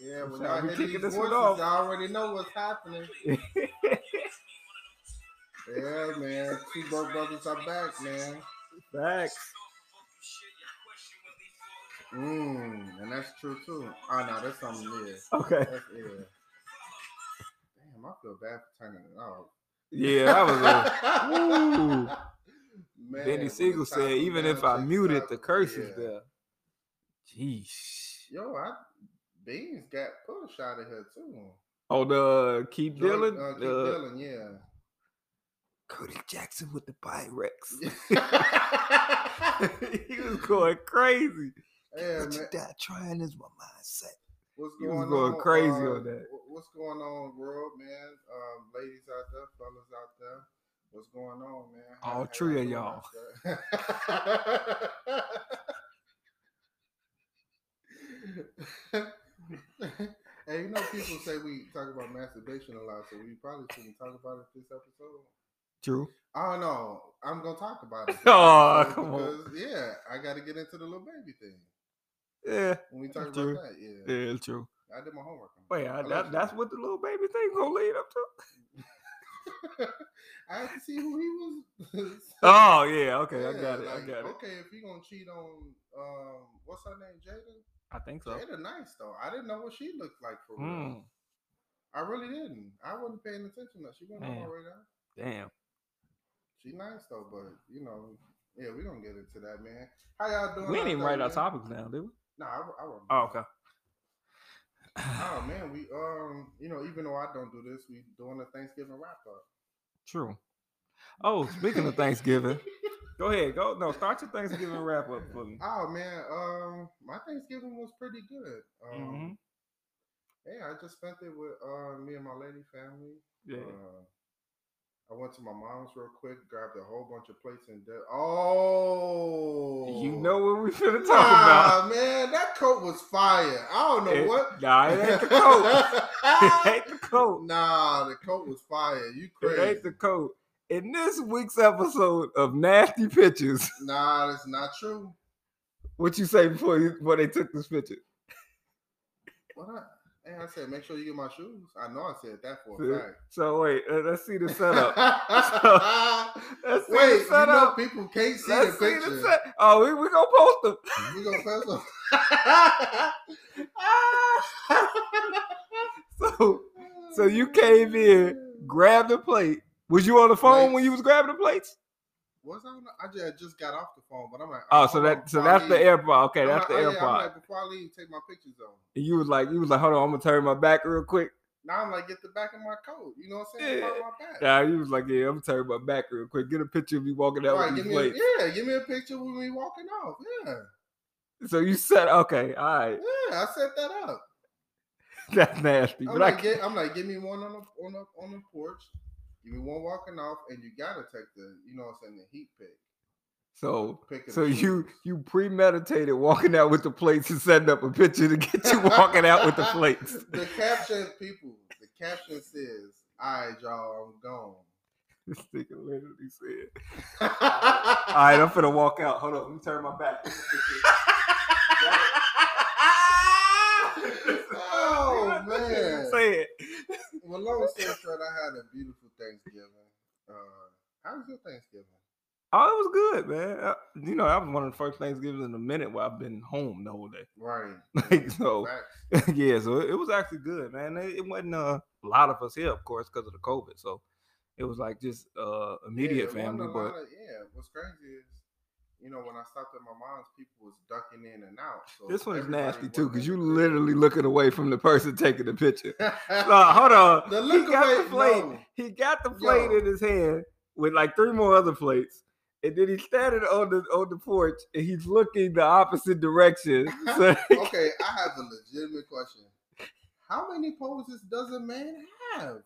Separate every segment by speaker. Speaker 1: Yeah,
Speaker 2: So
Speaker 1: when y'all
Speaker 2: we
Speaker 1: hear
Speaker 2: kicking
Speaker 1: these
Speaker 2: this
Speaker 1: voices,
Speaker 2: one
Speaker 1: y'all
Speaker 2: off.
Speaker 1: already know what's happening. yeah, man. Two broke brothers are back, man.
Speaker 2: Facts.
Speaker 1: Mmm, and that's true too. Oh no, that's something new.
Speaker 2: Okay.
Speaker 1: That's yeah. Damn, I feel bad for turning it off.
Speaker 2: Yeah, that was a. ooh.
Speaker 1: Man, when
Speaker 2: Benny
Speaker 1: the
Speaker 2: Siegel said,
Speaker 1: top
Speaker 2: even if I
Speaker 1: down,
Speaker 2: muted,
Speaker 1: top-
Speaker 2: the curse is
Speaker 1: yeah.
Speaker 2: there. Jeez.
Speaker 1: Yo, I Beans got pushed out of here too.
Speaker 2: Oh, the Keep Dylan?
Speaker 1: uh, Keith
Speaker 2: The-
Speaker 1: Dillon, yeah.
Speaker 2: Cody Jackson with the Pyrex.
Speaker 1: yeah,
Speaker 2: he was going crazy.
Speaker 1: man.
Speaker 2: what you die trying is my mindset.
Speaker 1: What's
Speaker 2: He
Speaker 1: going,
Speaker 2: was going
Speaker 1: uh,
Speaker 2: crazy on that.
Speaker 1: wh- What's going on, world, man? Um, ladies out there, fellas out there. What's going on, man? How
Speaker 2: All
Speaker 1: the hell
Speaker 2: three of
Speaker 1: doing
Speaker 2: y'all.
Speaker 1: out there? hey, you know people say we talk about masturbation a lot, so we probably shouldn't talk about it this episode.
Speaker 2: True.
Speaker 1: I don't know. Oh, I'm gonna talk about it. this
Speaker 2: Oh,
Speaker 1: episode
Speaker 2: come on.
Speaker 1: because, Yeah, I got to get into the little baby thing
Speaker 2: Yeah,
Speaker 1: when we talk about
Speaker 2: True.
Speaker 1: that.
Speaker 2: yeah,
Speaker 1: Yeah,
Speaker 2: it's true.
Speaker 1: I did my homework. on that.
Speaker 2: Wait, I,
Speaker 1: love
Speaker 2: that,
Speaker 1: you.
Speaker 2: that's what the little baby thing gonna lead up to?
Speaker 1: I had to see who he was.
Speaker 2: Oh, yeah, okay, I
Speaker 1: Yeah,
Speaker 2: got it, I
Speaker 1: like, oh,
Speaker 2: got it.
Speaker 1: Okay, if he gonna cheat on um, what's her name, Jada?
Speaker 2: I think so.
Speaker 1: Jada, nice though. I didn't know what she looked like for real.
Speaker 2: Mm,
Speaker 1: I really didn't. I wasn't paying attention though. She wasn't on my
Speaker 2: Man.
Speaker 1: radar.
Speaker 2: damn.
Speaker 1: She nice though, but you know, yeah, we gonna get into that, man. How y'all doing?
Speaker 2: We didn't
Speaker 1: out
Speaker 2: even
Speaker 1: there,
Speaker 2: write our
Speaker 1: man?
Speaker 2: topics down, did we?
Speaker 1: Nah, I, I won't.
Speaker 2: Oh, okay.
Speaker 1: Oh man, we um, you know, even though I don't do this, we doing a Thanksgiving wrap up.
Speaker 2: True. Oh, speaking of Thanksgiving, go ahead. Go no, start your Thanksgiving wrap up for me.
Speaker 1: Oh man, um, my Thanksgiving was pretty good. Um,
Speaker 2: Mhm.
Speaker 1: Yeah, I just spent it with uh, me and my lady family.
Speaker 2: Yeah.
Speaker 1: Uh, I went to my mom's real quick, grabbed a whole bunch of plates and did. Oh,
Speaker 2: You know what we
Speaker 1: nah,
Speaker 2: finna talk about.
Speaker 1: man, that coat was fire. I don't know
Speaker 2: It-
Speaker 1: what.
Speaker 2: Nah, it ain't the coat. it ain't the coat.
Speaker 1: nah, the coat was fire. You
Speaker 2: It
Speaker 1: crazy?
Speaker 2: ain't the coat. In this week's episode of Nasty Pictures,
Speaker 1: Nah, that's not true.
Speaker 2: what you say before you before they took this picture?
Speaker 1: What? I, hey, I said, make sure you get my shoes. I know I said that for
Speaker 2: See?
Speaker 1: a fact.
Speaker 2: So wait, uh, let's see the setup. Let's see
Speaker 1: Wait,
Speaker 2: the
Speaker 1: you know
Speaker 2: setup.
Speaker 1: people can't see
Speaker 2: let's
Speaker 1: the
Speaker 2: see
Speaker 1: picture.
Speaker 2: the set. Oh, we we gonna post them.
Speaker 1: We gonna post them.
Speaker 2: So So you came in- grab the plate. Was you on the phone when you was grabbing the plates?
Speaker 1: Was I? on the- I just, I just got off the phone, but I'm like,
Speaker 2: Oh, so
Speaker 1: hold on,
Speaker 2: that so
Speaker 1: before I
Speaker 2: that's the
Speaker 1: leave-
Speaker 2: AirPod. Okay,
Speaker 1: I'm
Speaker 2: that's
Speaker 1: like,
Speaker 2: the
Speaker 1: oh, yeah, I'm
Speaker 2: AirPod.
Speaker 1: like, before I leave, take my pictures off.
Speaker 2: And you was like, you was like, hold on, I'm gonna turn my back real quick.
Speaker 1: Now I'm like, get the back of my coat. You know what I'm saying?
Speaker 2: Yeah.
Speaker 1: Part of my back.
Speaker 2: Yeah, you was like, yeah, I'm gonna turn my back real quick. Get a picture of me walking out
Speaker 1: Right,
Speaker 2: with
Speaker 1: give
Speaker 2: these
Speaker 1: me a,
Speaker 2: plates.
Speaker 1: yeah, give me a picture with me walking off. Yeah,
Speaker 2: So you said, okay, all right,
Speaker 1: yeah, I set that up.
Speaker 2: that's nasty.
Speaker 1: I'm
Speaker 2: But I
Speaker 1: like,
Speaker 2: can't.
Speaker 1: get, I'm like, give me one on the on the on the porch. Give me one walking off, and you gotta take the, you know what I'm saying, the heat pick.
Speaker 2: So
Speaker 1: Pick of
Speaker 2: so
Speaker 1: the
Speaker 2: you
Speaker 1: shoes.
Speaker 2: you premeditated walking out with the plates and setting up a picture to get you walking out with the plates.
Speaker 1: the caption, people, the caption says, "All right, y'all, I'm gone."
Speaker 2: This nigga literally said, all
Speaker 1: I,
Speaker 2: right, I'm finna walk out. Hold on, let me turn my back.
Speaker 1: oh man!
Speaker 2: Say it.
Speaker 1: Well, long story short, I had a beautiful Thanksgiving. Uh, how was your Thanksgiving?
Speaker 2: Oh, it was good, man. Uh, You know, that was one of the first Thanksgivings in a minute where I've been home the whole day.
Speaker 1: Right.
Speaker 2: Like so,
Speaker 1: Facts.
Speaker 2: yeah. So it, it was actually good, man. It, it wasn't uh, a lot of us here, of course, because of the COVID. So it was like just uh
Speaker 1: Yeah,
Speaker 2: immediate
Speaker 1: it wasn't
Speaker 2: family,
Speaker 1: a
Speaker 2: but
Speaker 1: lot of- yeah, what's crazy is, you know, when I stopped at my mom's, people was ducking in and out. So
Speaker 2: this one is
Speaker 1: everybody
Speaker 2: nasty too,
Speaker 1: wasn't
Speaker 2: because
Speaker 1: in
Speaker 2: you
Speaker 1: the crib.
Speaker 2: literally looking away from the person taking the picture. Nah, hold on.
Speaker 1: the
Speaker 2: he
Speaker 1: look
Speaker 2: got
Speaker 1: away,
Speaker 2: the plate.
Speaker 1: no.
Speaker 2: He got the plate
Speaker 1: Yo.
Speaker 2: in his hand with like three more other plates. And then he's standing on the on the porch and he's looking the opposite direction. So
Speaker 1: okay, I have a legitimate question. How many poses does a man have?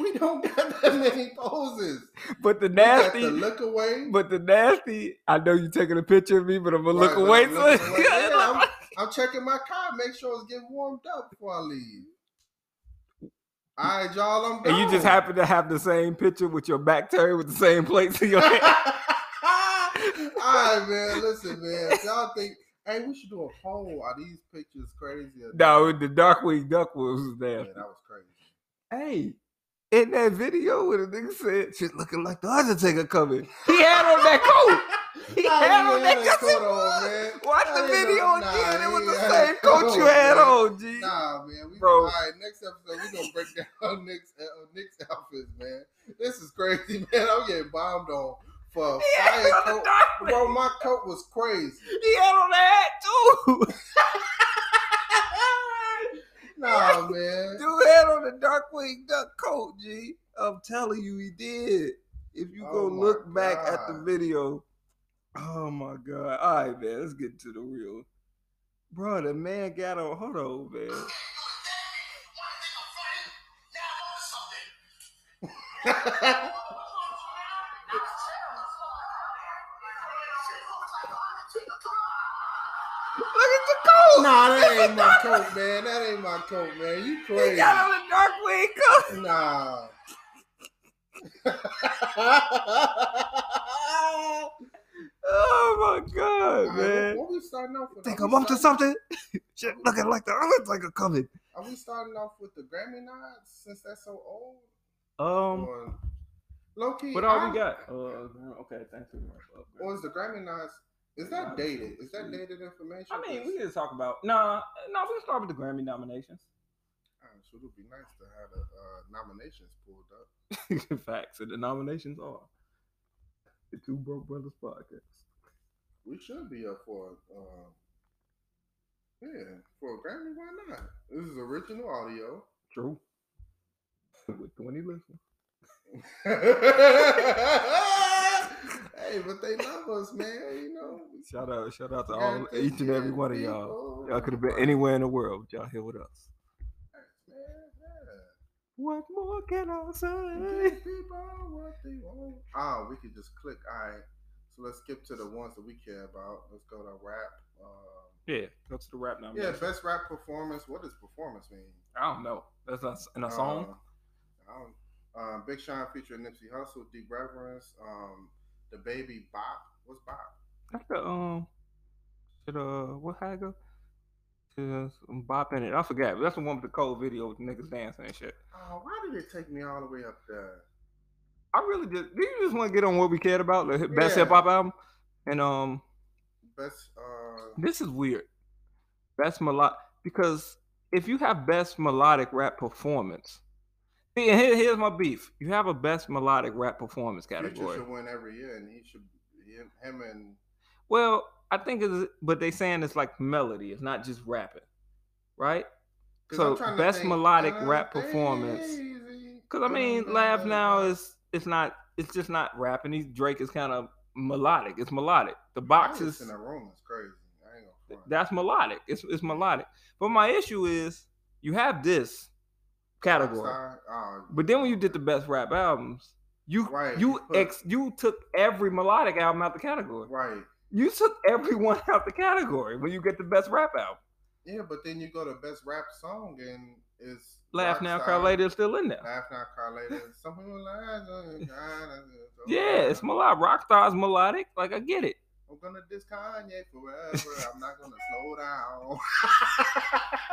Speaker 1: We don't got that many poses.
Speaker 2: But the
Speaker 1: We got
Speaker 2: nasty,
Speaker 1: the look away.
Speaker 2: but the nasty. I know you taking a picture of me, but I'm gonna
Speaker 1: Right,
Speaker 2: look
Speaker 1: but I'm
Speaker 2: away.
Speaker 1: looking
Speaker 2: so-
Speaker 1: away. Yeah, I'm, I'm checking my car, make sure it's getting warmed up before I leave. All right, y'all, I'm
Speaker 2: and you just
Speaker 1: gone.
Speaker 2: happen to have the same picture with your back turned with the same plates in your hand.
Speaker 1: All right, man. Listen, man. If y'all think, Hey, we should do a poll. Are these pictures crazy? Or not?
Speaker 2: No, the Darkwing Duck was
Speaker 1: yeah,
Speaker 2: there.
Speaker 1: that was crazy.
Speaker 2: Hey, in that video where the nigga said shit looking like the Undertaker coming, he had on that coat. He
Speaker 1: Nah,
Speaker 2: had on
Speaker 1: ain't
Speaker 2: that
Speaker 1: had
Speaker 2: coat
Speaker 1: coat
Speaker 2: on,
Speaker 1: on, man.
Speaker 2: Watch
Speaker 1: Nah,
Speaker 2: the
Speaker 1: he ain't
Speaker 2: video
Speaker 1: had- nah,
Speaker 2: again. It
Speaker 1: he
Speaker 2: was
Speaker 1: ain't
Speaker 2: the
Speaker 1: had
Speaker 2: same
Speaker 1: that
Speaker 2: coat you
Speaker 1: on,
Speaker 2: had
Speaker 1: man.
Speaker 2: on, G.
Speaker 1: Nah, man. We,
Speaker 2: Bro.
Speaker 1: All right, next episode we're gonna break down Nick's uh, Nick's outfits, man. This is crazy, man. I'm getting bombed on for a
Speaker 2: He had
Speaker 1: fire
Speaker 2: on the
Speaker 1: coat.
Speaker 2: Darkwing.
Speaker 1: Bro, my coat was crazy.
Speaker 2: He had on the hat too.
Speaker 1: Nah, man.
Speaker 2: Dude had on the Darkwing Duck coat, G. I'm telling you, he did. If you go
Speaker 1: Oh my
Speaker 2: look back at the
Speaker 1: God.
Speaker 2: video, oh my god! All right, man, let's get to the real. Bro, the man got on. Hold on, man. Look at the coat.
Speaker 1: nah, that ain't my coat, man. That ain't my coat, man. You
Speaker 2: He
Speaker 1: crazy.
Speaker 2: got on the Darkwing coat.
Speaker 1: Nah.
Speaker 2: Oh my god,
Speaker 1: Alright,
Speaker 2: man!
Speaker 1: what, what we starting off with?
Speaker 2: Think
Speaker 1: Are we
Speaker 2: I'm up to
Speaker 1: starting-
Speaker 2: something. Shit, looking like the Undertaker coming.
Speaker 1: Are we starting off with the Grammy nods since that's so old?
Speaker 2: Um,
Speaker 1: low key.
Speaker 2: what all we got? Uh, okay, thanks for
Speaker 1: Or is the Grammy nods? Is that dated? Is that dated information?
Speaker 2: I mean, we
Speaker 1: 'Cause-
Speaker 2: can talk about nah, nah. We can start with the Grammy nominations.
Speaker 1: Oh, so it would be nice to have the uh, nominations pulled up.
Speaker 2: Facts and the nominations are the Two Broke Brothers podcast.
Speaker 1: We should be up for um, yeah for a Grammy. Why not? This is original audio.
Speaker 2: True. With twenty listeners.
Speaker 1: hey, but they love us, man. You know.
Speaker 2: Shout out, shout out to
Speaker 1: We
Speaker 2: all
Speaker 1: got the
Speaker 2: each and every
Speaker 1: good
Speaker 2: one of y'all.
Speaker 1: people.
Speaker 2: Y'all could have been anywhere in the world. Y'all here with us.
Speaker 1: Man, yeah.
Speaker 2: What more can I say?
Speaker 1: Give people what they want. Ah, we could just click. All right. So let's skip to the ones that we care about. Let's go to rap. Um,
Speaker 2: Yeah, go to the rap
Speaker 1: yeah,
Speaker 2: nomination.
Speaker 1: best rap performance. What does performance mean?
Speaker 2: I don't know. That's not in a song.
Speaker 1: Uh, I don't- uh, Big Sean featuring Nipsey Hussle, Deep Reverence, um, the baby Bop. What's Bop?
Speaker 2: That's the um, shit, uh, what Haga? Just bop in it. I forgot. but That's the one with the cold video with the niggas dancing and shit.
Speaker 1: Oh, why did it take me all the way up there?
Speaker 2: I really just do. You just want to get on what we cared about, the best
Speaker 1: Yeah.
Speaker 2: hip hop album, and um,
Speaker 1: Best. Uh,
Speaker 2: this is weird. Best melodic because if you have best melodic rap performance, see, and here, here's my beef. You have a best melodic rap performance
Speaker 1: Future
Speaker 2: category.
Speaker 1: should win every year, and he should. Him, him and
Speaker 2: Well, I think it's but they saying it's like melody. It's not just rapping, right?
Speaker 1: 'cause
Speaker 2: So
Speaker 1: I'm trying to
Speaker 2: best
Speaker 1: think, uh,
Speaker 2: melodic
Speaker 1: I'm
Speaker 2: rap performance.
Speaker 1: crazy,
Speaker 2: Because I
Speaker 1: but
Speaker 2: mean,
Speaker 1: I'm
Speaker 2: laugh
Speaker 1: not
Speaker 2: now
Speaker 1: a-
Speaker 2: is it's not it's just not rapping. He's, Drake is kind of melodic. It's melodic. The box
Speaker 1: Artists in
Speaker 2: is
Speaker 1: the room is crazy. I ain't gonna front.
Speaker 2: that's melodic. It's it's melodic. But my issue is you have this category,
Speaker 1: Rockstar, oh,
Speaker 2: but then when you did the best rap albums, you
Speaker 1: Right,
Speaker 2: you
Speaker 1: you put-
Speaker 2: ex you took every melodic album out the category.
Speaker 1: right,
Speaker 2: You took everyone out the category when you get the best rap album.
Speaker 1: yeah, but then you go to best rap song and it's
Speaker 2: Laugh now, cry
Speaker 1: Rockstar,
Speaker 2: later is still in there.
Speaker 1: Laugh now, cry later. Some people laugh. oh, God,
Speaker 2: Yeah, it's melodic. Rockstar's melodic. Like I get it.
Speaker 1: I'm gonna diss Kanye forever. I'm not gonna slow down.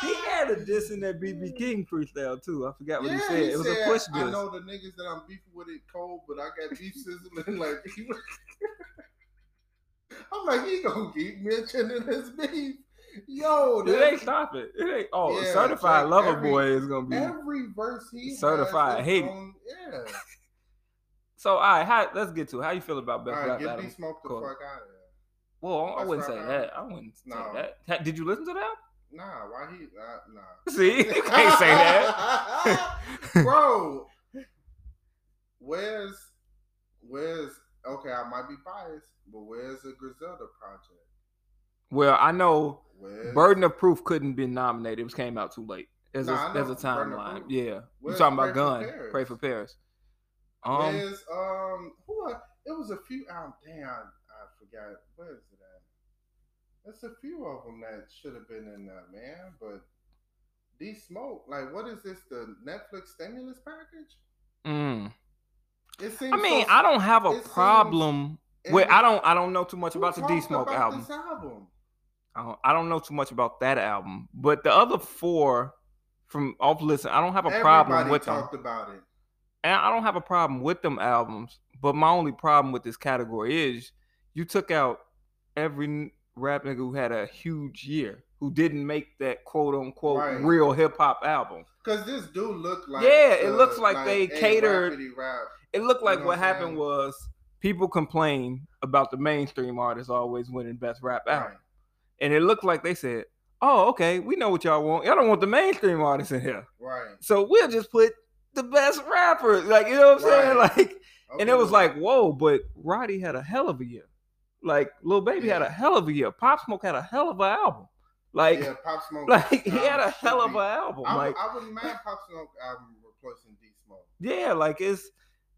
Speaker 2: He had a diss in that BB King freestyle too. I forgot what he said.
Speaker 1: he
Speaker 2: it was
Speaker 1: said,
Speaker 2: a push
Speaker 1: I
Speaker 2: diss.
Speaker 1: know the niggas that I'm beefing with it cold, but I got beef sizzling like I'm like, he gonna keep mentioning this beef. Yo,
Speaker 2: It ain't
Speaker 1: that's-
Speaker 2: stop it. It ain't. Oh,
Speaker 1: Yeah,
Speaker 2: certified
Speaker 1: like
Speaker 2: lover
Speaker 1: every-
Speaker 2: boy is gonna be.
Speaker 1: every verse he has
Speaker 2: Certified
Speaker 1: is
Speaker 2: hate.
Speaker 1: on- Yeah.
Speaker 2: So, all right, how, let's get to it. how you feel about
Speaker 1: All
Speaker 2: best
Speaker 1: right,
Speaker 2: rap
Speaker 1: get B
Speaker 2: album.
Speaker 1: smoke the
Speaker 2: Cool.
Speaker 1: fuck out of there.
Speaker 2: Well, I
Speaker 1: Best
Speaker 2: wouldn't
Speaker 1: Rap
Speaker 2: say
Speaker 1: Album?
Speaker 2: that. I wouldn't
Speaker 1: No.
Speaker 2: say that. Ha- Did you listen to that?
Speaker 1: Nah, why he nah nah.
Speaker 2: See, you can't say that.
Speaker 1: Bro, where's where's okay, I might be biased, but where's the Griselda project?
Speaker 2: Well, I know
Speaker 1: Where's
Speaker 2: Burden of Proof couldn't be nominated. It was- came out too late. There's
Speaker 1: Nah,
Speaker 2: a,
Speaker 1: I
Speaker 2: there's a
Speaker 1: know Burden of
Speaker 2: timeline.
Speaker 1: Proof.
Speaker 2: Yeah, you
Speaker 1: Where's
Speaker 2: talking about
Speaker 1: Pray for
Speaker 2: Gun?
Speaker 1: Paris?
Speaker 2: Pray for Paris. Um,
Speaker 1: Where's um who are, it was a few oh damn I, I forgot where is it at? There's a few of them that should have been in that man, but D Smoke, like what is this the Netflix stimulus package?
Speaker 2: mm.
Speaker 1: It seems
Speaker 2: I mean,
Speaker 1: so-
Speaker 2: I don't have a
Speaker 1: it seems-
Speaker 2: problem Wait, I don't I don't know too much about the
Speaker 1: Who
Speaker 2: D
Speaker 1: talked
Speaker 2: Smoke
Speaker 1: about
Speaker 2: album.
Speaker 1: This album.
Speaker 2: I don't, I don't know too much about that album, but the other four from off listen, I don't have a problem
Speaker 1: Everybody
Speaker 2: with them.
Speaker 1: talked about it.
Speaker 2: And I don't have a problem with them albums, but my only problem with this category is you took out every n- rap nigga who had a huge year, who didn't make that quote unquote
Speaker 1: Right.
Speaker 2: real hip hop album.
Speaker 1: Cause this dude looked like
Speaker 2: Yeah, it looks like they
Speaker 1: A
Speaker 2: catered-
Speaker 1: Rapidy Rap.
Speaker 2: It looked like
Speaker 1: know what
Speaker 2: what
Speaker 1: I'm
Speaker 2: happened
Speaker 1: saying?
Speaker 2: was people complain about the mainstream artists always winning best rap album.
Speaker 1: Right.
Speaker 2: And it looked like they said, Oh, okay, we know what y'all want. Y'all don't want the mainstream artists in here.
Speaker 1: right.
Speaker 2: So we'll just put the best rappers. Like, you know what I'm saying?
Speaker 1: Right.
Speaker 2: Like and
Speaker 1: Okay,
Speaker 2: it was
Speaker 1: well,
Speaker 2: like, whoa, but Roddy had a hell of a year. Like Lil Baby had a
Speaker 1: Yeah.
Speaker 2: hell of a year. Pop Smoke had a hell of an album. Like
Speaker 1: yeah, Pop Smoke. um,
Speaker 2: like he
Speaker 1: album
Speaker 2: had a
Speaker 1: should
Speaker 2: hell of
Speaker 1: be-
Speaker 2: an album.
Speaker 1: I,
Speaker 2: like
Speaker 1: would- I wouldn't mind Pop Smoke album replacing D Smoke.
Speaker 2: yeah, like it's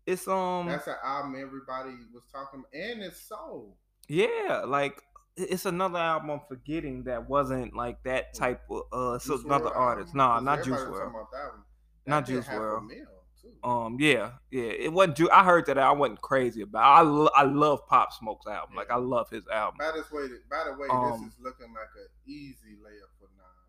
Speaker 2: it's um
Speaker 1: That's an album everybody was talking, and it's soul.
Speaker 2: yeah, like it- it's another album I'm forgetting that wasn't like that type of uh so
Speaker 1: Juice
Speaker 2: another
Speaker 1: WRLD
Speaker 2: artist.
Speaker 1: album,
Speaker 2: Nah,
Speaker 1: 'cause
Speaker 2: not Juice
Speaker 1: everybody was
Speaker 2: World.
Speaker 1: talking about that one. That
Speaker 2: Not
Speaker 1: did
Speaker 2: Juice
Speaker 1: half a
Speaker 2: WRLD.
Speaker 1: mil, too.
Speaker 2: Um yeah, yeah. It wasn't Ju- I heard that I wasn't crazy about I lo- I love Pop Smoke's album. Like
Speaker 1: Yeah.
Speaker 2: I love his album.
Speaker 1: By this way, by the way,
Speaker 2: Um,
Speaker 1: this is looking like an easy layup for Nas.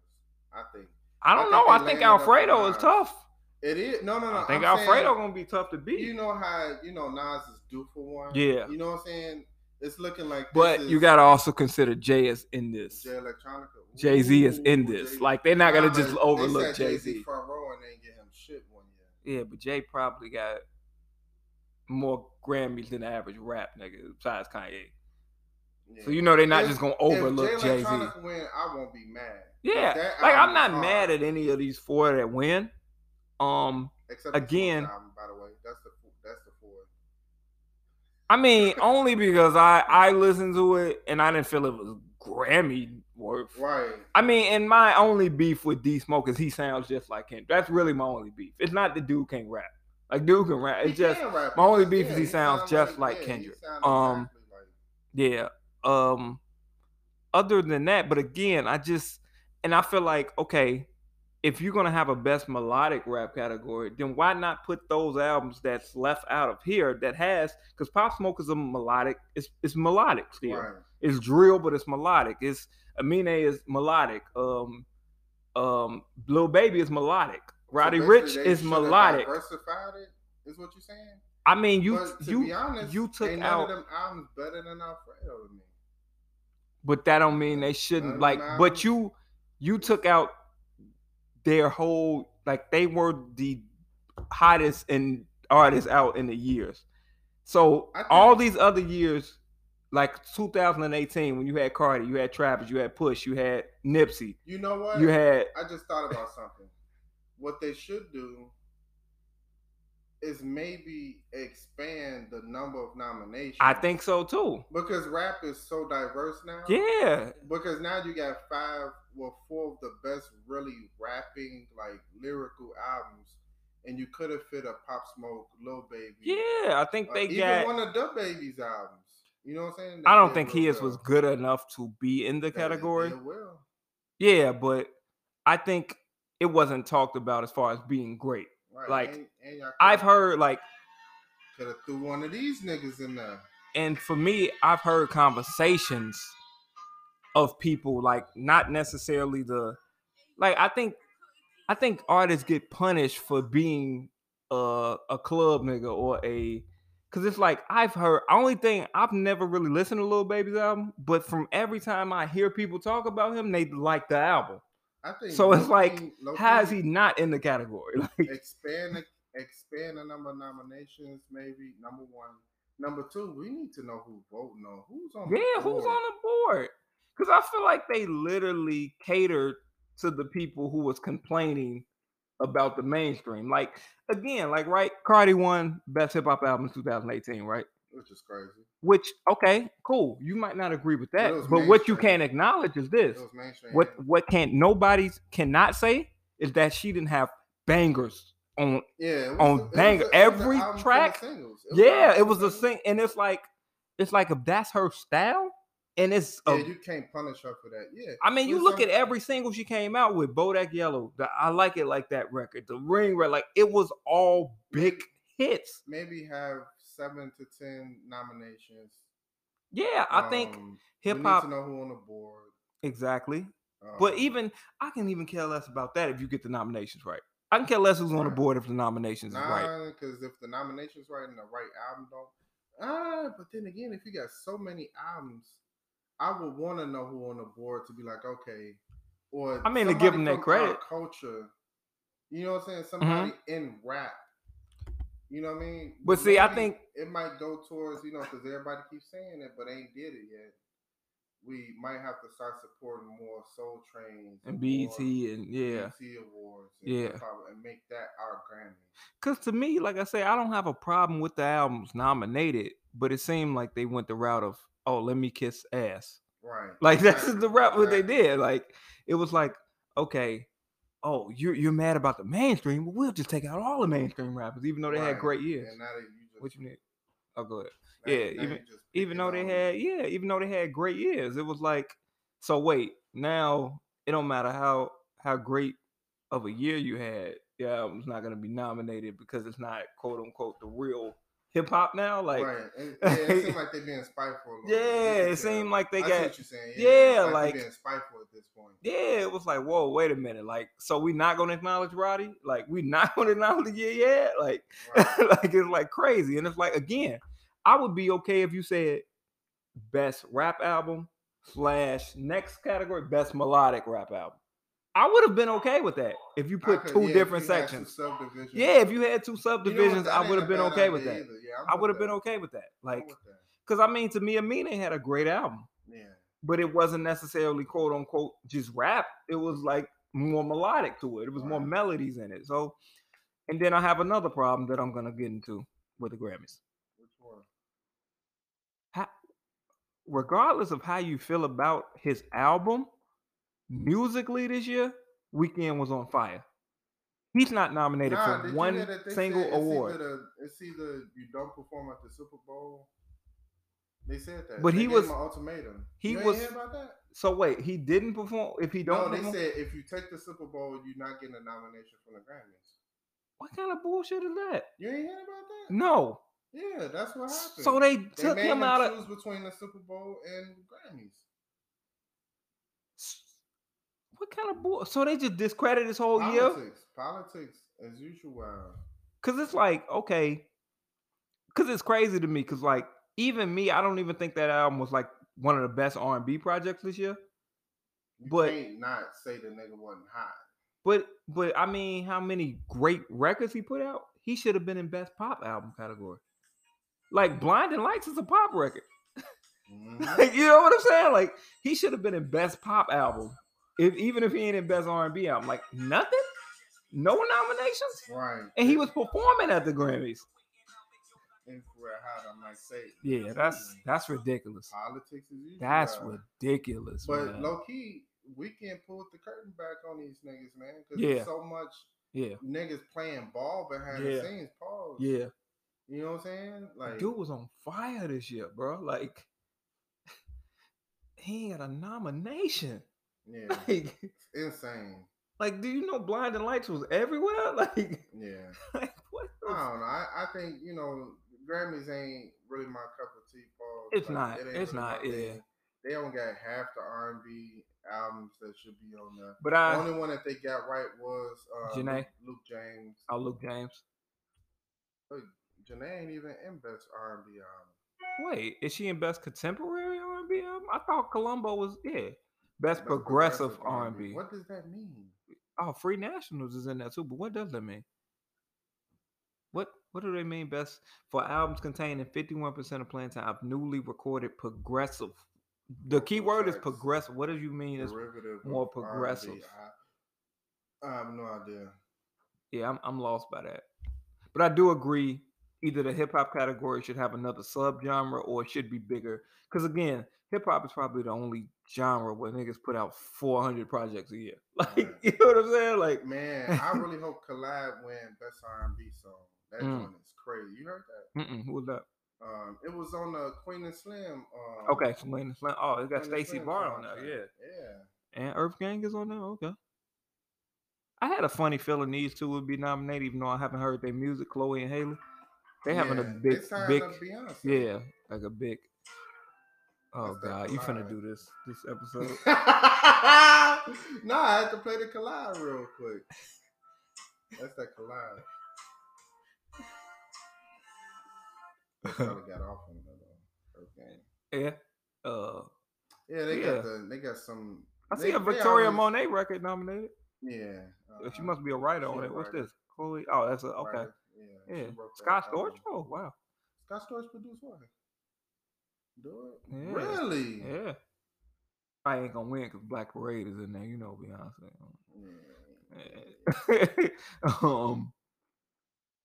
Speaker 1: I think
Speaker 2: I don't
Speaker 1: I
Speaker 2: know.
Speaker 1: think
Speaker 2: I
Speaker 1: they
Speaker 2: think
Speaker 1: landed up
Speaker 2: Alfredo is
Speaker 1: on-
Speaker 2: tough.
Speaker 1: it is. No, no, no.
Speaker 2: I think
Speaker 1: I'm
Speaker 2: Alfredo
Speaker 1: saying-
Speaker 2: gonna be tough to beat.
Speaker 1: You know how you know Nas is due for one.
Speaker 2: Yeah.
Speaker 1: You know what I'm saying? It's looking like.
Speaker 2: but
Speaker 1: this
Speaker 2: you
Speaker 1: is
Speaker 2: gotta also consider Jay is in this.
Speaker 1: Jay Electronica.
Speaker 2: Jay Z is in
Speaker 1: Ooh,
Speaker 2: this.
Speaker 1: Jay-Z.
Speaker 2: Like they're not gonna
Speaker 1: Nah,
Speaker 2: just
Speaker 1: but they
Speaker 2: overlook
Speaker 1: said
Speaker 2: Jay
Speaker 1: Jay-Z
Speaker 2: Z.
Speaker 1: Front row and they ain't get him shit one year.
Speaker 2: Yeah, but Jay probably got more Grammys than the average rap nigga besides Kanye.
Speaker 1: Yeah.
Speaker 2: So you know they're not
Speaker 1: If-
Speaker 2: just gonna
Speaker 1: If
Speaker 2: overlook
Speaker 1: Jay
Speaker 2: Jay Z.
Speaker 1: Electronica win, I won't be mad.
Speaker 2: Yeah,
Speaker 1: That
Speaker 2: like
Speaker 1: album
Speaker 2: I'm not
Speaker 1: is
Speaker 2: mad
Speaker 1: hard.
Speaker 2: at any of these four that win. Um,
Speaker 1: Except the fourth
Speaker 2: again-
Speaker 1: album, by the way, that's the that's the fourth.
Speaker 2: I mean only because I I listened to it and I didn't feel it was Grammy worth.
Speaker 1: Right.
Speaker 2: I mean, and my only beef with D Smoke is he sounds just like him. That's really my only beef. It's not the dude can't rap. Like dude can rap. It's
Speaker 1: He
Speaker 2: just
Speaker 1: can rap,
Speaker 2: my only
Speaker 1: but
Speaker 2: beef is he sounds
Speaker 1: sound
Speaker 2: just like Kendrick.
Speaker 1: he sound
Speaker 2: Um,
Speaker 1: exactly like-
Speaker 2: yeah. Um other than that, but again, I just and I feel like, okay, if you're gonna have a best melodic rap category, then why not put those albums that's left out of here that has because Pop Smoke is a melodic, it's it's melodic still.
Speaker 1: right.
Speaker 2: It's drill, but it's melodic. It's Aminé is melodic. Um, um, Lil Baby is melodic. Roddy
Speaker 1: So
Speaker 2: Rich
Speaker 1: basically, they
Speaker 2: is
Speaker 1: should have
Speaker 2: melodic.
Speaker 1: Diversified it is what you're saying.
Speaker 2: I mean, you
Speaker 1: but to
Speaker 2: you
Speaker 1: be honest,
Speaker 2: you took
Speaker 1: ain't
Speaker 2: out,
Speaker 1: none of them albums better than Alfredo to me.
Speaker 2: but that don't mean they
Speaker 1: none
Speaker 2: shouldn't
Speaker 1: of
Speaker 2: like.
Speaker 1: them
Speaker 2: But
Speaker 1: albums.
Speaker 2: you you took out their whole like they were the hottest and artists out in the years. So
Speaker 1: I think-
Speaker 2: all these other years, like 2018, when you had Cardi, you had Travis, you had Push, you had Nipsey,
Speaker 1: You know what?
Speaker 2: you had
Speaker 1: I just thought about something. What they should do is maybe expand the number of nominations.
Speaker 2: I think so too.
Speaker 1: because rap is so diverse now.
Speaker 2: Yeah,
Speaker 1: Because now you got five, well, four of the best really rapping like lyrical albums, and you could have fit a Pop Smoke, Lil Baby.
Speaker 2: yeah. I think
Speaker 1: uh,
Speaker 2: they
Speaker 1: even
Speaker 2: got.
Speaker 1: one of the Baby's albums. You know what I'm saying?
Speaker 2: I don't
Speaker 1: They
Speaker 2: think
Speaker 1: did real
Speaker 2: his was
Speaker 1: well.
Speaker 2: good enough to be in the
Speaker 1: They- they
Speaker 2: category.
Speaker 1: did well.
Speaker 2: Yeah, but I think it wasn't talked about as far as being great.
Speaker 1: Right.
Speaker 2: Like,
Speaker 1: and, and y'all
Speaker 2: I've heard like,
Speaker 1: could have threw one of these niggas in there.
Speaker 2: and for me, I've heard conversations of people like not necessarily the like. I think I think artists get punished for being a a club nigga or a because it's like I've heard only thing I've never really listened to Lil Baby's album, but from every time I hear people talk about him, they like the album.
Speaker 1: I think
Speaker 2: So it's
Speaker 1: low-key-
Speaker 2: like,
Speaker 1: low-key
Speaker 2: How is he not in the category? Like,
Speaker 1: expand the- expand the number of nominations? Maybe number one, number two. We need to know who voting on who's on. the
Speaker 2: yeah, who's
Speaker 1: board.
Speaker 2: on the board? Because I feel like they literally catered to the people who was complaining about the mainstream. Like again, like right, Cardi won best hip hop album in 2018, right?
Speaker 1: which is crazy.
Speaker 2: Which okay, cool. You might not agree with that,
Speaker 1: it was
Speaker 2: but what you
Speaker 1: mainstream.
Speaker 2: can't acknowledge is this:
Speaker 1: It was mainstream.
Speaker 2: what what can't nobody cannot say is that she didn't have bangers on.
Speaker 1: yeah, it was
Speaker 2: on
Speaker 1: a- it was
Speaker 2: banger,
Speaker 1: a- it was
Speaker 2: every
Speaker 1: an album full of
Speaker 2: track-
Speaker 1: singles.
Speaker 2: Yeah,
Speaker 1: an
Speaker 2: it
Speaker 1: album
Speaker 2: was
Speaker 1: full
Speaker 2: a
Speaker 1: of
Speaker 2: thing, and it's like it's like if that's her style, and it's
Speaker 1: singles.
Speaker 2: a
Speaker 1: Yeah, you can't punish her for that. Yeah,
Speaker 2: I mean, you
Speaker 1: With
Speaker 2: look at
Speaker 1: some-
Speaker 2: every single she came out with, Bodak Yellow, the I Like It Like That record, the Ring record, like it was all big hits.
Speaker 1: maybe have seven to ten nominations
Speaker 2: Yeah, I think
Speaker 1: Um, we
Speaker 2: hip
Speaker 1: need
Speaker 2: hop
Speaker 1: to know who on the board.
Speaker 2: exactly.
Speaker 1: Um,
Speaker 2: But even I can even care less about that if you get the nominations right. I can care less who's on the
Speaker 1: Right.
Speaker 2: board if the nominations is right.
Speaker 1: nah, because if the nomination's right and the right album don't, ah, but then again, if you got so many albums, I would want to know who on the board to be like, okay, or
Speaker 2: I mean, to give
Speaker 1: somebody
Speaker 2: 'em their
Speaker 1: from our
Speaker 2: credit. Mm-hmm.
Speaker 1: culture, you know what I'm saying? Somebody in rap, you know what I mean?
Speaker 2: But see, I
Speaker 1: Maybe
Speaker 2: think-
Speaker 1: it might go towards you know because everybody keeps saying it, but ain't did it yet. We might have to start supporting more Soul Trains more
Speaker 2: And BET and yeah.
Speaker 1: BET awards,
Speaker 2: Yeah.
Speaker 1: hip hop and make that our Grammy.
Speaker 2: Cause to me, like I say, I don't have a problem with the albums nominated, but it seemed like they went the route of, oh, let me kiss ass.
Speaker 1: Right.
Speaker 2: Like that's
Speaker 1: Exactly.
Speaker 2: the route what they
Speaker 1: Exactly.
Speaker 2: did. Like it was like, okay, oh, you're you're mad about the mainstream, but we'll just take out all the mainstream rappers, even though they had
Speaker 1: Right.
Speaker 2: great years.
Speaker 1: And now that you just,
Speaker 2: what you need? Oh, go ahead.
Speaker 1: now you-
Speaker 2: yeah,
Speaker 1: now you
Speaker 2: even-
Speaker 1: just
Speaker 2: Even
Speaker 1: picking
Speaker 2: though they
Speaker 1: on-
Speaker 2: had, yeah, even though they had great years, it was like, so wait, now it don't matter how how great of a year you had, the album's not gonna be nominated because it's not quote unquote the real hip hop now. Like,
Speaker 1: right. And, yeah, it seemed like they're being spiteful. A little bit. You
Speaker 2: yeah,
Speaker 1: can
Speaker 2: it
Speaker 1: tell.
Speaker 2: seemed like they
Speaker 1: I see
Speaker 2: got
Speaker 1: what you're saying. Yeah,
Speaker 2: yeah,
Speaker 1: they
Speaker 2: like-
Speaker 1: being spiteful at this point.
Speaker 2: yeah, it was like, whoa, wait a minute. Like, so we not gonna acknowledge Roddy? Like, we not gonna acknowledge yeah, yeah. Like,
Speaker 1: Right.
Speaker 2: like it's like crazy. And it's like again, I would be okay if you said best rap album slash next category, best melodic rap album. I would have been okay with that if you
Speaker 1: I
Speaker 2: put
Speaker 1: could-
Speaker 2: two
Speaker 1: yeah, if
Speaker 2: different
Speaker 1: you had two
Speaker 2: sections.
Speaker 1: subdivisions.
Speaker 2: Yeah, if you had
Speaker 1: You know
Speaker 2: two
Speaker 1: what,
Speaker 2: subdivisions,
Speaker 1: that
Speaker 2: I
Speaker 1: ain't
Speaker 2: would
Speaker 1: a
Speaker 2: have been
Speaker 1: bad
Speaker 2: okay
Speaker 1: idea
Speaker 2: with that.
Speaker 1: either. Yeah, I'm
Speaker 2: I
Speaker 1: with
Speaker 2: would have
Speaker 1: that.
Speaker 2: been okay with that.
Speaker 1: I'm
Speaker 2: Like,
Speaker 1: with that.
Speaker 2: because I mean, to me, Amina had a great album
Speaker 1: yeah.
Speaker 2: but it wasn't necessarily quote unquote just rap. It was like more melodic to it. It was more
Speaker 1: Right.
Speaker 2: melodies in it. So, and then I have another problem that I'm gonna get into with the Grammys.
Speaker 1: Which one?
Speaker 2: Regardless of how you feel about his album, musically this year, Weekend was on fire. He's not nominated
Speaker 1: Nah, did
Speaker 2: for
Speaker 1: you hear
Speaker 2: one
Speaker 1: that uh, they
Speaker 2: single
Speaker 1: said it's
Speaker 2: award.
Speaker 1: Either the, it's either you don't perform at the Super Bowl. They said that.
Speaker 2: But
Speaker 1: They
Speaker 2: he
Speaker 1: gave
Speaker 2: was-
Speaker 1: him an ultimatum.
Speaker 2: he
Speaker 1: you ain't
Speaker 2: was-
Speaker 1: hear about that.
Speaker 2: So wait, he didn't perform. If he don't,
Speaker 1: no, they
Speaker 2: perform-
Speaker 1: said if you take the Super Bowl, you're not getting a nomination from the Grammys.
Speaker 2: what kind of bullshit is that?
Speaker 1: You ain't hear about that?
Speaker 2: No.
Speaker 1: Yeah, that's what happened.
Speaker 2: So they
Speaker 1: They
Speaker 2: took
Speaker 1: made
Speaker 2: him out of.
Speaker 1: choose between the Super Bowl and Grammys.
Speaker 2: What kind of bull? So they just discredit his whole year.
Speaker 1: politics, politics as usual.
Speaker 2: Cause it's like, okay. Cause it's crazy to me. Cause like even me, I don't even think that album was like one of the best R and B projects this year.
Speaker 1: You
Speaker 2: But-
Speaker 1: can't not say the nigga wasn't hot.
Speaker 2: But but I mean, how many great records he put out? He should have been in best pop album category. Like Blinding Lights is a pop record.
Speaker 1: Mhm.
Speaker 2: Like, you know what I'm saying? Like he should have been in best pop album. If even if he ain't in best R and B album, like nothing, no nominations,
Speaker 1: right.
Speaker 2: and he was performing at the Grammys.
Speaker 1: If we're hot, I might say. it.
Speaker 2: Yeah, that's that's ridiculous.
Speaker 1: politics as usual.
Speaker 2: That's ridiculous.
Speaker 1: But
Speaker 2: man.
Speaker 1: low key, we can pull the curtain back on these niggas, man. Because
Speaker 2: Yeah.
Speaker 1: there's so much
Speaker 2: yeah,
Speaker 1: niggas playing ball behind
Speaker 2: Yeah.
Speaker 1: the scenes. Pause.
Speaker 2: yeah.
Speaker 1: You know what I'm saying? Like,
Speaker 2: Dude was on fire this year, bro. Like he ain't got a nomination.
Speaker 1: yeah,
Speaker 2: Like,
Speaker 1: insane.
Speaker 2: like do you know Blinding Lights was everywhere? Like,
Speaker 1: Yeah.
Speaker 2: like what?
Speaker 1: I
Speaker 2: the f-
Speaker 1: don't know. I, I think you know Grammys ain't really my cup of tea, Paul.
Speaker 2: It's
Speaker 1: Like,
Speaker 2: not.
Speaker 1: it ain't
Speaker 2: It's
Speaker 1: really my
Speaker 2: not, yeah.
Speaker 1: thing. They don't got half the R and B albums that should be on there.
Speaker 2: But
Speaker 1: The
Speaker 2: I,
Speaker 1: only one that they got right was uh,
Speaker 2: Uh, Janae.
Speaker 1: Luke, Luke James.
Speaker 2: oh Luke James.
Speaker 1: Janae ain't even in best R and B album.
Speaker 2: Wait, is she in best contemporary R and B album? I thought Columbo was yeah, best,
Speaker 1: Best
Speaker 2: progressive R and B.
Speaker 1: What does that mean?
Speaker 2: Oh, Free Nationals is in that too, but what does that mean? What what do they mean best for albums containing 51% of playing time of newly recorded progressive? The key
Speaker 1: Vocal
Speaker 2: word is
Speaker 1: tracks.
Speaker 2: progressive. What do you mean? It's,
Speaker 1: Derivative of
Speaker 2: more
Speaker 1: R&B.
Speaker 2: progressive.
Speaker 1: I, I have no idea.
Speaker 2: yeah, I'm, I'm lost by that. But I do agree either the hip hop category should have another subgenre or it should be bigger. Because again, hip hop is probably the only genre where niggas put out 400 projects a year. Like,
Speaker 1: Right.
Speaker 2: you know what I'm saying? Like,
Speaker 1: Man, I really hope Collab win best R and B song. That
Speaker 2: Mm.
Speaker 1: joint is crazy. You heard that?
Speaker 2: mm-mm, who was that?
Speaker 1: Um, it was on the Queen and Slim. Um,
Speaker 2: Okay, Selena Slim. Oh, it got
Speaker 1: Queen and
Speaker 2: Stacy
Speaker 1: Slim
Speaker 2: Barr on
Speaker 1: soundtrack.
Speaker 2: there. Yeah.
Speaker 1: Yeah.
Speaker 2: And Earth Gang is on there. Okay. I had a funny feeling these two would be nominated, even though I haven't heard their music. Chloe and Haley, they having a
Speaker 1: Yeah,
Speaker 2: big,
Speaker 1: they signed
Speaker 2: big,
Speaker 1: up Beyonce.
Speaker 2: yeah, like a big. Oh
Speaker 1: That's that
Speaker 2: god, you finna
Speaker 1: collide.
Speaker 2: do this this episode.
Speaker 1: no, I had to play the collide real quick. That's that collide. Probably got off on that though. Her game.
Speaker 2: yeah. Uh
Speaker 1: Yeah, they
Speaker 2: Yeah.
Speaker 1: got the they got some.
Speaker 2: I
Speaker 1: they-
Speaker 2: see a
Speaker 1: they
Speaker 2: Victoria
Speaker 1: always-
Speaker 2: Monet record nominated. Uh,
Speaker 1: Yeah, uh,
Speaker 2: She must be a writer
Speaker 1: She
Speaker 2: on
Speaker 1: a
Speaker 2: it. What's
Speaker 1: writer.
Speaker 2: this? Chloe. Oh, that's a okay.
Speaker 1: writer. Yeah, she
Speaker 2: Yeah.
Speaker 1: wrote that
Speaker 2: Scott Storch?
Speaker 1: album.
Speaker 2: Oh wow.
Speaker 1: Scott Storch produced what? Do it.
Speaker 2: Yeah.
Speaker 1: Really?
Speaker 2: Yeah. I ain't gonna win because Black Parade is in there, you know Beyonce. Yeah. um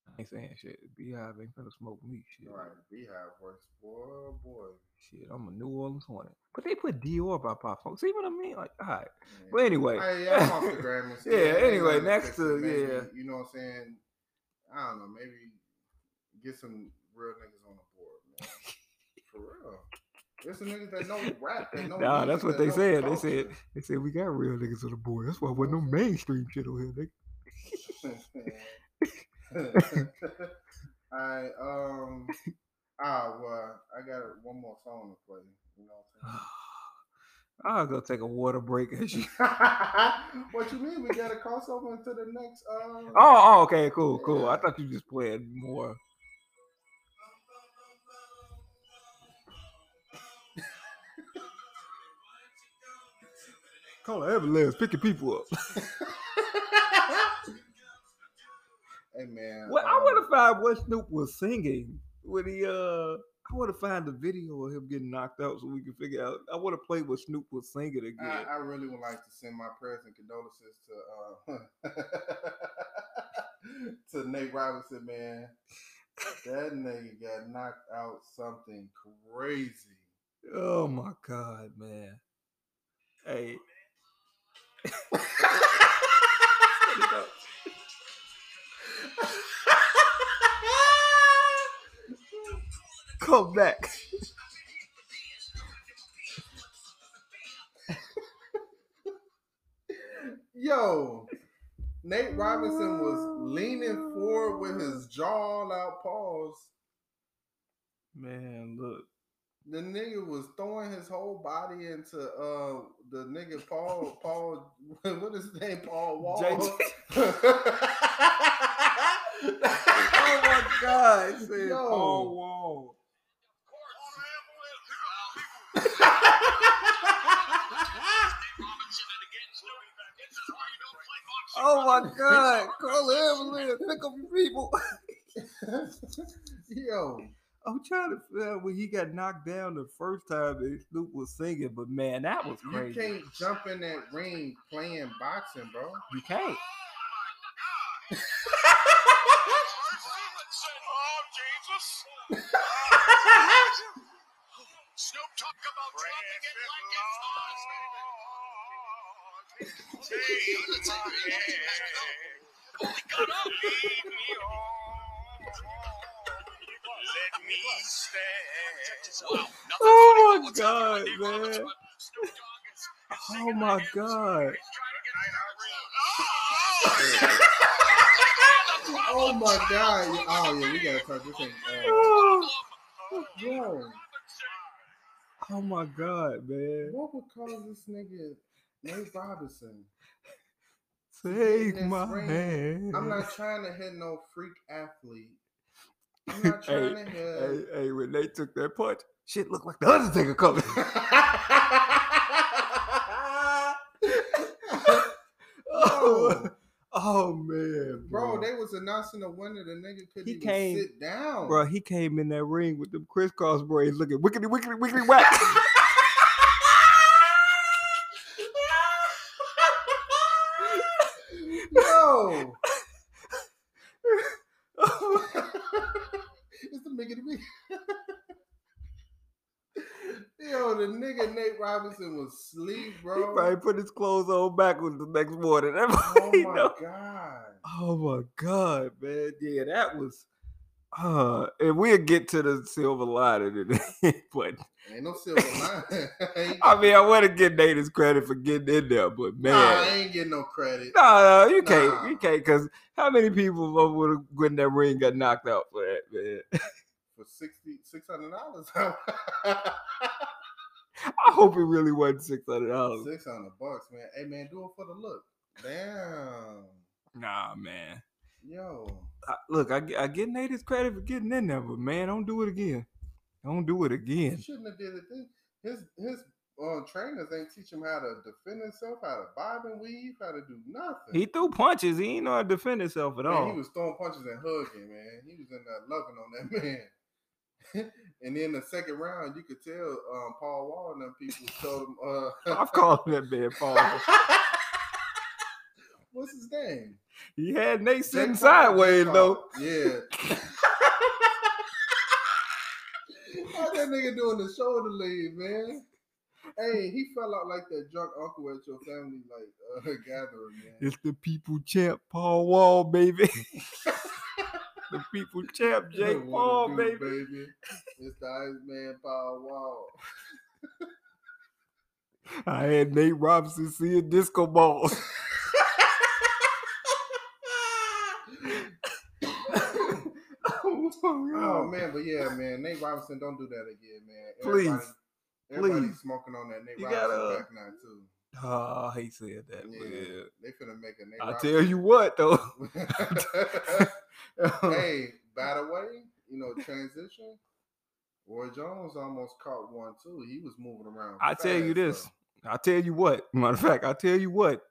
Speaker 2: I ain't saying shit. Beehive ain't gonna smoke me shit.
Speaker 1: All right, Beehive works, boy, boy.
Speaker 2: Shit, I'm a New Orleans Hornet. But they put Dior by Pop Smoke. See what I mean? Like, all right.
Speaker 1: Yeah.
Speaker 2: But anyway.
Speaker 1: Hey, yeah, I'm off the Grammys.
Speaker 2: Yeah,
Speaker 1: ain't
Speaker 2: anyway,
Speaker 1: nothing
Speaker 2: next
Speaker 1: fixing,
Speaker 2: to-
Speaker 1: maybe,
Speaker 2: yeah.
Speaker 1: You know what I'm saying? I don't know. Maybe get some real niggas on the board, man. For real. There's some niggas that know rap. That know
Speaker 2: Nah,
Speaker 1: music,
Speaker 2: that's what
Speaker 1: that
Speaker 2: they
Speaker 1: know
Speaker 2: said. They
Speaker 1: culture.
Speaker 2: said they said we got real niggas on the board. That's why wasn't no mainstream shit on here, nigga.
Speaker 1: I um ah well I got one more song to play. You know
Speaker 2: I'll go take a water break and shit.
Speaker 1: what I'm saying? what you mean? We got to cross over into the next. Uh,
Speaker 2: Oh, oh, okay, cool, cool. I
Speaker 1: Yeah.
Speaker 2: thought you just played more. Call an ambulance, picking people up.
Speaker 1: hey man.
Speaker 2: Well, I
Speaker 1: um,
Speaker 2: want to find what Snoop was singing when he uh. I want to find the video of him getting knocked out so we can figure out. I want to play what Snoop was singing
Speaker 1: I,
Speaker 2: again.
Speaker 1: I really would like to send my prayers and condolences to uh, to Nate Robinson, man. That nigga got knocked out something crazy.
Speaker 2: Oh my god, man! Hey, come back.
Speaker 1: Yo, Nate Robinson was leaning forward with his jaw all out paws.
Speaker 2: Man, look.
Speaker 1: The nigga was throwing his whole body into uh the nigga Paul Paul what is his name Paul Wall.
Speaker 2: JJ.
Speaker 1: oh
Speaker 2: Oh my god, it said
Speaker 1: Yo.
Speaker 2: Paul Wall. Oh my god, call the ambulance, pick up your people.
Speaker 1: Yo,
Speaker 2: I'm trying to figure out when he got knocked down the first time that Snoop was singing, but man, that was
Speaker 1: you
Speaker 2: crazy.
Speaker 1: can't jump in that ring playing boxing, bro.
Speaker 2: You can't.
Speaker 3: Oh, Jesus. Snoop talk about dropping it like it's hot. Only got up. Let me stand. Wow, nothing
Speaker 2: Oh
Speaker 3: funny
Speaker 2: my
Speaker 3: what's happening
Speaker 2: God,
Speaker 3: in New Orleans,
Speaker 2: man.
Speaker 3: but Snoop Dogg is- is
Speaker 2: Oh
Speaker 3: singing
Speaker 2: my
Speaker 3: like it's-
Speaker 2: god.
Speaker 3: He's trying to get Oh, oh.
Speaker 1: Oh my god. Oh yeah, we gotta talk this thing. Uh,
Speaker 2: Oh
Speaker 1: yo,
Speaker 2: oh my god, man.
Speaker 1: what would cause this nigga Nate Robinson?
Speaker 2: Take
Speaker 1: Goodness
Speaker 2: my
Speaker 1: gracious.
Speaker 2: hand.
Speaker 1: I'm not trying to hit no freak athlete. I'm not
Speaker 2: Hey,
Speaker 1: trying to
Speaker 2: hey,
Speaker 1: hit.
Speaker 2: hey, when they took that punch, shit looked like the Undertaker coming. oh,
Speaker 1: Yo,
Speaker 2: oh man,
Speaker 1: bro, they was announcing the winner. The nigga couldn't
Speaker 2: He
Speaker 1: even
Speaker 2: came-
Speaker 1: sit down.
Speaker 2: Bro, he came in that ring with them crisscross braids looking wickety wickety wickety whack.
Speaker 1: Yo, it's the nigga to me. Yo, the nigga Nate Robinson was sleep,
Speaker 2: he
Speaker 1: bro.
Speaker 2: probably put his clothes on backwards the next morning.
Speaker 1: Oh
Speaker 2: Everybody
Speaker 1: my
Speaker 2: know.
Speaker 1: god.
Speaker 2: Oh my god, man. Yeah, that was uh and we'll get to the silver lining in a but
Speaker 1: Ain't no silver line. Ain't-
Speaker 2: I mean I wanna give Nate his credit for getting in there, but man.
Speaker 1: Nah, I ain't getting no credit.
Speaker 2: No, no, you can't, you
Speaker 1: Nah.
Speaker 2: can't, because how many people would have when that ring got knocked out for that, man?
Speaker 1: For sixty six hundred dollars.
Speaker 2: I hope it really wasn't six hundred dollars.
Speaker 1: Six hundred bucks, man. Hey, man, do it for the look. Damn,
Speaker 2: Nah, man.
Speaker 1: yo.
Speaker 2: I- look, I, gi- I get Nate his credit for getting in there, but man, don't do it again. Don't do it
Speaker 1: He
Speaker 2: again.
Speaker 1: shouldn't have did it. Then. His his uh, trainers ain't teach him how to defend himself, how to bob and weave, how to do nothing.
Speaker 2: He threw punches. He ain't know how to defend himself at
Speaker 1: Man,
Speaker 2: all.
Speaker 1: he was throwing punches and hugging, man. He was in there loving on that man. and then the second round, you could tell um, Paul Wall and them people told him, uh,
Speaker 2: I've called that man Paul.
Speaker 1: what's his name?
Speaker 2: He had Nate sitting
Speaker 1: Jake Paul,
Speaker 2: sideways
Speaker 1: Jake
Speaker 2: though.
Speaker 1: Paul. Yeah. How that nigga doing the shoulder lead, man? Hey, he fell out like that drunk uncle at your family like uh, gathering, man.
Speaker 2: It's the people champ Paul Wall, baby. the people champ
Speaker 1: You know
Speaker 2: Jake
Speaker 1: what it
Speaker 2: Paul,
Speaker 1: do,
Speaker 2: baby.
Speaker 1: baby. It's the Iceman Paul Wall.
Speaker 2: I had Nate Robinson seeing disco balls.
Speaker 1: Oh man, but yeah, man, Nate Robinson, don't do that again, man.
Speaker 2: Please.
Speaker 1: Everybody, everybody
Speaker 2: Please.
Speaker 1: smoking on that Nate
Speaker 2: You
Speaker 1: Robinson
Speaker 2: gotta- uh,
Speaker 1: back now too.
Speaker 2: Oh, he said that.
Speaker 1: Yeah,
Speaker 2: man.
Speaker 1: they finna make a Nate.
Speaker 2: I
Speaker 1: Robinson.
Speaker 2: tell you what, though.
Speaker 1: hey, by the way, you know transition. Roy Jones almost caught one too. He was moving around.
Speaker 2: I tell you
Speaker 1: fast, though.
Speaker 2: this. I tell you what. Matter of fact, I tell you what.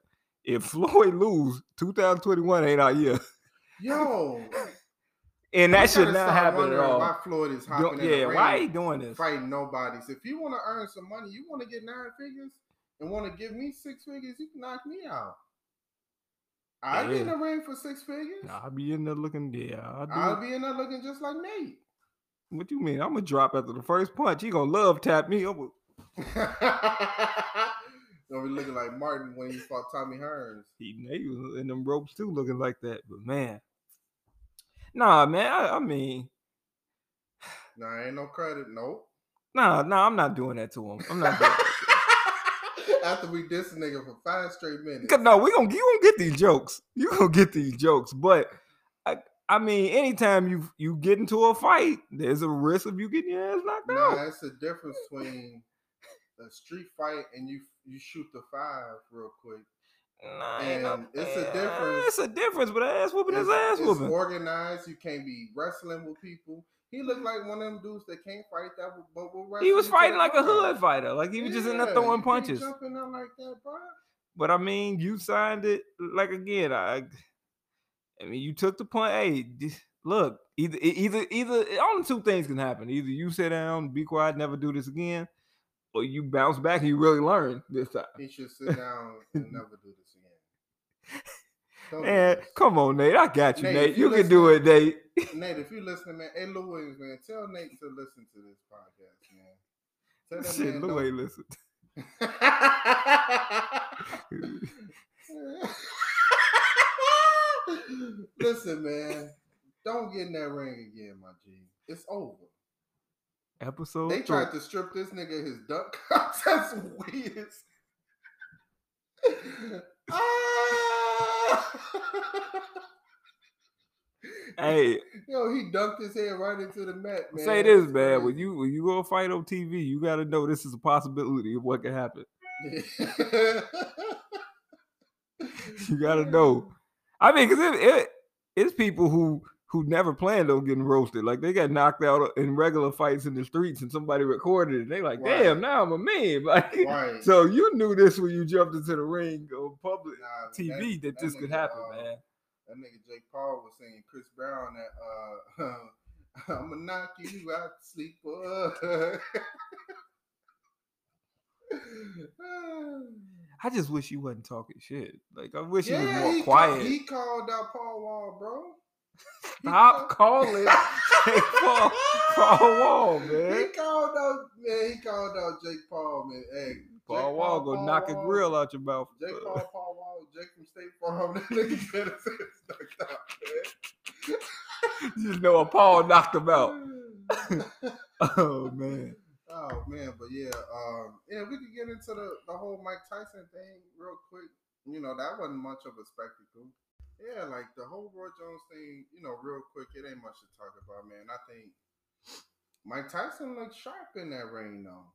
Speaker 2: If Floyd lose, 2021 ain't our year,
Speaker 1: yo,
Speaker 2: and that
Speaker 1: you gotta
Speaker 2: should not
Speaker 1: start
Speaker 2: happen at
Speaker 1: wondering
Speaker 2: all.
Speaker 1: Why Floyd is
Speaker 2: Don't-
Speaker 1: hopping in the
Speaker 2: yeah, why he
Speaker 1: ring
Speaker 2: doing this?
Speaker 1: fighting nobodies? If you want to earn some money, you want to get nine figures and want to give me six figures, you can knock me out. I would be in
Speaker 2: Yeah.
Speaker 1: the ring for six figures.
Speaker 2: Nah, I'll be in there looking. Yeah, I'll do it.
Speaker 1: I'll be in there looking just like Nate.
Speaker 2: What you mean? I'm gonna drop after the first punch. He gonna love tap me. I'm gonna-
Speaker 1: Gonna be looking like Martin when he fought Tommy Hearns.
Speaker 2: He he was in them ropes too, looking like that. But man, nah, man. I, I mean,
Speaker 1: Nah, ain't no credit. Nope.
Speaker 2: nah, nah. I'm not doing that to him. I'm not. Doing that.
Speaker 1: After we diss a nigga for five straight minutes.
Speaker 2: Cause no, we gonna you gonna get these jokes. You gonna get these jokes. But I, I mean, anytime you you get into a fight, there's a risk of you getting your ass knocked out.
Speaker 1: Nah, it's the difference between a street fight and you you shoot the five real quick.
Speaker 2: Nah, ain't no-
Speaker 1: And it's a
Speaker 2: yeah,
Speaker 1: difference.
Speaker 2: It's a difference, but ass whooping
Speaker 1: It's,
Speaker 2: his ass
Speaker 1: it's
Speaker 2: whooping.
Speaker 1: organized. You can't be wrestling with people. He looked like one of them dudes that can't fight that will- but will wrestle.
Speaker 2: He was
Speaker 1: each other
Speaker 2: fighting like a
Speaker 1: down.
Speaker 2: hood fighter. Like he was just in there
Speaker 1: Yeah,
Speaker 2: throwing
Speaker 1: you can't
Speaker 2: punches.
Speaker 1: Jump in there like that, bro.
Speaker 2: But I mean, you signed it. Like again, I. I mean, you took the point. Hey, d- look, either e- either either only two things can happen. Either you sit down, be quiet, never do this again, or you bounce back and you really learn this time.
Speaker 1: He should sit down and never do this again. Don't do
Speaker 2: Man,
Speaker 1: this.
Speaker 2: come on, Nate. I got you,
Speaker 1: Oh, Nate,
Speaker 2: Nate.
Speaker 1: if you
Speaker 2: You, can do it,
Speaker 1: listening-
Speaker 2: Nate.
Speaker 1: Nate, if you listening, man, hey Lou Williams, man, tell Nate to listen to this podcast, man. Tell that
Speaker 2: Shit,
Speaker 1: man
Speaker 2: Lou
Speaker 1: don't-
Speaker 2: ain't listen.
Speaker 1: Listen, man, don't get in that ring again, my G. It's over.
Speaker 2: Episode
Speaker 1: They
Speaker 2: three.
Speaker 1: tried to strip this nigga his dunk contest wins. Ah!
Speaker 2: Hey,
Speaker 1: Yo, he dunked his head right into the mat, man.
Speaker 2: say this,
Speaker 1: That's
Speaker 2: man. When
Speaker 1: crazy.
Speaker 2: you when you go fight on TV, you got to know this is a possibility of what can happen. You got to know. I mean, because it, it, it's people who who never planned on getting roasted. Like they got knocked out in regular fights in the streets, and somebody recorded it. And they like,
Speaker 1: Right.
Speaker 2: damn, now I'm a man. Like,
Speaker 1: Right.
Speaker 2: so you knew this when you jumped into the ring on public
Speaker 1: Nah, man,
Speaker 2: TV that, this
Speaker 1: nigga,
Speaker 2: could happen,
Speaker 1: uh,
Speaker 2: man.
Speaker 1: That nigga Jake Paul was singing Chris Brown that uh, I'm gonna knock you out, sleeper.
Speaker 2: I just wish you wasn't talking shit. Like I wish you was
Speaker 1: he
Speaker 2: more
Speaker 1: ca-
Speaker 2: quiet.
Speaker 1: he called out Paul Wall, bro. He
Speaker 2: Stop
Speaker 1: called-
Speaker 2: calling Jake Paul Paul Wall,
Speaker 1: He
Speaker 2: man.
Speaker 1: called out, man. He called out Jake Paul, man. Hey,
Speaker 2: Paul
Speaker 1: Jake
Speaker 2: Wall gonna
Speaker 1: Paul
Speaker 2: knock a
Speaker 1: Wall.
Speaker 2: grill out your mouth.
Speaker 1: Jake
Speaker 2: Uh,
Speaker 1: Paul, Paul Wall, Jake from State Farm. That nigga could have stuck out,
Speaker 2: you just know a Paul knocked him out.
Speaker 1: man.
Speaker 2: Oh man.
Speaker 1: Oh man, but yeah, um, yeah, we could get into the, the whole Mike Tyson thing real quick. You know, that wasn't much of a spectacle. Yeah, like the whole Roy Jones thing, you know, real quick, it ain't much to talk about, man. I think Mike Tyson looked sharp in that ring though.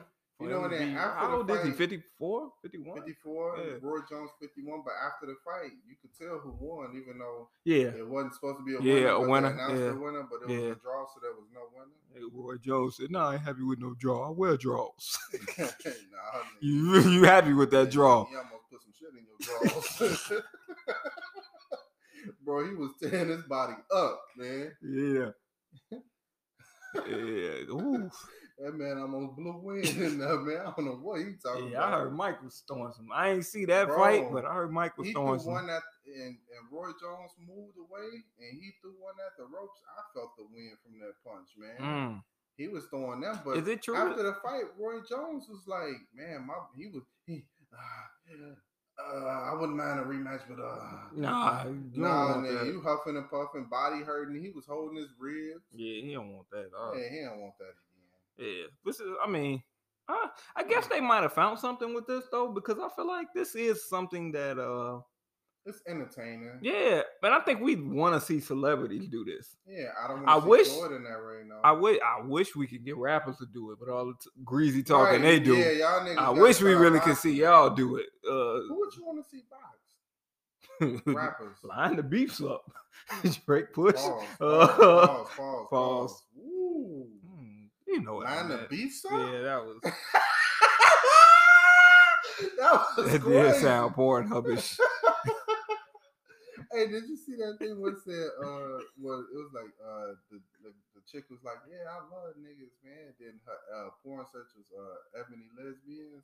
Speaker 1: But You know,
Speaker 2: Well,
Speaker 1: and
Speaker 2: it would
Speaker 1: then
Speaker 2: be-
Speaker 1: after
Speaker 2: how
Speaker 1: the
Speaker 2: old is he?
Speaker 1: fight-
Speaker 2: 54? 51?
Speaker 1: 54,
Speaker 2: Yeah.
Speaker 1: Roy Jones 51. But after the fight, you could tell who won, even though
Speaker 2: Yeah.
Speaker 1: it wasn't supposed to be a winner.
Speaker 2: Yeah, a
Speaker 1: but they
Speaker 2: winner,
Speaker 1: announced
Speaker 2: yeah.
Speaker 1: the winner, but it
Speaker 2: Yeah.
Speaker 1: was a draw, so there was no winner.
Speaker 2: Hey, Roy Jones said, "No, I ain't happy with no draw. I wear draws.
Speaker 1: nah, nigga.
Speaker 2: you you happy with that
Speaker 1: Yeah,
Speaker 2: draw?
Speaker 1: You almost put some shit in your drawers. Bro, he was tearing his body up, man.
Speaker 2: Yeah, yeah. Ooh.
Speaker 1: That man almost blew wind in there, man. I don't know what he talking
Speaker 2: yeah. I
Speaker 1: about.
Speaker 2: heard Mike was throwing some. I ain't see that
Speaker 1: Bro,
Speaker 2: fight, but I heard Mike was
Speaker 1: He threw
Speaker 2: throwing some.
Speaker 1: one at and, and Roy Jones moved away and he threw one at the ropes. I felt the wind from that punch, man.
Speaker 2: Mm.
Speaker 1: He was throwing them, but
Speaker 2: Is it true?
Speaker 1: after the fight, Roy Jones was like, "Man, my he was he, uh, I wouldn't mind a rematch, but uh,
Speaker 2: nah, you don't
Speaker 1: Nah,
Speaker 2: want
Speaker 1: nigga,
Speaker 2: that.
Speaker 1: you huffing and puffing, body hurting. He was holding his ribs.
Speaker 2: Yeah, he don't want that. at all.
Speaker 1: Yeah, he don't want that again.
Speaker 2: Yeah, this is. I mean, I, I guess they might have found something with this though, because I feel like this is something that, uh,
Speaker 1: It's entertaining. Yeah,
Speaker 2: yeah. But I think we want to see celebrities do this.
Speaker 1: I don't.
Speaker 2: I
Speaker 1: want to
Speaker 2: wish-
Speaker 1: Floyd in that ring now.
Speaker 2: I wish, I wish we could get rappers to do it, but all the t- greasy talking
Speaker 1: Right,
Speaker 2: they do.
Speaker 1: Yeah, y'all niggas.
Speaker 2: I
Speaker 1: gotta
Speaker 2: wish we
Speaker 1: stop
Speaker 2: really could
Speaker 1: boxing.
Speaker 2: see y'all do it.
Speaker 1: Who would you want to see box?
Speaker 2: Uh,
Speaker 1: Rappers.
Speaker 2: line the beefs up. Drake push.
Speaker 1: Pause.
Speaker 2: Uh,
Speaker 1: Pause. Pause. Pause.
Speaker 2: pause.
Speaker 1: pause. Ooh.
Speaker 2: Mm, you know what? I
Speaker 1: Line the
Speaker 2: meant.
Speaker 1: beef
Speaker 2: Yeah, that was
Speaker 1: that was
Speaker 2: that
Speaker 1: crazy.
Speaker 2: did sound Pornhubish.
Speaker 1: Hey, did you see that thing what said uh what it was like uh the, the, the chick was like, Yeah, I love niggas, man. Then her uh porn search was uh ebony lesbians.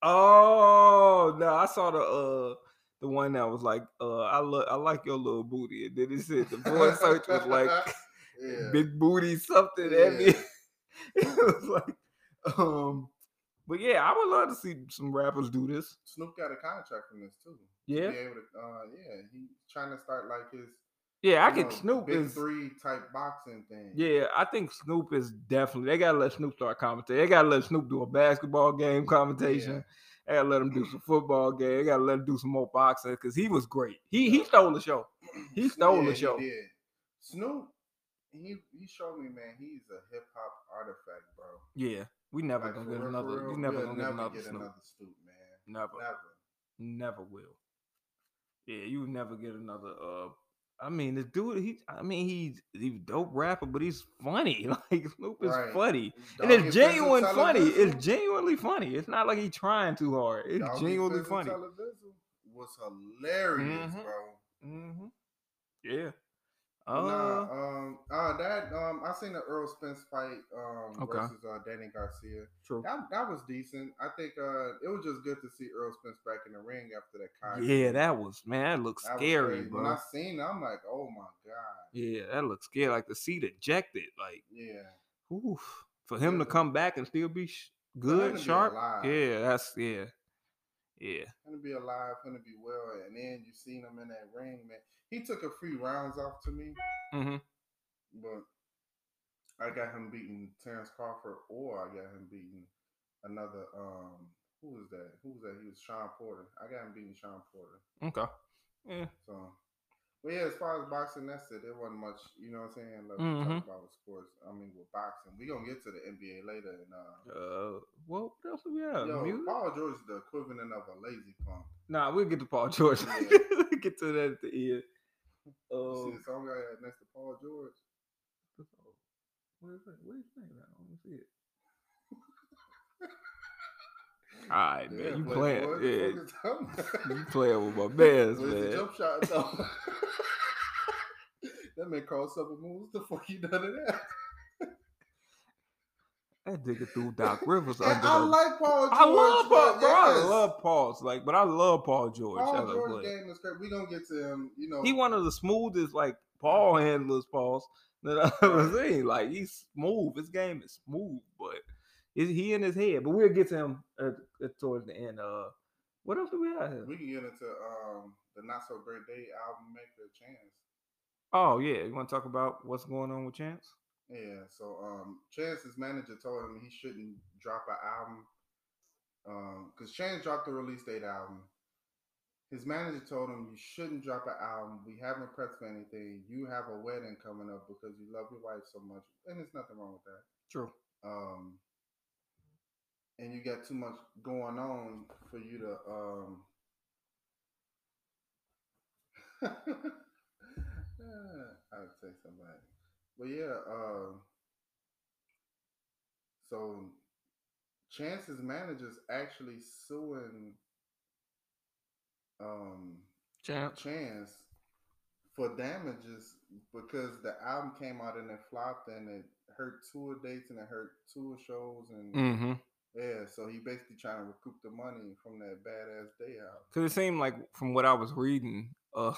Speaker 2: Oh no, I saw the uh the one that was like uh I look I like your little booty and then it said the porn search was like
Speaker 1: yeah.
Speaker 2: big booty something heavy.
Speaker 1: Yeah.
Speaker 2: it was like um but yeah, I would love to see some rappers do this.
Speaker 1: Snoop got a contract from this too. To
Speaker 2: Yeah.
Speaker 1: be able to, uh yeah, he trying to start like his
Speaker 2: Yeah, I
Speaker 1: you
Speaker 2: could
Speaker 1: know,
Speaker 2: Snoop
Speaker 1: big
Speaker 2: is
Speaker 1: three type boxing thing.
Speaker 2: yeah, I think Snoop is definitely they gotta let Snoop start commentating. They gotta let Snoop do a basketball game commentation.
Speaker 1: Yeah.
Speaker 2: They gotta let him do some football game. They gotta let him do some more boxing because he was great. He he stole the show. He stole the
Speaker 1: Yeah,
Speaker 2: show.
Speaker 1: He did. Snoop, he he showed me, man, he's a hip hop artifact, bro.
Speaker 2: Yeah, we never
Speaker 1: Like,
Speaker 2: gonna
Speaker 1: for
Speaker 2: get
Speaker 1: real,
Speaker 2: another.
Speaker 1: for
Speaker 2: you
Speaker 1: real,
Speaker 2: never
Speaker 1: we'll
Speaker 2: gonna get another
Speaker 1: get
Speaker 2: Snoop.
Speaker 1: another Snoop, man.
Speaker 2: Never,
Speaker 1: Never.
Speaker 2: never will. Yeah, you would never get another. Uh, I mean, the dude. He, I mean, he's he's a dope rapper, but he's funny. Like Snoop is
Speaker 1: Right.
Speaker 2: funny,
Speaker 1: Dog,
Speaker 2: and
Speaker 1: if
Speaker 2: it's genuine
Speaker 1: Denzel
Speaker 2: funny.
Speaker 1: Television-
Speaker 2: It's genuinely funny. It's not like he's trying too hard. It's
Speaker 1: Dog, if
Speaker 2: genuinely
Speaker 1: Denzel
Speaker 2: funny.
Speaker 1: Television Was hilarious,
Speaker 2: Mhm.
Speaker 1: bro.
Speaker 2: hmm Yeah. Uh,
Speaker 1: Nah, um, uh, that um, I seen the Earl Spence fight um
Speaker 2: Okay.
Speaker 1: versus uh, Danny Garcia.
Speaker 2: true.
Speaker 1: That that was decent. I think uh, it was just good to see Earl Spence back in the ring after that. Kyle
Speaker 2: Yeah,
Speaker 1: Kidd.
Speaker 2: that was man. That looks
Speaker 1: That was
Speaker 2: scary,
Speaker 1: crazy.
Speaker 2: bro.
Speaker 1: When I seen, it, I'm like, oh my god,
Speaker 2: Yeah, that looks scary. Like the seat ejected. Like.
Speaker 1: yeah.
Speaker 2: Oof. For him to
Speaker 1: Yeah.
Speaker 2: come back and still be sh-
Speaker 1: him
Speaker 2: good,
Speaker 1: to be
Speaker 2: sharp.
Speaker 1: alive.
Speaker 2: Yeah, that's yeah. Yeah.
Speaker 1: Gonna be alive, gonna be well, and then you seen him in that ring, man. He took a few rounds off to me.
Speaker 2: hmm
Speaker 1: But I got him beating Terrence Crawford, or I got him beating another. Um, who was that? Who was that? He was Sean Porter. I got him beating Sean Porter.
Speaker 2: Okay. Yeah.
Speaker 1: So, but yeah, as far as boxing, that's it. There wasn't much, you know what I'm saying? Like we
Speaker 2: Mhm.
Speaker 1: talk about with sports. I mean, with boxing, we gonna get to the NBA later. And uh,
Speaker 2: Uh, well, what else do we have?
Speaker 1: yo,
Speaker 2: Music?
Speaker 1: Paul George is the equivalent of a lazy punk.
Speaker 2: Nah, we'll get to Paul George.
Speaker 1: Yeah.
Speaker 2: We'll get to that at the end.
Speaker 1: You
Speaker 2: Oh,
Speaker 1: see the song I had next to Paul George.
Speaker 2: what is that? What is that? I don't see it. All right, man. You playing?
Speaker 1: Playboy,
Speaker 2: Yeah,
Speaker 1: the fuck is up?
Speaker 2: you playing with my man's
Speaker 1: Where's the
Speaker 2: man.
Speaker 1: jump shot though? that man crossed up and moves. The fuck you done it at?
Speaker 2: That nigga threw Doc Rivers under
Speaker 1: And I
Speaker 2: the
Speaker 1: like Paul George.
Speaker 2: I love Paul,
Speaker 1: but
Speaker 2: bro. I
Speaker 1: yes,
Speaker 2: love Paul's like, but I love Paul George. as
Speaker 1: Paul
Speaker 2: a
Speaker 1: George
Speaker 2: player.
Speaker 1: game is great. We gonna get to him. You know,
Speaker 2: He one of the smoothest like ball handlers, Pauls that I've ever seen. Like he's smooth. His game is smooth, but is he in his head? But we'll get to him at, at- towards the end. Uh, what else do we have here?
Speaker 1: we can get into um the not so great day album make a chance.
Speaker 2: Oh yeah, you want to talk about what's going on with Chance?
Speaker 1: Yeah, so um Chance's manager told him he shouldn't drop an album. Um, because Chance dropped the release date album. His manager told him you shouldn't drop an album. We haven't pressed for anything. You have a wedding coming up because you love your wife so much. And there's nothing wrong with that.
Speaker 2: True.
Speaker 1: Um and you got too much going on for you to um I'd say somebody. But yeah, um so Chance's manager's actually suing um
Speaker 2: Champ.
Speaker 1: Chance for damages because the album came out and it flopped and it hurt tour dates and it hurt tour shows and
Speaker 2: Mm-hmm.
Speaker 1: yeah, so he basically trying to recoup the money from that badass day out.
Speaker 2: Cause it seemed like from what I was reading, uh,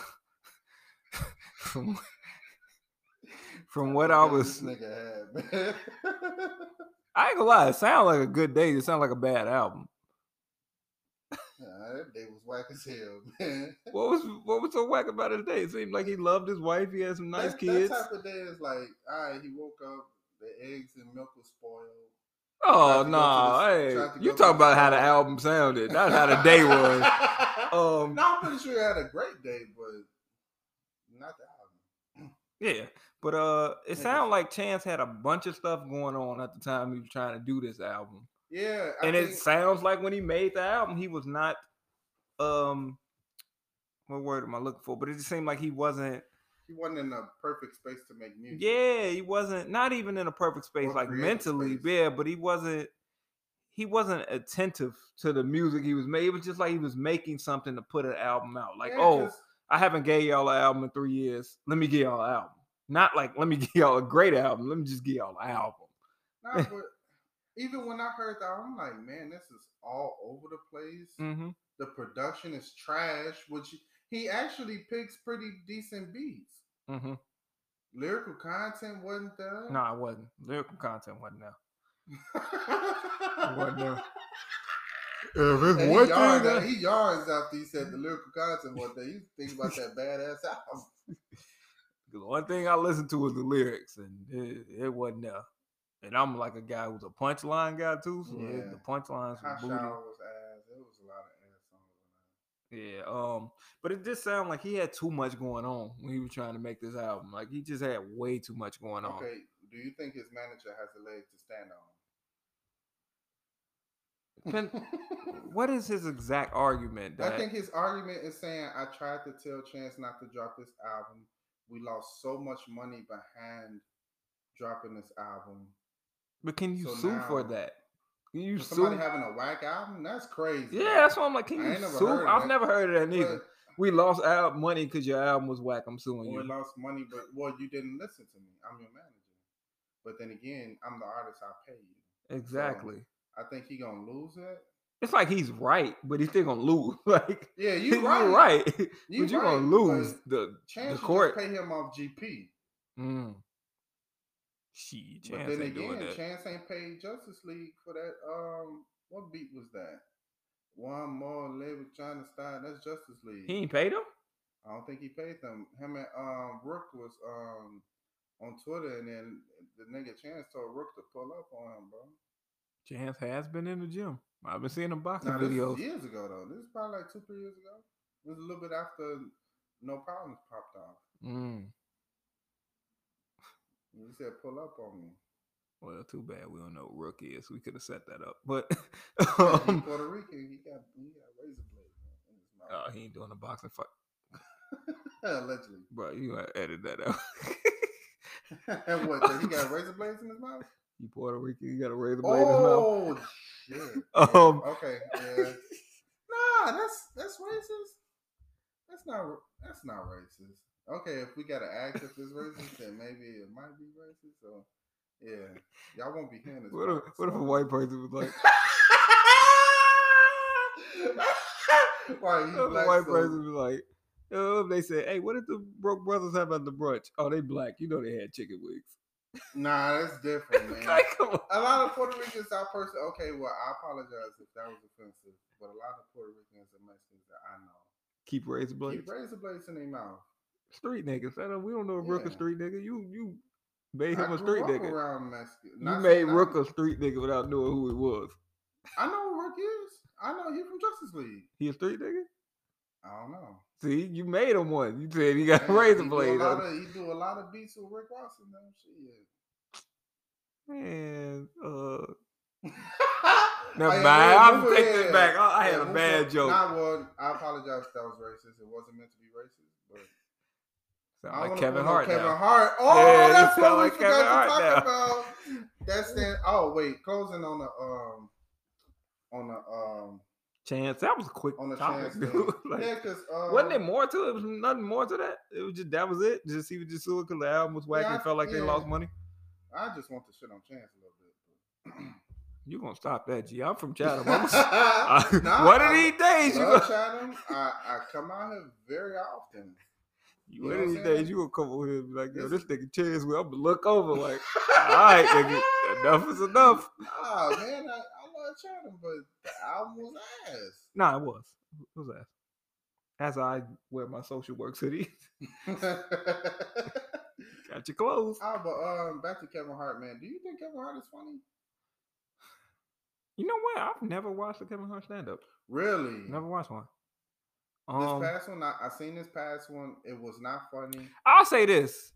Speaker 2: from from what I
Speaker 1: That's
Speaker 2: was,
Speaker 1: this nigga had, man.
Speaker 2: I ain't gonna lie. It sounded like a good day. It sounded like a bad album.
Speaker 1: nah, that day was whack as hell, man.
Speaker 2: What was what was so whack about his day? It seemed like he loved his wife. He had some nice
Speaker 1: that,
Speaker 2: kids.
Speaker 1: That type of day is like, all right, he woke up, the eggs and milk was spoiled. tried to go
Speaker 2: oh
Speaker 1: to
Speaker 2: no!
Speaker 1: the-
Speaker 2: hey,
Speaker 1: tried to
Speaker 2: you
Speaker 1: go to
Speaker 2: talk
Speaker 1: the
Speaker 2: about how the
Speaker 1: store.
Speaker 2: album sounded, not how the day was. Um,
Speaker 1: no, I'm pretty sure he had a great day, but not the album.
Speaker 2: yeah, but uh, it
Speaker 1: Nigga.
Speaker 2: sounded like Chance had a bunch of stuff going on at the time he was trying to do this album.
Speaker 1: Yeah,
Speaker 2: and it
Speaker 1: think-
Speaker 2: sounds like when he made the album, he was not um what word am I looking for? But it just seemed like he wasn't
Speaker 1: he wasn't in a perfect space to make music.
Speaker 2: yeah, he wasn't not even in a perfect space,
Speaker 1: Or
Speaker 2: like
Speaker 1: creative
Speaker 2: mentally,
Speaker 1: space.
Speaker 2: yeah, but he wasn't he wasn't attentive to the music he was made. It was just like he was making something to put an album out. Like,
Speaker 1: Yeah,
Speaker 2: oh,
Speaker 1: 'cause-
Speaker 2: I haven't gave y'all an album in three years. Let me give y'all an album. Not like let me give y'all a great album. Let me just give y'all an album.
Speaker 1: nah, but even when I heard that, I'm like, man, this is all over the place.
Speaker 2: Mm-hmm.
Speaker 1: The production is trash, which he actually picks pretty decent beats.
Speaker 2: Mm-hmm.
Speaker 1: Lyrical content wasn't there.
Speaker 2: No, I wasn't. Lyrical content wasn't there.
Speaker 1: wasn't
Speaker 2: there.
Speaker 1: And he, yarns, out- he yarns after he said the lyrical content one day. He's thinking about that badass album.
Speaker 2: The one thing I listened to was the lyrics, and it, it wasn't there. And I'm like a guy who's a punchline guy too, so it-
Speaker 1: Yeah.
Speaker 2: the punchlines
Speaker 1: Hot
Speaker 2: were booty.
Speaker 1: shower was ass. It was a lot of ass songs.
Speaker 2: Yeah, um, but it did sound like he had too much going on when he was trying to make this album. Like he just had way too much going on.
Speaker 1: Okay, do you think his manager has a leg to stand on?
Speaker 2: Depend- what is his exact argument? That
Speaker 1: I think his argument is saying, I tried to tell Chance not to drop this album. We lost so much money behind dropping this album.
Speaker 2: but can you
Speaker 1: so
Speaker 2: sue for
Speaker 1: now-
Speaker 2: that? Can you
Speaker 1: For
Speaker 2: sue?
Speaker 1: somebody having a whack album? That's crazy.
Speaker 2: yeah, that's what I'm like. Can
Speaker 1: I
Speaker 2: you
Speaker 1: ain't never
Speaker 2: sue?
Speaker 1: heard of
Speaker 2: I've
Speaker 1: that.
Speaker 2: never heard of that
Speaker 1: But-
Speaker 2: neither. We lost out money because your album was whack. I'm suing
Speaker 1: Or
Speaker 2: you.
Speaker 1: I lost money, but well, you didn't listen to me. I'm your manager. But then again, I'm the artist. I pay you.
Speaker 2: exactly.
Speaker 1: I think he gonna lose it.
Speaker 2: It's like he's right, but he's still gonna lose. Like
Speaker 1: Yeah, you
Speaker 2: you
Speaker 1: right.
Speaker 2: are right, but
Speaker 1: You
Speaker 2: you're gonna
Speaker 1: right,
Speaker 2: lose
Speaker 1: but
Speaker 2: the
Speaker 1: Chance
Speaker 2: the
Speaker 1: court
Speaker 2: court.
Speaker 1: pay him off GP.
Speaker 2: Mm.
Speaker 1: but
Speaker 2: Shit, chance
Speaker 1: then
Speaker 2: ain't doing
Speaker 1: again,
Speaker 2: that.
Speaker 1: Chance ain't paid Justice League for that. Um, what beat was that? One more label trying to start. That's Justice League.
Speaker 2: He ain't paid him.
Speaker 1: I don't think he paid them. Him and um Rook was um on Twitter, and then the nigga Chance told Rook to pull up on him, bro.
Speaker 2: Chance has been in the gym. I've been seeing him boxing
Speaker 1: Now, this
Speaker 2: videos.
Speaker 1: is years ago though. This is probably like two, three years ago. It was a little bit after No Problems popped off.
Speaker 2: Mm.
Speaker 1: And He said, "Pull up on me."
Speaker 2: Well, too bad we don't know who Rook is. We could have set that up, but
Speaker 1: He
Speaker 2: um,
Speaker 1: Puerto Rican, he got he got razor blade in his mouth.
Speaker 2: oh, he ain't doing a boxing fight,
Speaker 1: Allegedly,
Speaker 2: bro. You gotta edit that out.
Speaker 1: and what? that He got razor blades in his mouth.
Speaker 2: you Puerto Rican, you got a razor blade
Speaker 1: Oh shit!
Speaker 2: in his mouth. Um,
Speaker 1: Okay, yeah. Nah, that's that's racist. That's not that's not racist. Okay, if we gotta ask if it's racist, then maybe it might be racist. So, yeah, y'all won't be hearing this.
Speaker 2: what if, what if a white person was like,
Speaker 1: Why he's
Speaker 2: Another
Speaker 1: black?
Speaker 2: white
Speaker 1: so-
Speaker 2: person be like, uh, they said, hey, what did the Broke Brothers have at the brunch? Oh, they black. You know they had chicken wings.
Speaker 1: Nah, that's different, man.
Speaker 2: like, come on.
Speaker 1: a lot of Puerto Ricans are person. Okay, well, I apologize if that was offensive, but a lot of Puerto Ricans and Mexicans that I know
Speaker 2: Keep razor blades.
Speaker 1: keep razor blades in their mouth.
Speaker 2: street niggas. I don't, we don't know if Rook a
Speaker 1: Yeah.
Speaker 2: street nigga. You you made
Speaker 1: I
Speaker 2: him a
Speaker 1: grew
Speaker 2: street
Speaker 1: up
Speaker 2: nigga.
Speaker 1: around Mexican.
Speaker 2: You made Rook a street nigga without knowing who he was.
Speaker 1: I know who Rook is. I know he from Justice League.
Speaker 2: He a street nigga?
Speaker 1: I don't know.
Speaker 2: See, you made him one. You said he got
Speaker 1: Man,
Speaker 2: razor
Speaker 1: he do a
Speaker 2: blade.
Speaker 1: lot
Speaker 2: on.
Speaker 1: of- He do a lot of beats with Rick Ross and them. Shit.
Speaker 2: Man, uh, Never
Speaker 1: I-
Speaker 2: mind.
Speaker 1: I
Speaker 2: I'm
Speaker 1: remember
Speaker 2: taking
Speaker 1: that.
Speaker 2: it back. I, I had
Speaker 1: Yeah,
Speaker 2: a
Speaker 1: who-
Speaker 2: bad joke.
Speaker 1: Nah, well, I apologize if that was racist. It wasn't meant to be racist, but
Speaker 2: Sound
Speaker 1: I
Speaker 2: like
Speaker 1: wanna
Speaker 2: Kevin
Speaker 1: put no
Speaker 2: Hart
Speaker 1: Kevin
Speaker 2: now.
Speaker 1: Hart. Oh,
Speaker 2: Yeah, you
Speaker 1: that's what
Speaker 2: sound
Speaker 1: we
Speaker 2: like
Speaker 1: forgot
Speaker 2: Kevin
Speaker 1: to talk
Speaker 2: Hart
Speaker 1: about. That's that. Oh wait, closing on the um on the um
Speaker 2: Chance, that was a quick
Speaker 1: on the
Speaker 2: topic,
Speaker 1: chance.
Speaker 2: dude.
Speaker 1: Thing.
Speaker 2: like,
Speaker 1: yeah, because um,
Speaker 2: wasn't there more to it? It was nothing more to that. It was just that was it. Just he was just suing because the album was whack
Speaker 1: Yeah,
Speaker 2: and
Speaker 1: I-
Speaker 2: felt like they
Speaker 1: yeah.
Speaker 2: lost money.
Speaker 1: I just want to shit on Chance a little bit.
Speaker 2: You gonna stop that, G? I'm from Chatham. I'm a-
Speaker 1: Nah,
Speaker 2: one of
Speaker 1: I
Speaker 2: these days, you
Speaker 1: Love
Speaker 2: gonna,
Speaker 1: Chatham. I, I come out here very often.
Speaker 2: you
Speaker 1: know
Speaker 2: one of
Speaker 1: what
Speaker 2: these
Speaker 1: I'm
Speaker 2: days
Speaker 1: saying?
Speaker 2: you gonna come over here and be like, yo, this
Speaker 1: This-
Speaker 2: nigga Chance, well, I'm gonna look over like, all right, nigga, enough is enough.
Speaker 1: Ah man, I, I love Chatham, but the album was ass.
Speaker 2: Nah, it was. It was ass. As I wear my social work hoodie, got your clothes.
Speaker 1: Ah, but um, back to Kevin Hart, man. Do you think Kevin Hart is funny?
Speaker 2: You know what? I've never watched a Kevin Hart stand up.
Speaker 1: Really?
Speaker 2: Never watched one.
Speaker 1: This
Speaker 2: Um,
Speaker 1: past one, I, I seen this past one. It was not funny.
Speaker 2: I'll say this.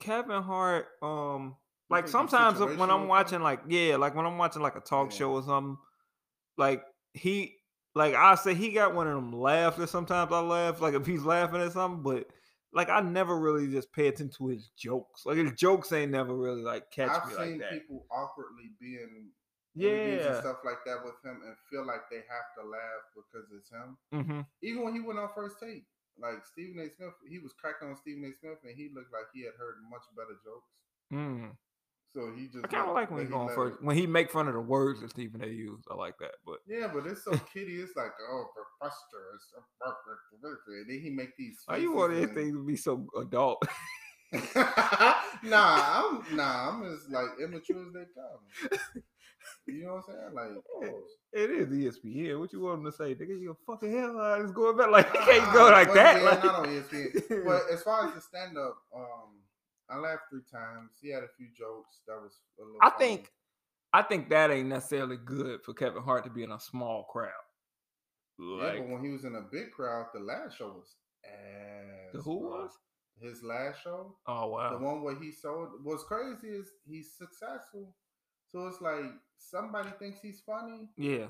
Speaker 2: Kevin Hart, um, like
Speaker 1: think he's
Speaker 2: sometimes if- when I'm
Speaker 1: situational?
Speaker 2: watching, like, yeah, like when I'm watching like a talk
Speaker 1: Yeah.
Speaker 2: show or something, like he, like I say, he got one of them laughs that sometimes I laugh, like if he's laughing at something, but like I never really just pay attention to his jokes. Like his jokes ain't never really like catch
Speaker 1: I've
Speaker 2: me
Speaker 1: seen
Speaker 2: like that.
Speaker 1: people awkwardly being interviews and
Speaker 2: yeah.
Speaker 1: stuff like that with him and feel like they have to laugh because it's him.
Speaker 2: hmm
Speaker 1: Even when he went on first take, like Stephen A. Smith, he was cracking on Stephen A. Smith and he looked like he had heard much better jokes.
Speaker 2: Mm.
Speaker 1: So he just
Speaker 2: I kind of like when
Speaker 1: but
Speaker 2: he going
Speaker 1: let
Speaker 2: first,
Speaker 1: it-
Speaker 2: when he make fun of the words that Stephen A. used. I like that, but
Speaker 1: Yeah, but it's so kiddie. It's like, oh, professor. It's a professor, professor. And then he make these.
Speaker 2: why Oh, you
Speaker 1: faces
Speaker 2: want
Speaker 1: and-
Speaker 2: anything to be so adult?
Speaker 1: nah, I'm nah, I'm as like immature as they come. You know what I'm saying? Like, oh,
Speaker 2: It is E ESPN. What you want him to say, nigga? You a fucking hell out is going back. Like you
Speaker 1: nah,
Speaker 2: can't go like
Speaker 1: but
Speaker 2: that.
Speaker 1: Uh, yeah,
Speaker 2: like-
Speaker 1: not on E ESPN. But as far as the stand up, um, I laughed three times. He had a few jokes that was a little.
Speaker 2: I
Speaker 1: funny.
Speaker 2: think, I think that ain't necessarily good for Kevin Hart to be in a small crowd.
Speaker 1: yeah,
Speaker 2: Like
Speaker 1: but when he was in a big crowd, the last show was ass.
Speaker 2: the who
Speaker 1: bro.
Speaker 2: was?
Speaker 1: his last show?
Speaker 2: Oh
Speaker 1: The
Speaker 2: wow.
Speaker 1: one where he sold. What's crazy is he's successful, so it's like somebody thinks he's funny,
Speaker 2: Yeah,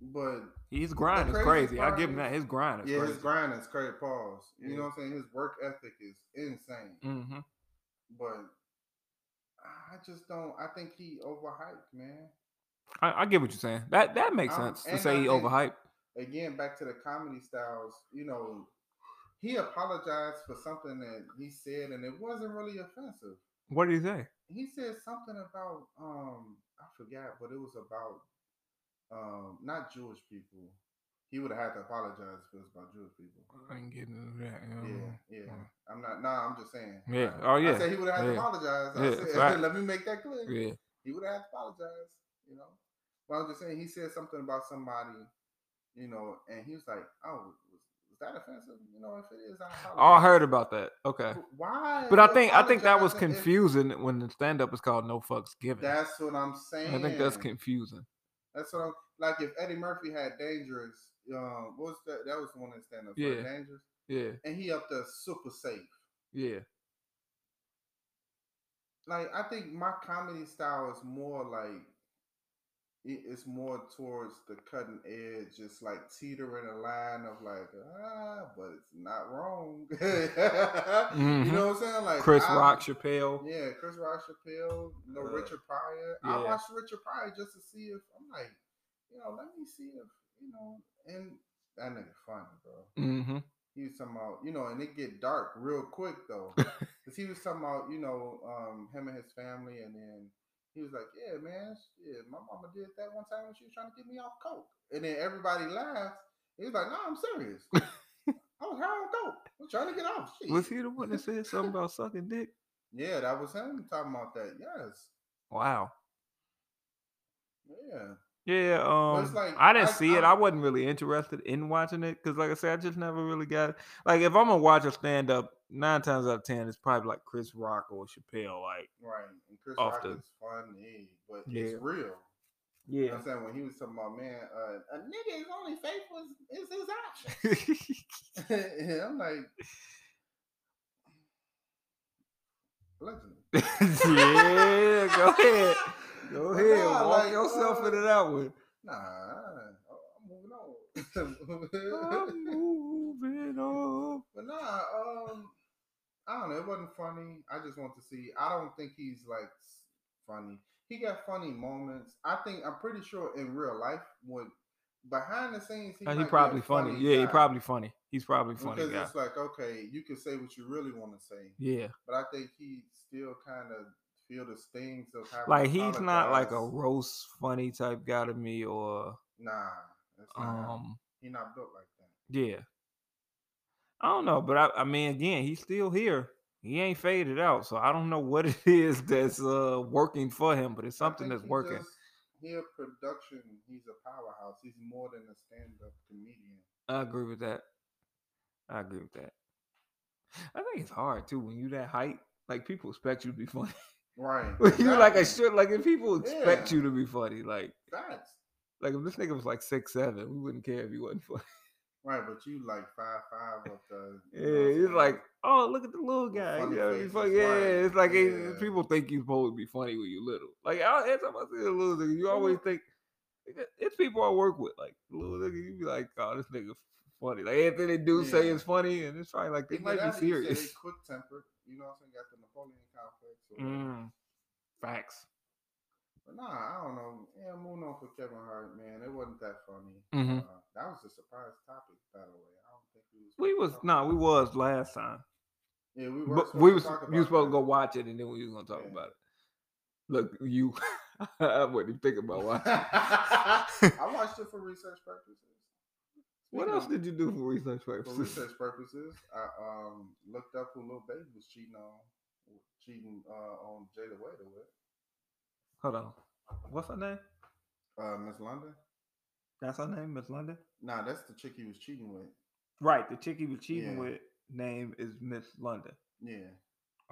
Speaker 1: but
Speaker 2: his grind is
Speaker 1: crazy
Speaker 2: crazy. I
Speaker 1: part
Speaker 2: give him that.
Speaker 1: is-
Speaker 2: His grind is
Speaker 1: Yeah,
Speaker 2: crazy.
Speaker 1: his grind is crazy. Pause.
Speaker 2: Yeah.
Speaker 1: You know what I'm saying? His work ethic is insane.
Speaker 2: mm-hmm.
Speaker 1: But I just don't. I think he overhyped, man.
Speaker 2: I, I get what you're saying. That that makes
Speaker 1: Um,
Speaker 2: sense to
Speaker 1: and
Speaker 2: say
Speaker 1: I
Speaker 2: he
Speaker 1: think-
Speaker 2: overhyped.
Speaker 1: Again, back to the comedy styles. You know, he apologized for something that he said, and it wasn't really offensive.
Speaker 2: What did he say?
Speaker 1: He said something about um, I forgot, but it was about um, not Jewish people. He would have had to apologize if it was about Jewish people.
Speaker 2: I ain't getting into that.
Speaker 1: Yeah, yeah.
Speaker 2: mm.
Speaker 1: I'm not. Nah, I'm just saying.
Speaker 2: Yeah,
Speaker 1: I-
Speaker 2: oh, yeah,
Speaker 1: I said he would have had to
Speaker 2: yeah,
Speaker 1: apologize. I
Speaker 2: yeah,
Speaker 1: said,
Speaker 2: right.
Speaker 1: let me make that clear.
Speaker 2: yeah.
Speaker 1: He would have had to apologize. You know. But I'm just saying he said something about somebody. You know, and he was like, "Oh, was, was that offensive? You know, if it is, I apologize."
Speaker 2: Oh, I heard about that. Okay.
Speaker 1: But Why?
Speaker 2: But I
Speaker 1: you
Speaker 2: think I think that was
Speaker 1: apologizing if-
Speaker 2: confusing when the stand up is called No Fucks Given.
Speaker 1: That's what I'm saying.
Speaker 2: I think that's confusing.
Speaker 1: That's what I'm like. If Eddie Murphy had dangerous, um, what was that? That was the one that stand up.
Speaker 2: Yeah.
Speaker 1: dangerous,
Speaker 2: Yeah,
Speaker 1: and he up there super safe.
Speaker 2: yeah.
Speaker 1: like I think my comedy style is more like it- it's more towards the cutting edge, just like teetering a line of like ah, but it's not wrong.
Speaker 2: Mhm.
Speaker 1: Uh, You know what I'm saying? Like
Speaker 2: Chris
Speaker 1: I-
Speaker 2: Rock, Chappelle.
Speaker 1: yeah, Chris Rock, Chappelle, you know,
Speaker 2: Uh,
Speaker 1: Richard Pryor. I
Speaker 2: yeah.
Speaker 1: watched Richard Pryor just to see if I'm like, you know, let me see if you know, and that nigga funny, bro.
Speaker 2: Mm-hmm.
Speaker 1: He was talking about, you know, and it get dark real quick though, because he was talking about, you know, um, him and his family, and then he was like, "Yeah, man, shit, my mama did that one time when she was trying to get me off coke," and then everybody laughed. He was like, "No, I'm serious. I was high on coke. I'm trying to get off." Shit.
Speaker 2: Was he the one that said something about sucking dick?
Speaker 1: Yeah, that was him talking about that. Yes,
Speaker 2: Wow.
Speaker 1: yeah.
Speaker 2: Yeah. Um.
Speaker 1: it's like,
Speaker 2: I didn't
Speaker 1: I-
Speaker 2: see it.
Speaker 1: I-
Speaker 2: I wasn't really interested in watching it because, like I said, I just never really got. Like, if I'm gonna watch a stand up, nine times out of ten, it's probably like Chris Rock or Chappelle. Like,
Speaker 1: Right. And Chris
Speaker 2: off
Speaker 1: Rock
Speaker 2: the-
Speaker 1: is funny, but
Speaker 2: Yeah.
Speaker 1: it's real. You know
Speaker 2: yeah.
Speaker 1: what I'm saying? When he was talking about, man, uh, a nigga is only faithful is, is his option. and I'm like, allegedly.
Speaker 2: yeah. Go ahead. Go
Speaker 1: But
Speaker 2: ahead,
Speaker 1: nah,
Speaker 2: walk
Speaker 1: like,
Speaker 2: yourself
Speaker 1: uh,
Speaker 2: into that one.
Speaker 1: Nah, I'm moving on.
Speaker 2: I'm moving on.
Speaker 1: But nah, um, I don't know. It wasn't funny. I just want to see. I don't think he's like s- funny. He got funny moments. I think I'm pretty sure in real life, when behind the scenes, he,
Speaker 2: Uh,
Speaker 1: might
Speaker 2: He
Speaker 1: be a
Speaker 2: probably funny. yeah, he
Speaker 1: guy.
Speaker 2: probably funny. He's probably funny
Speaker 1: because
Speaker 2: guy.
Speaker 1: it's like okay, you can say what you really want to say,
Speaker 2: Yeah,
Speaker 1: but I think he still kind of feel the stings of how
Speaker 2: like he's not like a
Speaker 1: nah.
Speaker 2: roast funny type guy to me, or
Speaker 1: That's not, um,
Speaker 2: um,
Speaker 1: he not built like that.
Speaker 2: yeah. I don't know, but I, I mean, again, he's still here. He ain't faded out, so I don't know what it is that's uh working for him, but it's
Speaker 1: I
Speaker 2: something
Speaker 1: think
Speaker 2: that's
Speaker 1: he
Speaker 2: working.
Speaker 1: just- He a production. He's a powerhouse. He's more than a stand-up comedian.
Speaker 2: I agree with that. I agree with that. I think it's hard too when you that height. Like people expect you to be funny.
Speaker 1: Right.
Speaker 2: you like I
Speaker 1: exactly.
Speaker 2: should. Like if people expect
Speaker 1: Yeah.
Speaker 2: you to be funny, like
Speaker 1: Facts.
Speaker 2: like if this nigga was like six seven, we wouldn't care if he wasn't funny.
Speaker 1: Right, but you like five five up the
Speaker 2: Yeah, it's like oh look at the little guy.
Speaker 1: funny
Speaker 2: you know, he's
Speaker 1: faces,
Speaker 2: funny. yeah,
Speaker 1: right,
Speaker 2: it's like eh,
Speaker 1: yeah.
Speaker 2: people think you're supposed to be funny when you little. Like I, every time I see a little nigga, you always
Speaker 1: Mm-hmm.
Speaker 2: think nigga, it's people I work with. Like little nigga, you be like, oh, this nigga funny. Like everything they do say
Speaker 1: Yeah.
Speaker 2: is funny, and it's probably like they might be serious.
Speaker 1: Quick tempered, you know what I'm saying? Got the Napoleon complex. Or whatever.
Speaker 2: Mm, facts.
Speaker 1: But nah, I don't know. Yeah, moving on for Kevin Hart, man. It wasn't that funny.
Speaker 2: Mhm.
Speaker 1: Uh, that was a surprise topic, by the way. I don't think we was.
Speaker 2: We was
Speaker 1: talking
Speaker 2: no, nah,
Speaker 1: about
Speaker 2: we
Speaker 1: it.
Speaker 2: was last time.
Speaker 1: Yeah, we were.
Speaker 2: But
Speaker 1: supposed
Speaker 2: we
Speaker 1: to
Speaker 2: was
Speaker 1: talk
Speaker 2: you
Speaker 1: about
Speaker 2: was supposed to
Speaker 1: that.
Speaker 2: go watch it and then we was gonna talk
Speaker 1: Yeah.
Speaker 2: about it. Look, you I wasn't even thinking about watching. it.
Speaker 1: I watched it for research purposes.
Speaker 2: what
Speaker 1: Speaking
Speaker 2: else
Speaker 1: of-
Speaker 2: did you do for research
Speaker 1: for
Speaker 2: purposes?
Speaker 1: research purposes, I um looked up who Lil Baby was cheating on, cheating uh, on Jada Waiter with
Speaker 2: Hold on. What's her name?
Speaker 1: uh, Miss London.
Speaker 2: That's her name, Miss London?
Speaker 1: Nah, that's the chick he was cheating with.
Speaker 2: Right, the chick he was cheating
Speaker 1: Yeah.
Speaker 2: with name is Miss London.
Speaker 1: Yeah.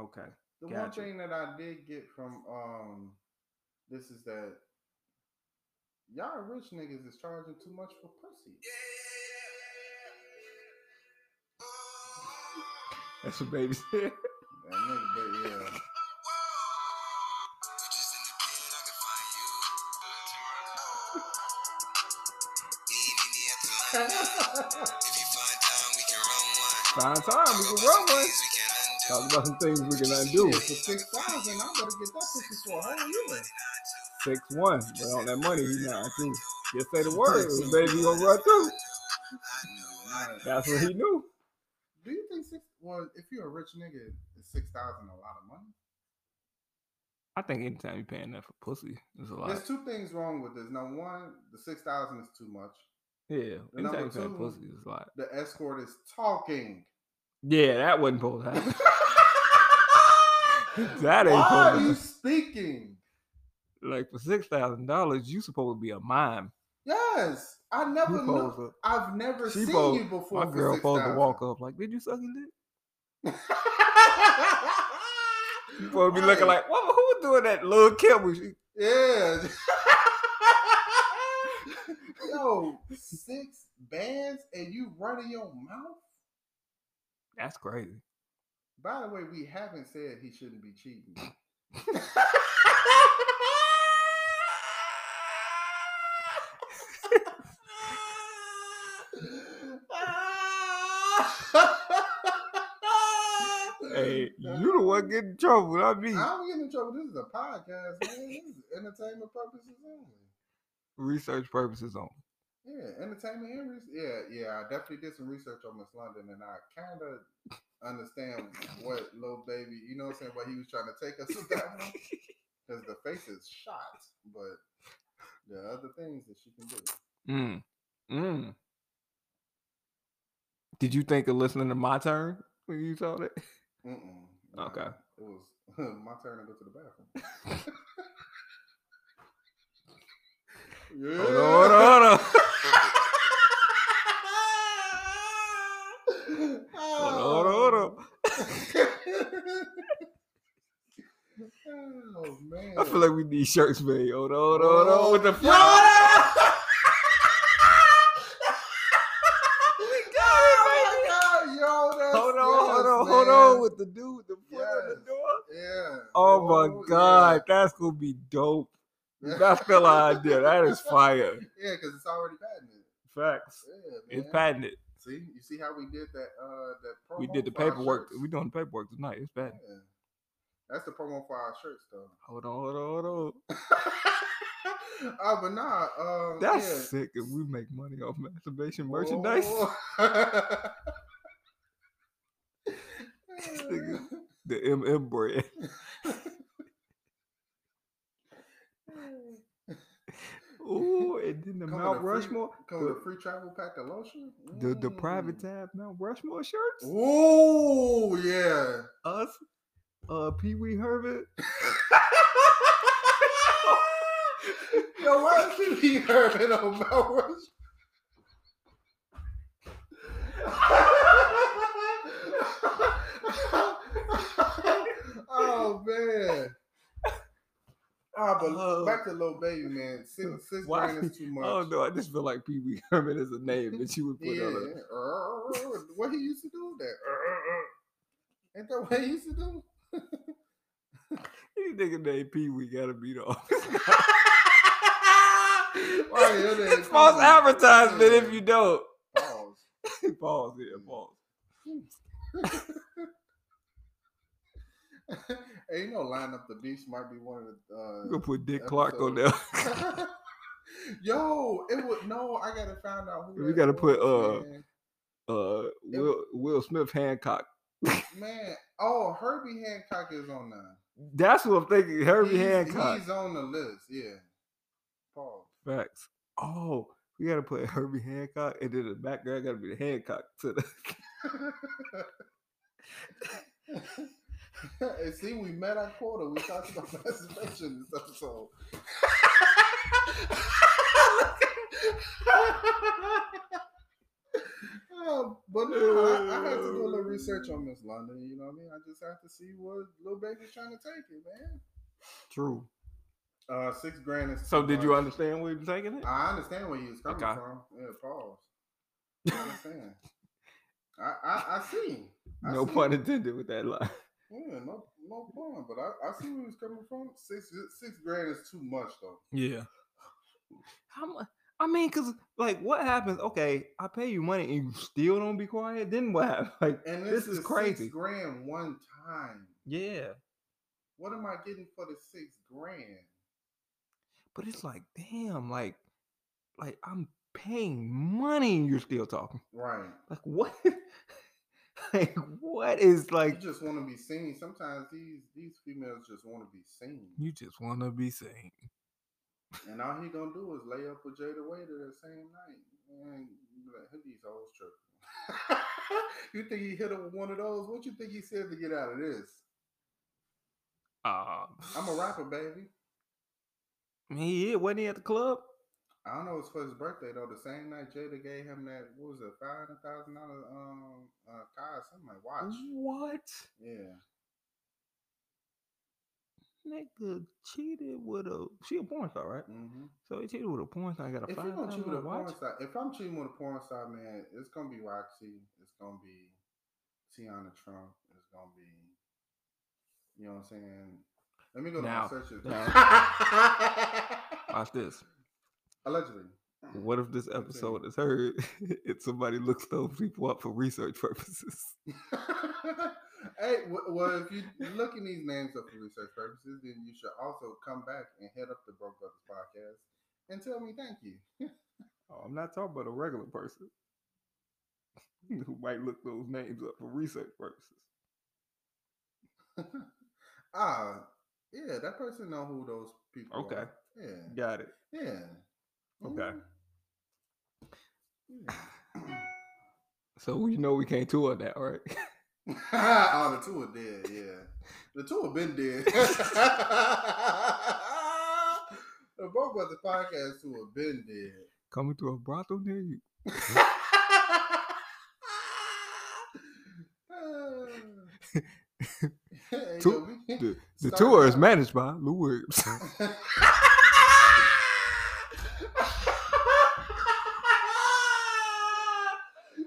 Speaker 2: Okay.
Speaker 1: The one
Speaker 2: Gotcha.
Speaker 1: thing that I did get from um this is that y'all rich niggas is charging too much for pussy.
Speaker 2: That's what baby said.
Speaker 1: That nigga, but yeah.
Speaker 2: Find time, we can run one. Talk about some things we can undo.
Speaker 1: Yeah, for six thousand, I'm gonna get that pussy for a whole year.
Speaker 2: Six one. But on that money, he not through. Just say the word, baby, you gonna run through.
Speaker 1: Right.
Speaker 2: That's what he knew.
Speaker 1: Do you think six? Well, if you're a rich nigga, is six thousand a lot of money?
Speaker 2: I think anytime you're paying that for pussy is a lot.
Speaker 1: There's two things wrong with this. Number one, the six thousand is too much.
Speaker 2: yeah,
Speaker 1: number
Speaker 2: anytime you're paying
Speaker 1: two-
Speaker 2: pussy is a lot.
Speaker 1: The escort is talking.
Speaker 2: Yeah, that wasn't supposed to happen. That ain't
Speaker 1: Why are
Speaker 2: cool.
Speaker 1: you speaking?
Speaker 2: like for six thousand dollars, you supposed to be a mime.
Speaker 1: Yes, I
Speaker 2: You
Speaker 1: never
Speaker 2: supposed
Speaker 1: know.
Speaker 2: to,
Speaker 1: I've never
Speaker 2: she
Speaker 1: seen
Speaker 2: supposed-
Speaker 1: you before.
Speaker 2: my
Speaker 1: for
Speaker 2: girl supposed to
Speaker 1: 6,000.
Speaker 2: walk up like, did you suck his dick?
Speaker 1: you
Speaker 2: You supposed to be looking like, what? Who doing that? Little Kim? when she-
Speaker 1: yeah. Yo, six bands and you running your mouth.
Speaker 2: That's crazy.
Speaker 1: By the way, we haven't said he shouldn't be cheating.
Speaker 2: Hey, you the one getting in trouble, not
Speaker 1: I
Speaker 2: me.
Speaker 1: don't get in trouble. This is a podcast, man. This is entertainment purposes only.
Speaker 2: Research purposes only.
Speaker 1: Yeah, entertainment and research. Yeah, yeah. I definitely did some research on Miss London, and I kind of understand what little baby, you know, what I'm saying what he was trying to take us with that one, because the face is shot, but there are other things that she can do.
Speaker 2: Mm. Mm. Did you think of listening to my turn when you saw that?
Speaker 1: Mm-mm, Nah,
Speaker 2: Okay.
Speaker 1: it was my turn to go to the bathroom. yeah.
Speaker 2: Hold on, hold on, hold on. Hold on, hold on.
Speaker 1: oh man.
Speaker 2: I feel like we need shirts made. Hold on, hold on, hold on. With the front.
Speaker 1: Oh my God, yo, that's-
Speaker 2: Hold on, hold on,
Speaker 1: yes,
Speaker 2: hold
Speaker 1: man.
Speaker 2: on. With the dude, with the front of
Speaker 1: Yes.
Speaker 2: the door.
Speaker 1: Yeah.
Speaker 2: Oh my
Speaker 1: yeah.
Speaker 2: god, that's gonna be dope. I feel I did. That is fire.
Speaker 1: Yeah, because it's already patented.
Speaker 2: Facts.
Speaker 1: Yeah,
Speaker 2: It's
Speaker 1: man.
Speaker 2: patented.
Speaker 1: See, you see how we did that? Uh, that promo
Speaker 2: We did the
Speaker 1: for our
Speaker 2: paperwork.
Speaker 1: shirts?
Speaker 2: We doing the paperwork tonight. It's
Speaker 1: yeah.
Speaker 2: bad.
Speaker 1: That's the promo for our shirts, though.
Speaker 2: Hold on, hold on, hold on.
Speaker 1: oh, but nah. Um,
Speaker 2: That's
Speaker 1: yeah.
Speaker 2: sick. If we make money off masturbation merchandise,
Speaker 1: Oh.
Speaker 2: the MM brand. Ooh, and then the
Speaker 1: Come with a
Speaker 2: Mount
Speaker 1: free-
Speaker 2: Rushmore,
Speaker 1: Come with a
Speaker 2: the-
Speaker 1: free travel pack of lotion.
Speaker 2: the the
Speaker 1: Mm.
Speaker 2: private tab Mount Rushmore shirts.
Speaker 1: Oh yeah.
Speaker 2: Us, uh, Pee Wee Herman.
Speaker 1: Yo, why is it Pee Herman Oh, on Mount Rushmore? oh man. Ah, but
Speaker 2: Oh.
Speaker 1: back to little baby man. Six, six
Speaker 2: Why-
Speaker 1: grand is too much.
Speaker 2: Oh no, I just feel like Pee Wee Herman is a name that you would put
Speaker 1: Yeah.
Speaker 2: on a
Speaker 1: Err, what he used to do that? Ain't that what he used to do?
Speaker 2: Any nigga named Pee Wee gotta be
Speaker 1: Oh,
Speaker 2: the
Speaker 1: Why your name
Speaker 2: It's false
Speaker 1: Pee-wee?
Speaker 2: advertisement
Speaker 1: Yeah.
Speaker 2: if you don't.
Speaker 1: Pause.
Speaker 2: Pause here, pause.
Speaker 1: hey, you know, line up the beach might be one of
Speaker 2: You
Speaker 1: the.
Speaker 2: gonna put Dick Clark on there.
Speaker 1: Episode. Uh... Yo, it would no. I gotta find out who.
Speaker 2: We
Speaker 1: that
Speaker 2: gotta put,
Speaker 1: was,
Speaker 2: uh,
Speaker 1: man.
Speaker 2: Uh Will Will Smith Hancock.
Speaker 1: Man, oh, Herbie Hancock is on there.
Speaker 2: That's what I'm thinking. Herbie
Speaker 1: He's-
Speaker 2: Hancock.
Speaker 1: He's on the list. Yeah. Paul.
Speaker 2: Facts. Oh, we gotta put Herbie Hancock and then the background gotta be the Hancock to the
Speaker 1: and see, we met our quota. We talked about masturbation this episode. Oh, but no, I, I had to do a little research on Miss London. You know what I mean? I just have to see what little baby's trying to take it, man.
Speaker 2: True.
Speaker 1: Uh, six grand is.
Speaker 2: So
Speaker 1: too
Speaker 2: did you
Speaker 1: much.
Speaker 2: understand where he was taking it?
Speaker 1: I understand where you was coming
Speaker 2: Okay.
Speaker 1: from. Yeah, pause. I understand. I, I I see. I
Speaker 2: No
Speaker 1: see.
Speaker 2: pun intended with that line.
Speaker 1: Yeah, no no pun. But I, I see where he was coming from. Six six grand is too much though.
Speaker 2: Yeah. How much? I mean, cause like, what happens? Okay, I pay you money and you still don't be quiet. Then what? Happens? Like,
Speaker 1: And
Speaker 2: This
Speaker 1: this,
Speaker 2: is
Speaker 1: is
Speaker 2: crazy.
Speaker 1: Six grand one time.
Speaker 2: yeah.
Speaker 1: What am I getting for the six grand?
Speaker 2: But it's like, damn, like, like I'm paying money and you're still talking.
Speaker 1: Right.
Speaker 2: Like, what? like, what is
Speaker 1: You
Speaker 2: like?
Speaker 1: just want to be seen. Sometimes these these females just want to be seen.
Speaker 2: You just wanna be seen.
Speaker 1: And all he gonna do is lay up with Jada Waiter that same night. Man, you be like, "Who these hoes tripping. you think he hit her with one of those? What you think he said to get out of this?
Speaker 2: Uh,
Speaker 1: I'm a rapper, baby.
Speaker 2: I mean, yeah, wasn't he at the club?
Speaker 1: I don't know. It's for his birthday though. The same night Jada gave him that what was it, five hundred thousand dollar um uh car, something like watch.
Speaker 2: What?
Speaker 1: Yeah.
Speaker 2: Nigga cheated with a she a porn star, right?
Speaker 1: hmm
Speaker 2: So he cheated with a porn star. and Got a
Speaker 1: If
Speaker 2: five
Speaker 1: you're gonna cheat with a
Speaker 2: thousand watch.
Speaker 1: porn star, if I'm cheating with a porn star, man, it's gonna be Roxy. It's gonna be Tiana Trump. It's gonna be, you know what I'm saying. Let me go to
Speaker 2: Now-
Speaker 1: my searches.
Speaker 2: Watch this.
Speaker 1: Allegedly,
Speaker 2: What if this
Speaker 1: I'm saying-
Speaker 2: episode is heard and somebody looks those people up for research purposes?
Speaker 1: hey, w- well, if you look in these names up for research purposes, then you should also come back and head up the Broke Brothers podcast and tell me thank you.
Speaker 2: Oh, I'm not talking about a regular person who might look those names up for research purposes.
Speaker 1: ah, yeah, that person know who those people.
Speaker 2: Okay.
Speaker 1: are. Yeah.
Speaker 2: Got it.
Speaker 1: Yeah.
Speaker 2: Okay.
Speaker 1: Mhm.
Speaker 2: So we know we can't tour that, right?
Speaker 1: Yeah. oh, the two are dead. Yeah, the two have been dead. the Broke Brothers podcast two have been dead.
Speaker 2: Coming to a brothel near you.
Speaker 1: Hey,
Speaker 2: Two-
Speaker 1: yo, we-
Speaker 2: The, the
Speaker 1: Sorry,
Speaker 2: tour is
Speaker 1: guys.
Speaker 2: managed by Lou Williams.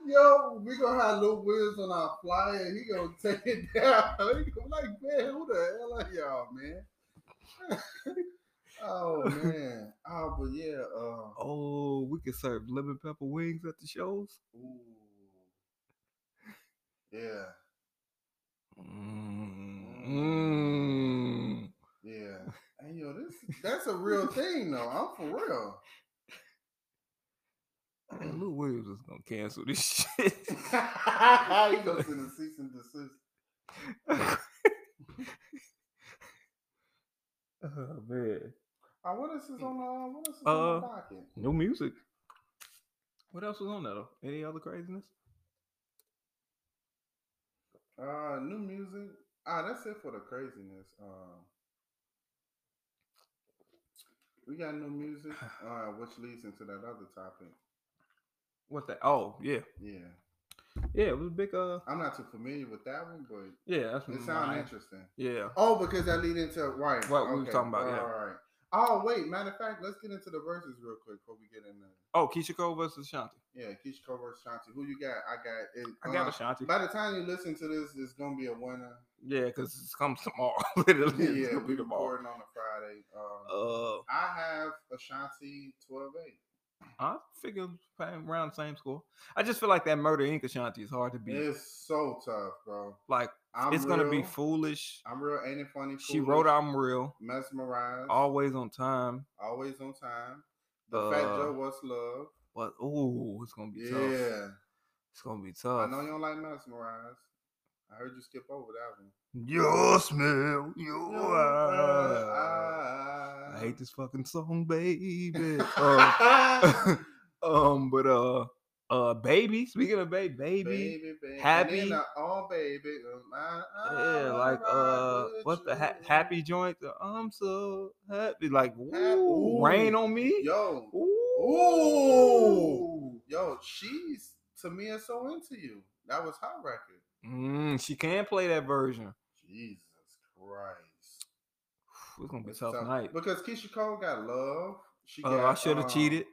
Speaker 1: Yo, we gonna have Lil Wiz on our flyer. He gonna take it down. He gonna be like, man, who the hell are y'all, man? Oh man. Oh, but yeah. Uh,
Speaker 2: Oh, we can serve lemon pepper wings at the shows.
Speaker 1: ooh. Yeah.
Speaker 2: Mm.
Speaker 1: Yeah. And yo, this that's a real thing though. I'm for real.
Speaker 2: Man, Lou Williams is gonna cancel this shit.
Speaker 1: he goes in the cease and desist.
Speaker 2: oh man,
Speaker 1: Uh, what else is on uh, what else is
Speaker 2: Uh,
Speaker 1: on the docket?
Speaker 2: no music. What else was on that? Though? Any other craziness?
Speaker 1: Uh, new music. Ah, that's it for the craziness. Um, we got new music, uh, which leads into that other topic.
Speaker 2: What's that? Oh yeah,
Speaker 1: Yeah,
Speaker 2: yeah. It was a big. Uh,
Speaker 1: I'm not too familiar with that one, but
Speaker 2: yeah. That's
Speaker 1: it sounds
Speaker 2: mine.
Speaker 1: interesting.
Speaker 2: Yeah.
Speaker 1: Oh, because that lead into right.
Speaker 2: What we were talking about, yeah.
Speaker 1: All right. Oh wait, matter of fact, let's get into the verses real quick before we get in there.
Speaker 2: Oh, Keisha Cole versus Shanti.
Speaker 1: Yeah, Keisha Cole versus Shanti. Who you got? I got it.
Speaker 2: I got
Speaker 1: uh,
Speaker 2: a Shanti.
Speaker 1: By the time you listen to this, it's gonna be a winner.
Speaker 2: Yeah, because it comes tomorrow. Literally, it's
Speaker 1: yeah,
Speaker 2: gonna be
Speaker 1: we're
Speaker 2: tomorrow.
Speaker 1: recording on a Friday. Um,
Speaker 2: Uh,
Speaker 1: I have Ashanti 12
Speaker 2: I figure same- around the same score. I just feel like that Murder Inc. Ashanti is hard to
Speaker 1: 8.
Speaker 2: beat.
Speaker 1: It's so tough, bro.
Speaker 2: Like
Speaker 1: I'm
Speaker 2: it's gonna be
Speaker 1: real-
Speaker 2: foolish.
Speaker 1: I'm real, ain't it funny?
Speaker 2: She wrote
Speaker 1: foolish,
Speaker 2: "I'm real,"
Speaker 1: mesmerized,
Speaker 2: always on time.
Speaker 1: always on time. The Fat
Speaker 2: Uh,
Speaker 1: Joe, what's love?
Speaker 2: But ooh, it's gonna be tough.
Speaker 1: Yeah,
Speaker 2: It's gonna be
Speaker 1: I
Speaker 2: tough.
Speaker 1: know you don't like mesmerized. I heard you skip over that one.
Speaker 2: You smell you
Speaker 1: uh,
Speaker 2: are. uh, I
Speaker 1: I
Speaker 2: hate this fucking song, baby. um, um, but uh, uh, baby. Speaking of baby, baby.
Speaker 1: baby, baby.
Speaker 2: happy.
Speaker 1: And then the, oh, baby. um, I-
Speaker 2: Yeah,
Speaker 1: I'll
Speaker 2: like uh,
Speaker 1: ride with
Speaker 2: what's the ha-
Speaker 1: you.
Speaker 2: happy joint? The I'm so happy, like
Speaker 1: Hap-
Speaker 2: ooh, rain
Speaker 1: ooh,
Speaker 2: on me.
Speaker 1: Yo,
Speaker 2: Ooh,
Speaker 1: yo, she's to me is so into you. That was her record.
Speaker 2: Mm, she can play that version.
Speaker 1: Jesus Christ.
Speaker 2: It's gonna be a
Speaker 1: It's
Speaker 2: tough
Speaker 1: tough.
Speaker 2: night.
Speaker 1: Because Keisha Cole got love. She
Speaker 2: Uh,
Speaker 1: got,
Speaker 2: I should have
Speaker 1: um,
Speaker 2: cheated.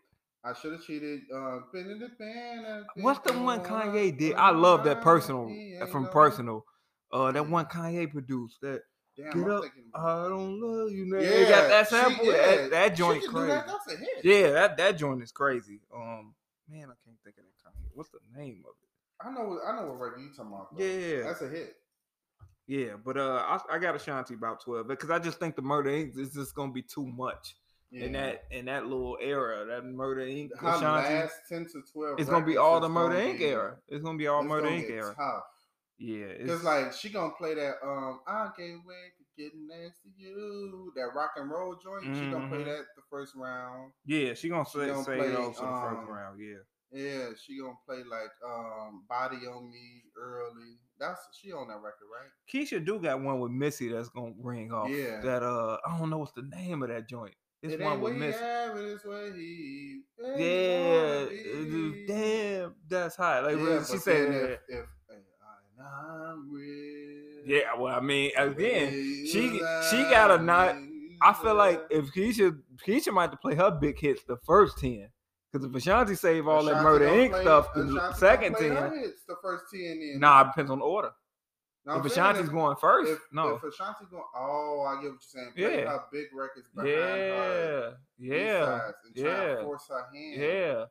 Speaker 1: I should have cheated. Uh, been in the band, I've been
Speaker 2: What's the one
Speaker 1: going
Speaker 2: Kanye did?
Speaker 1: all
Speaker 2: I love
Speaker 1: night,
Speaker 2: that personal
Speaker 1: he
Speaker 2: that
Speaker 1: ain't
Speaker 2: from
Speaker 1: no-
Speaker 2: personal. Uh, that one Kanye produced that
Speaker 1: Damn,
Speaker 2: Get
Speaker 1: I'm
Speaker 2: Up,
Speaker 1: thinking-
Speaker 2: I don't love you. Now. they got that
Speaker 1: she-
Speaker 2: sample.
Speaker 1: yeah,
Speaker 2: that, that
Speaker 1: she
Speaker 2: joint
Speaker 1: can do
Speaker 2: crazy.
Speaker 1: that, That's a hit.
Speaker 2: yeah, that, that joint is crazy. Um, man, I can't think of that Kanye. What's the name of it?
Speaker 1: I know. I know what record you talking about. though.
Speaker 2: Yeah,
Speaker 1: that's a hit.
Speaker 2: yeah. But uh, I, I got Ashanti about twelve because I just think the Murder Inc. is just gonna be too much
Speaker 1: Yeah.
Speaker 2: in that in that little era. That Murder Inc.
Speaker 1: her
Speaker 2: Ashanti.
Speaker 1: last ten to twelve.
Speaker 2: It's gonna be
Speaker 1: records
Speaker 2: all
Speaker 1: is
Speaker 2: the Murder
Speaker 1: gonna
Speaker 2: Inc.
Speaker 1: be-
Speaker 2: era. It's gonna be all
Speaker 1: it's
Speaker 2: Murder
Speaker 1: gonna
Speaker 2: Inc.
Speaker 1: get
Speaker 2: era.
Speaker 1: Tough.
Speaker 2: Yeah,
Speaker 1: Cause like she gonna play that um I can't wait to get next to you that rock and roll joint. She gonna play
Speaker 2: Mhm.
Speaker 1: that the first round.
Speaker 2: Yeah, she gonna
Speaker 1: She
Speaker 2: say,
Speaker 1: gonna
Speaker 2: say
Speaker 1: play,
Speaker 2: those in the
Speaker 1: um,
Speaker 2: first round. Yeah,
Speaker 1: Yeah, she gonna play like um Body on Me early. That's she on that record, right?
Speaker 2: Keisha do got one with Missy that's gonna ring off.
Speaker 1: Yeah.
Speaker 2: that uh, I don't know what's the name of that joint. It's
Speaker 1: it
Speaker 2: one
Speaker 1: ain't
Speaker 2: with
Speaker 1: what
Speaker 2: Missy.
Speaker 1: he have, it is what he.
Speaker 2: Yeah,
Speaker 1: really wanna
Speaker 2: it
Speaker 1: be.
Speaker 2: is- damn, that's hot. Like
Speaker 1: Yeah,
Speaker 2: when she
Speaker 1: but
Speaker 2: said,
Speaker 1: then
Speaker 2: that.
Speaker 1: if, if and I'm real,
Speaker 2: yeah. Well, I mean, again,
Speaker 1: real
Speaker 2: she- she gotta not- I feel like
Speaker 1: love.
Speaker 2: if Keisha, Keisha might have to play her big hits the first ten. Because if Ashanti save all that
Speaker 1: Ashanti
Speaker 2: Murder
Speaker 1: don't
Speaker 2: Inc.
Speaker 1: play-
Speaker 2: stuff, the
Speaker 1: Ashanti
Speaker 2: second
Speaker 1: don't play her
Speaker 2: ten,
Speaker 1: hits the first ten. Then.
Speaker 2: nah, it depends on the order.
Speaker 1: Now, I'm
Speaker 2: if
Speaker 1: saying
Speaker 2: Ashanti's going first,
Speaker 1: if,
Speaker 2: no.
Speaker 1: If Ashanti going, oh, I get what you're saying. Play
Speaker 2: Yeah.
Speaker 1: her big records behind her.
Speaker 2: yeah, yeah,
Speaker 1: B-sides and try to
Speaker 2: yeah,
Speaker 1: force her hand.
Speaker 2: yeah.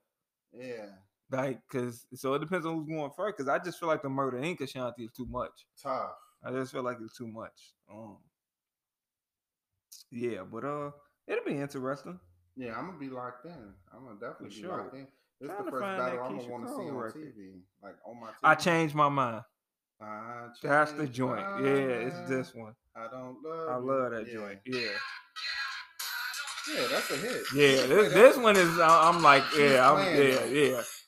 Speaker 1: yeah.
Speaker 2: Like, cause so it depends on who's going first. Cause I just feel like the Murder Inc. Ashanti is too much.
Speaker 1: Tough.
Speaker 2: I just feel like it's too much. Um, yeah, but uh, it'll be interesting.
Speaker 1: Yeah, I'm gonna be locked in. I'm gonna definitely be
Speaker 2: sure.
Speaker 1: locked in. This is
Speaker 2: Trying
Speaker 1: the
Speaker 2: to
Speaker 1: first
Speaker 2: find that
Speaker 1: battle I'm gonna
Speaker 2: Keisha
Speaker 1: want to see
Speaker 2: Cole
Speaker 1: on
Speaker 2: record.
Speaker 1: TV, like on my TV.
Speaker 2: I changed my mind.
Speaker 1: I
Speaker 2: That's the
Speaker 1: changed
Speaker 2: joint.
Speaker 1: my
Speaker 2: Yeah, it's
Speaker 1: mind.
Speaker 2: this one.
Speaker 1: I don't love.
Speaker 2: I
Speaker 1: you.
Speaker 2: love that
Speaker 1: Yeah.
Speaker 2: joint. Yeah,
Speaker 1: Yeah, that's a hit.
Speaker 2: yeah.
Speaker 1: She play
Speaker 2: This
Speaker 1: that.
Speaker 2: this one is. I- I'm like,
Speaker 1: She's
Speaker 2: yeah, I'm,
Speaker 1: playing
Speaker 2: yeah,
Speaker 1: it.
Speaker 2: yeah.
Speaker 1: If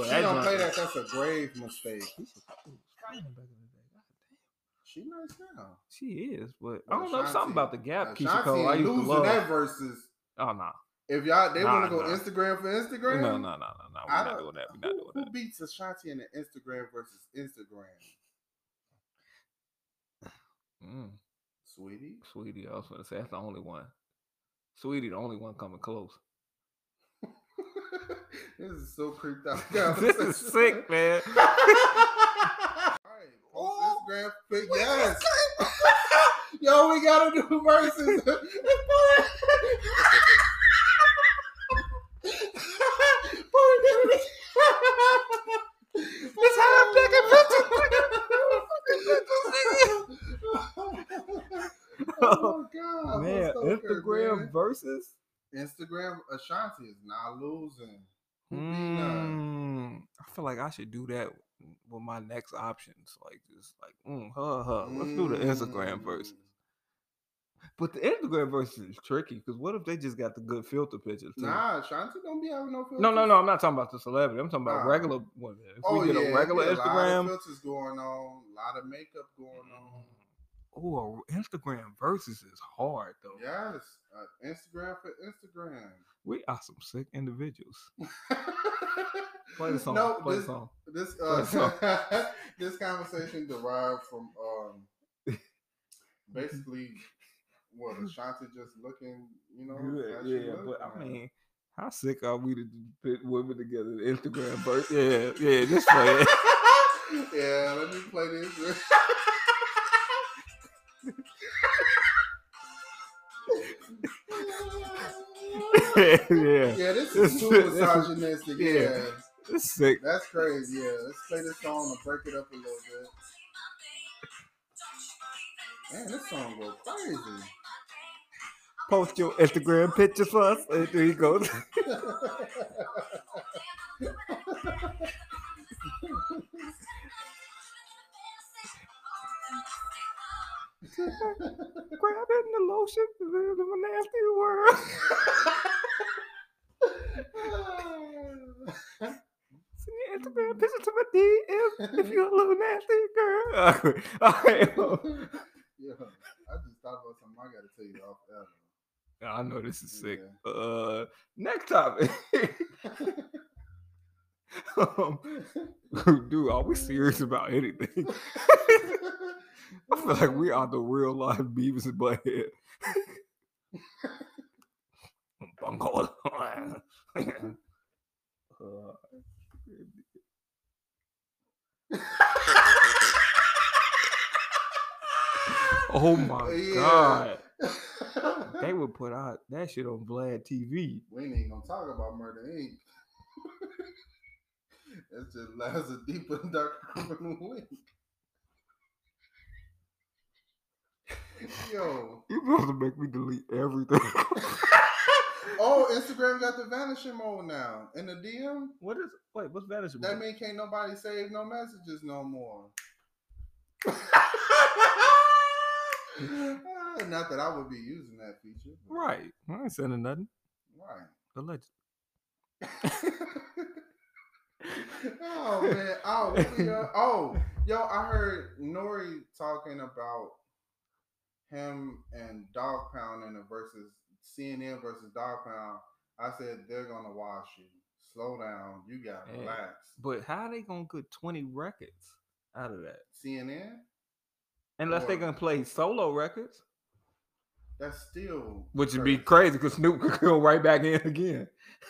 Speaker 2: Yeah,
Speaker 1: she don't
Speaker 2: joint-
Speaker 1: play that. That's a grave mistake.
Speaker 2: "Oh,
Speaker 1: She nice now.
Speaker 2: She is, but uh,
Speaker 1: But
Speaker 2: I don't know
Speaker 1: Ashanti-
Speaker 2: something about the
Speaker 1: Now,
Speaker 2: gap. Keisha
Speaker 1: Ashanti
Speaker 2: Cole, I
Speaker 1: ain't
Speaker 2: used to
Speaker 1: losing
Speaker 2: love.
Speaker 1: that versus.
Speaker 2: Oh no,
Speaker 1: If y'all they
Speaker 2: Nah,
Speaker 1: want to go
Speaker 2: nah.
Speaker 1: Instagram for Instagram,
Speaker 2: no, no, no, no, no. We're
Speaker 1: I
Speaker 2: not
Speaker 1: don't-
Speaker 2: doing that. We're not
Speaker 1: Who,
Speaker 2: doing
Speaker 1: who
Speaker 2: that.
Speaker 1: beats Ashanti in the Instagram versus Instagram,
Speaker 2: Mm.
Speaker 1: sweetie?
Speaker 2: Sweetie, I was gonna say that's the only one. Sweetie, the only one coming close.
Speaker 1: this is so creeped out.
Speaker 2: this is sick, man.
Speaker 1: All right, post
Speaker 2: Oh,
Speaker 1: Instagram pic. Yes. Yo, we gotta do verses. Let's have black Oh my god,
Speaker 2: man,
Speaker 1: that's so
Speaker 2: Instagram
Speaker 1: good, man.
Speaker 2: versus.
Speaker 1: Instagram Ashanti is not losing. Who beat her?
Speaker 2: Mm, I feel like I should do that with my next options. Like just like, mm, huh, huh. Let's do the Instagram
Speaker 1: Mm.
Speaker 2: versus. Mm. But the Instagram versus is tricky because what if they just got the good filter pictures? Too?
Speaker 1: Nah, Ashanti don't be having no filters.
Speaker 2: No, no, no. I'm not talking about the celebrity. I'm talking about
Speaker 1: Nah.
Speaker 2: regular women. If
Speaker 1: Oh,
Speaker 2: we get
Speaker 1: yeah,
Speaker 2: a regular
Speaker 1: yeah, lot
Speaker 2: Instagram,
Speaker 1: of filters going on, a lot of makeup going on.
Speaker 2: oh, Instagram versus is hard though.
Speaker 1: Yes, uh, Instagram for Instagram.
Speaker 2: We are some sick individuals. Play the song.
Speaker 1: No,
Speaker 2: play
Speaker 1: this-
Speaker 2: the song.
Speaker 1: This
Speaker 2: Sorry.
Speaker 1: uh, this conversation derived from um, basically what Ashanti just looking, you know.
Speaker 2: Yeah,
Speaker 1: as she
Speaker 2: yeah,
Speaker 1: look,
Speaker 2: but I
Speaker 1: man.
Speaker 2: mean, how sick are we to put women together? The Instagram verse. Yeah, yeah. This play. it.
Speaker 1: yeah, let me play this.
Speaker 2: yeah,
Speaker 1: yeah, this is too
Speaker 2: This is-
Speaker 1: misogynistic.
Speaker 2: yeah.
Speaker 1: Yeah,
Speaker 2: it's sick.
Speaker 1: that's crazy. Yeah, let's play this song and break it up a little bit. Man, this song go crazy.
Speaker 2: Post your Instagram pictures for us. Uh, There you go. Grab it in the lotion. Live in a nasty world. Send your Instagram picture to my DM if you're a little nasty girl. All right. well,
Speaker 1: yeah, I just thought about something I gotta tell you off air.
Speaker 2: I know this is sick. Uh, next topic. um, dude, are we serious about anything? I feel like we are the real life Beavis and Butthead. Bungle. Uh, oh my
Speaker 1: Yeah.
Speaker 2: god! They would put out that shit on Vlad TV.
Speaker 1: we ain't even gonna talk about Murder Inc. That's just lies a deeper and darker criminal link. Yo.
Speaker 2: You supposed to make me delete everything.
Speaker 1: Oh, Instagram got the vanishing mode now. In the DM,
Speaker 2: what is? Wait, what's vanishing?
Speaker 1: that mean can't nobody save no messages no more. Ah, Not that I would be using that feature. but-
Speaker 2: right? I ain't sending nothing.
Speaker 1: Right.
Speaker 2: Alleged.
Speaker 1: oh man! Oh, what we, uh, oh, yo! I heard Nori talking about him and Dog Pound in the versus CNN versus Dog Pound. I said they're gonna wash you. Slow down. You got to
Speaker 2: Yeah.
Speaker 1: relax.
Speaker 2: But how they gonna get twenty records out of that?
Speaker 1: CNN.
Speaker 2: Unless they
Speaker 1: Or-
Speaker 2: gonna play solo records,
Speaker 1: That's still
Speaker 2: which would be crazy because Snoop could go right back in again.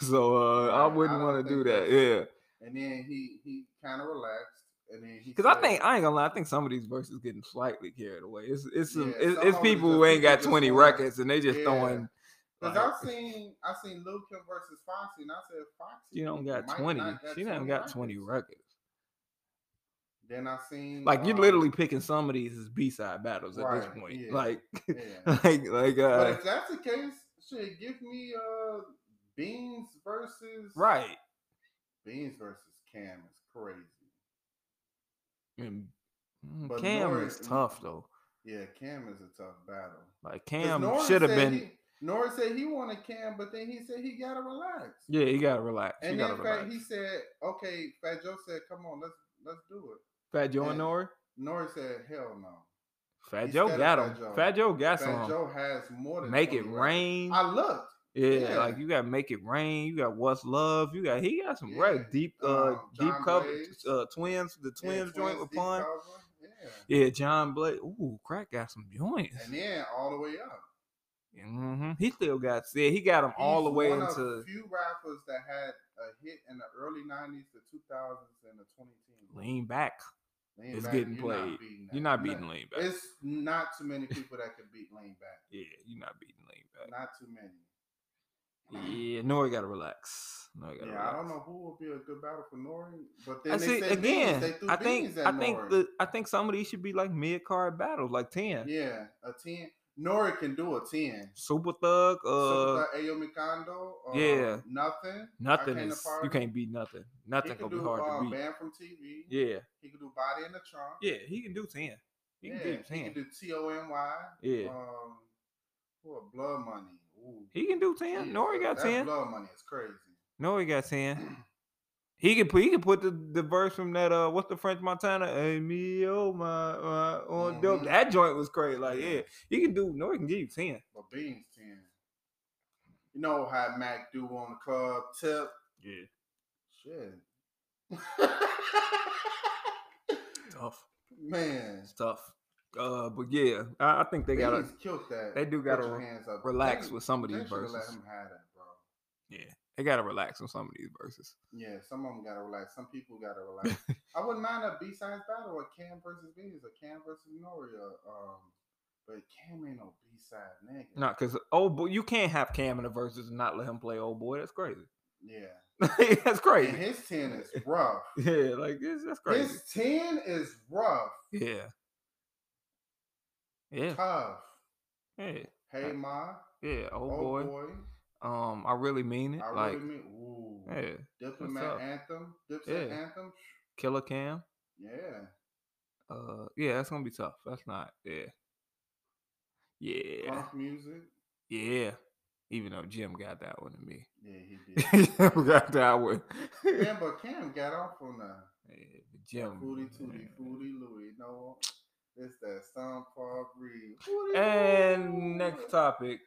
Speaker 2: So uh, I
Speaker 1: Right, I
Speaker 2: wouldn't
Speaker 1: don't
Speaker 2: want to do
Speaker 1: think
Speaker 2: that.
Speaker 1: that's-
Speaker 2: Yeah,
Speaker 1: And then he he kind of relaxed. And then he
Speaker 2: because I
Speaker 1: said-
Speaker 2: think I ain't gonna lie. I think some of these verses getting slightly carried away. It's it's some,
Speaker 1: Yeah,
Speaker 2: it's,
Speaker 1: some
Speaker 2: it's
Speaker 1: of it
Speaker 2: people
Speaker 1: just-
Speaker 2: who ain't
Speaker 1: people
Speaker 2: got
Speaker 1: just
Speaker 2: twenty
Speaker 1: throwing-
Speaker 2: records and they just
Speaker 1: Yeah.
Speaker 2: throwing.
Speaker 1: Because
Speaker 2: like,
Speaker 1: I've seen I seen Lil Kim versus Foxy, and I said Foxy.
Speaker 2: she don't got
Speaker 1: might
Speaker 2: twenty.
Speaker 1: not got
Speaker 2: She don't
Speaker 1: 20
Speaker 2: got twenty
Speaker 1: records.
Speaker 2: records.
Speaker 1: Then I seen
Speaker 2: Like you're
Speaker 1: um,
Speaker 2: literally picking some of these as B side battles at this
Speaker 1: Right,
Speaker 2: point.
Speaker 1: yeah,
Speaker 2: Like,
Speaker 1: yeah.
Speaker 2: like, like,
Speaker 1: but
Speaker 2: uh,
Speaker 1: if that's the case, shit, give me uh Beans versus
Speaker 2: right.
Speaker 1: Beans versus Cam is crazy.
Speaker 2: And mm,
Speaker 1: But
Speaker 2: Cam
Speaker 1: Nori-
Speaker 2: is tough though.
Speaker 1: Yeah, Cam is a tough battle.
Speaker 2: Like
Speaker 1: 'Cause
Speaker 2: Cam
Speaker 1: Nori
Speaker 2: should have
Speaker 1: said
Speaker 2: been.
Speaker 1: He, Nori said he wanted Cam, but then he said he gotta relax.
Speaker 2: yeah, you gotta relax. you
Speaker 1: and
Speaker 2: gotta
Speaker 1: then Fat,
Speaker 2: relax.
Speaker 1: he said, "Okay." Fat Joe said, "Come on, let's let's do it."
Speaker 2: Fat Joe and
Speaker 1: and
Speaker 2: Nori.
Speaker 1: Nori said, "Hell no."
Speaker 2: Fat
Speaker 1: he
Speaker 2: Joe
Speaker 1: said
Speaker 2: got
Speaker 1: Fat
Speaker 2: him.
Speaker 1: Joe.
Speaker 2: Fat Joe got
Speaker 1: Fat
Speaker 2: some.
Speaker 1: Joe has more than
Speaker 2: Make it
Speaker 1: 20 records.
Speaker 2: rain.
Speaker 1: I looked.
Speaker 2: Yeah,
Speaker 1: yeah.
Speaker 2: like you got make it rain. You got what's love. You got he got some
Speaker 1: Yeah,
Speaker 2: right deep uh
Speaker 1: um,
Speaker 2: deep
Speaker 1: John
Speaker 2: cover
Speaker 1: Blaze.
Speaker 2: uh twins the
Speaker 1: Yeah,
Speaker 2: twins joint with
Speaker 1: deep
Speaker 2: Pun.
Speaker 1: cover, Yeah.
Speaker 2: Yeah, John Blake. Ooh, crack got some joints.
Speaker 1: And then all the way up.
Speaker 2: hmm He still got said he got them all the
Speaker 1: He's
Speaker 2: way
Speaker 1: one of
Speaker 2: into
Speaker 1: few rappers that had a hit in the early '90s, the 2000s, and the 2010s.
Speaker 2: lean back.
Speaker 1: Lean
Speaker 2: It's
Speaker 1: back,
Speaker 2: getting
Speaker 1: you're not
Speaker 2: played.
Speaker 1: beating that.
Speaker 2: You're not
Speaker 1: No.
Speaker 2: beating lean back.
Speaker 1: It's not too many people that can beat lean back.
Speaker 2: Yeah, you're not beating lean
Speaker 1: Not too many.
Speaker 2: back. Yeah, Nori gotta relax. Nori gotta
Speaker 1: Yeah,
Speaker 2: relax.
Speaker 1: I don't know who will be a good battle for Nori, but then
Speaker 2: I
Speaker 1: they
Speaker 2: see
Speaker 1: said beans.
Speaker 2: again.
Speaker 1: They threw
Speaker 2: I think
Speaker 1: beans at
Speaker 2: I think
Speaker 1: Nori.
Speaker 2: the I think some of these should be like mid card battles, like ten.
Speaker 1: yeah a ten. Nori can do a ten.
Speaker 2: Super Thug, uh,
Speaker 1: Uh, Ayo Kondo, uh,
Speaker 2: yeah.
Speaker 1: nothing.
Speaker 2: nothing
Speaker 1: I came to
Speaker 2: is you
Speaker 1: party.
Speaker 2: can't beat nothing.
Speaker 1: He
Speaker 2: Nothing
Speaker 1: can
Speaker 2: gonna be
Speaker 1: do
Speaker 2: hard
Speaker 1: uh,
Speaker 2: to beat.
Speaker 1: Banned from TV.
Speaker 2: Yeah,
Speaker 1: He can do Body in the Trunk.
Speaker 2: yeah, he can do ten. He can
Speaker 1: Yeah,
Speaker 2: do
Speaker 1: he can
Speaker 2: ten.
Speaker 1: do T O N Y.
Speaker 2: Yeah.
Speaker 1: Um, or Blood Money. Ooh.
Speaker 2: He can do ten.
Speaker 1: Yeah,
Speaker 2: Nori
Speaker 1: that-
Speaker 2: got
Speaker 1: that
Speaker 2: ten.
Speaker 1: Blood Money is crazy.
Speaker 2: Nori got ten. He can put he can put the, the verse from that uh what's the French Montana? Hey me oh my uh, on dope.
Speaker 1: Mhm.
Speaker 2: That joint was crazy. Like yeah, he can do Nori can give you ten.
Speaker 1: But Beans ten. You know how Mac do on the club tip.
Speaker 2: Yeah,
Speaker 1: Shit.
Speaker 2: tough.
Speaker 1: Man.
Speaker 2: It's tough. Uh, but yeah, I, I think they gotta
Speaker 1: Beans killed that.
Speaker 2: they do
Speaker 1: Put
Speaker 2: gotta
Speaker 1: your hands up.
Speaker 2: relax
Speaker 1: They-
Speaker 2: with some of
Speaker 1: they
Speaker 2: these
Speaker 1: shoulda Let
Speaker 2: verses.
Speaker 1: him have that, bro.
Speaker 2: Yeah, they gotta relax on some of these verses.
Speaker 1: Yeah, some of them gotta relax. Some people gotta relax. I wouldn't mind a B sides battle or Cam versus Beans or Cam versus Nori. or, Um, but Cam ain't no B side nigga.
Speaker 2: Not because oh, boy, you can't have Cam in the verses and not let him play old boy. That's crazy.
Speaker 1: Yeah.
Speaker 2: that's
Speaker 1: And
Speaker 2: crazy.
Speaker 1: his ten is rough.
Speaker 2: Yeah, like this, that's crazy.
Speaker 1: His ten is rough.
Speaker 2: yeah, yeah,
Speaker 1: Tough.
Speaker 2: yeah,
Speaker 1: Hey ma,
Speaker 2: yeah. Old,
Speaker 1: old
Speaker 2: Oh, boy.
Speaker 1: boy.
Speaker 2: Um, I really mean it.
Speaker 1: I
Speaker 2: like,
Speaker 1: really mean. Ooh.
Speaker 2: yeah, up?
Speaker 1: Diplomat anthem. Dipset
Speaker 2: Yeah.
Speaker 1: anthem.
Speaker 2: Killer Cam.
Speaker 1: Yeah.
Speaker 2: Uh, yeah, that's gonna be tough. That's not. Yeah, yeah,
Speaker 1: Punk music.
Speaker 2: yeah. Even though Jim got that one to me,
Speaker 1: Yeah, he did.
Speaker 2: Jim got that one.
Speaker 1: yeah, but Cam got off on that.
Speaker 2: Yeah, but Jim.
Speaker 1: Foodie Tootie, Foodie Louie. No, it's that Sean Paul Breed. Foodie Louie.
Speaker 2: And next topic.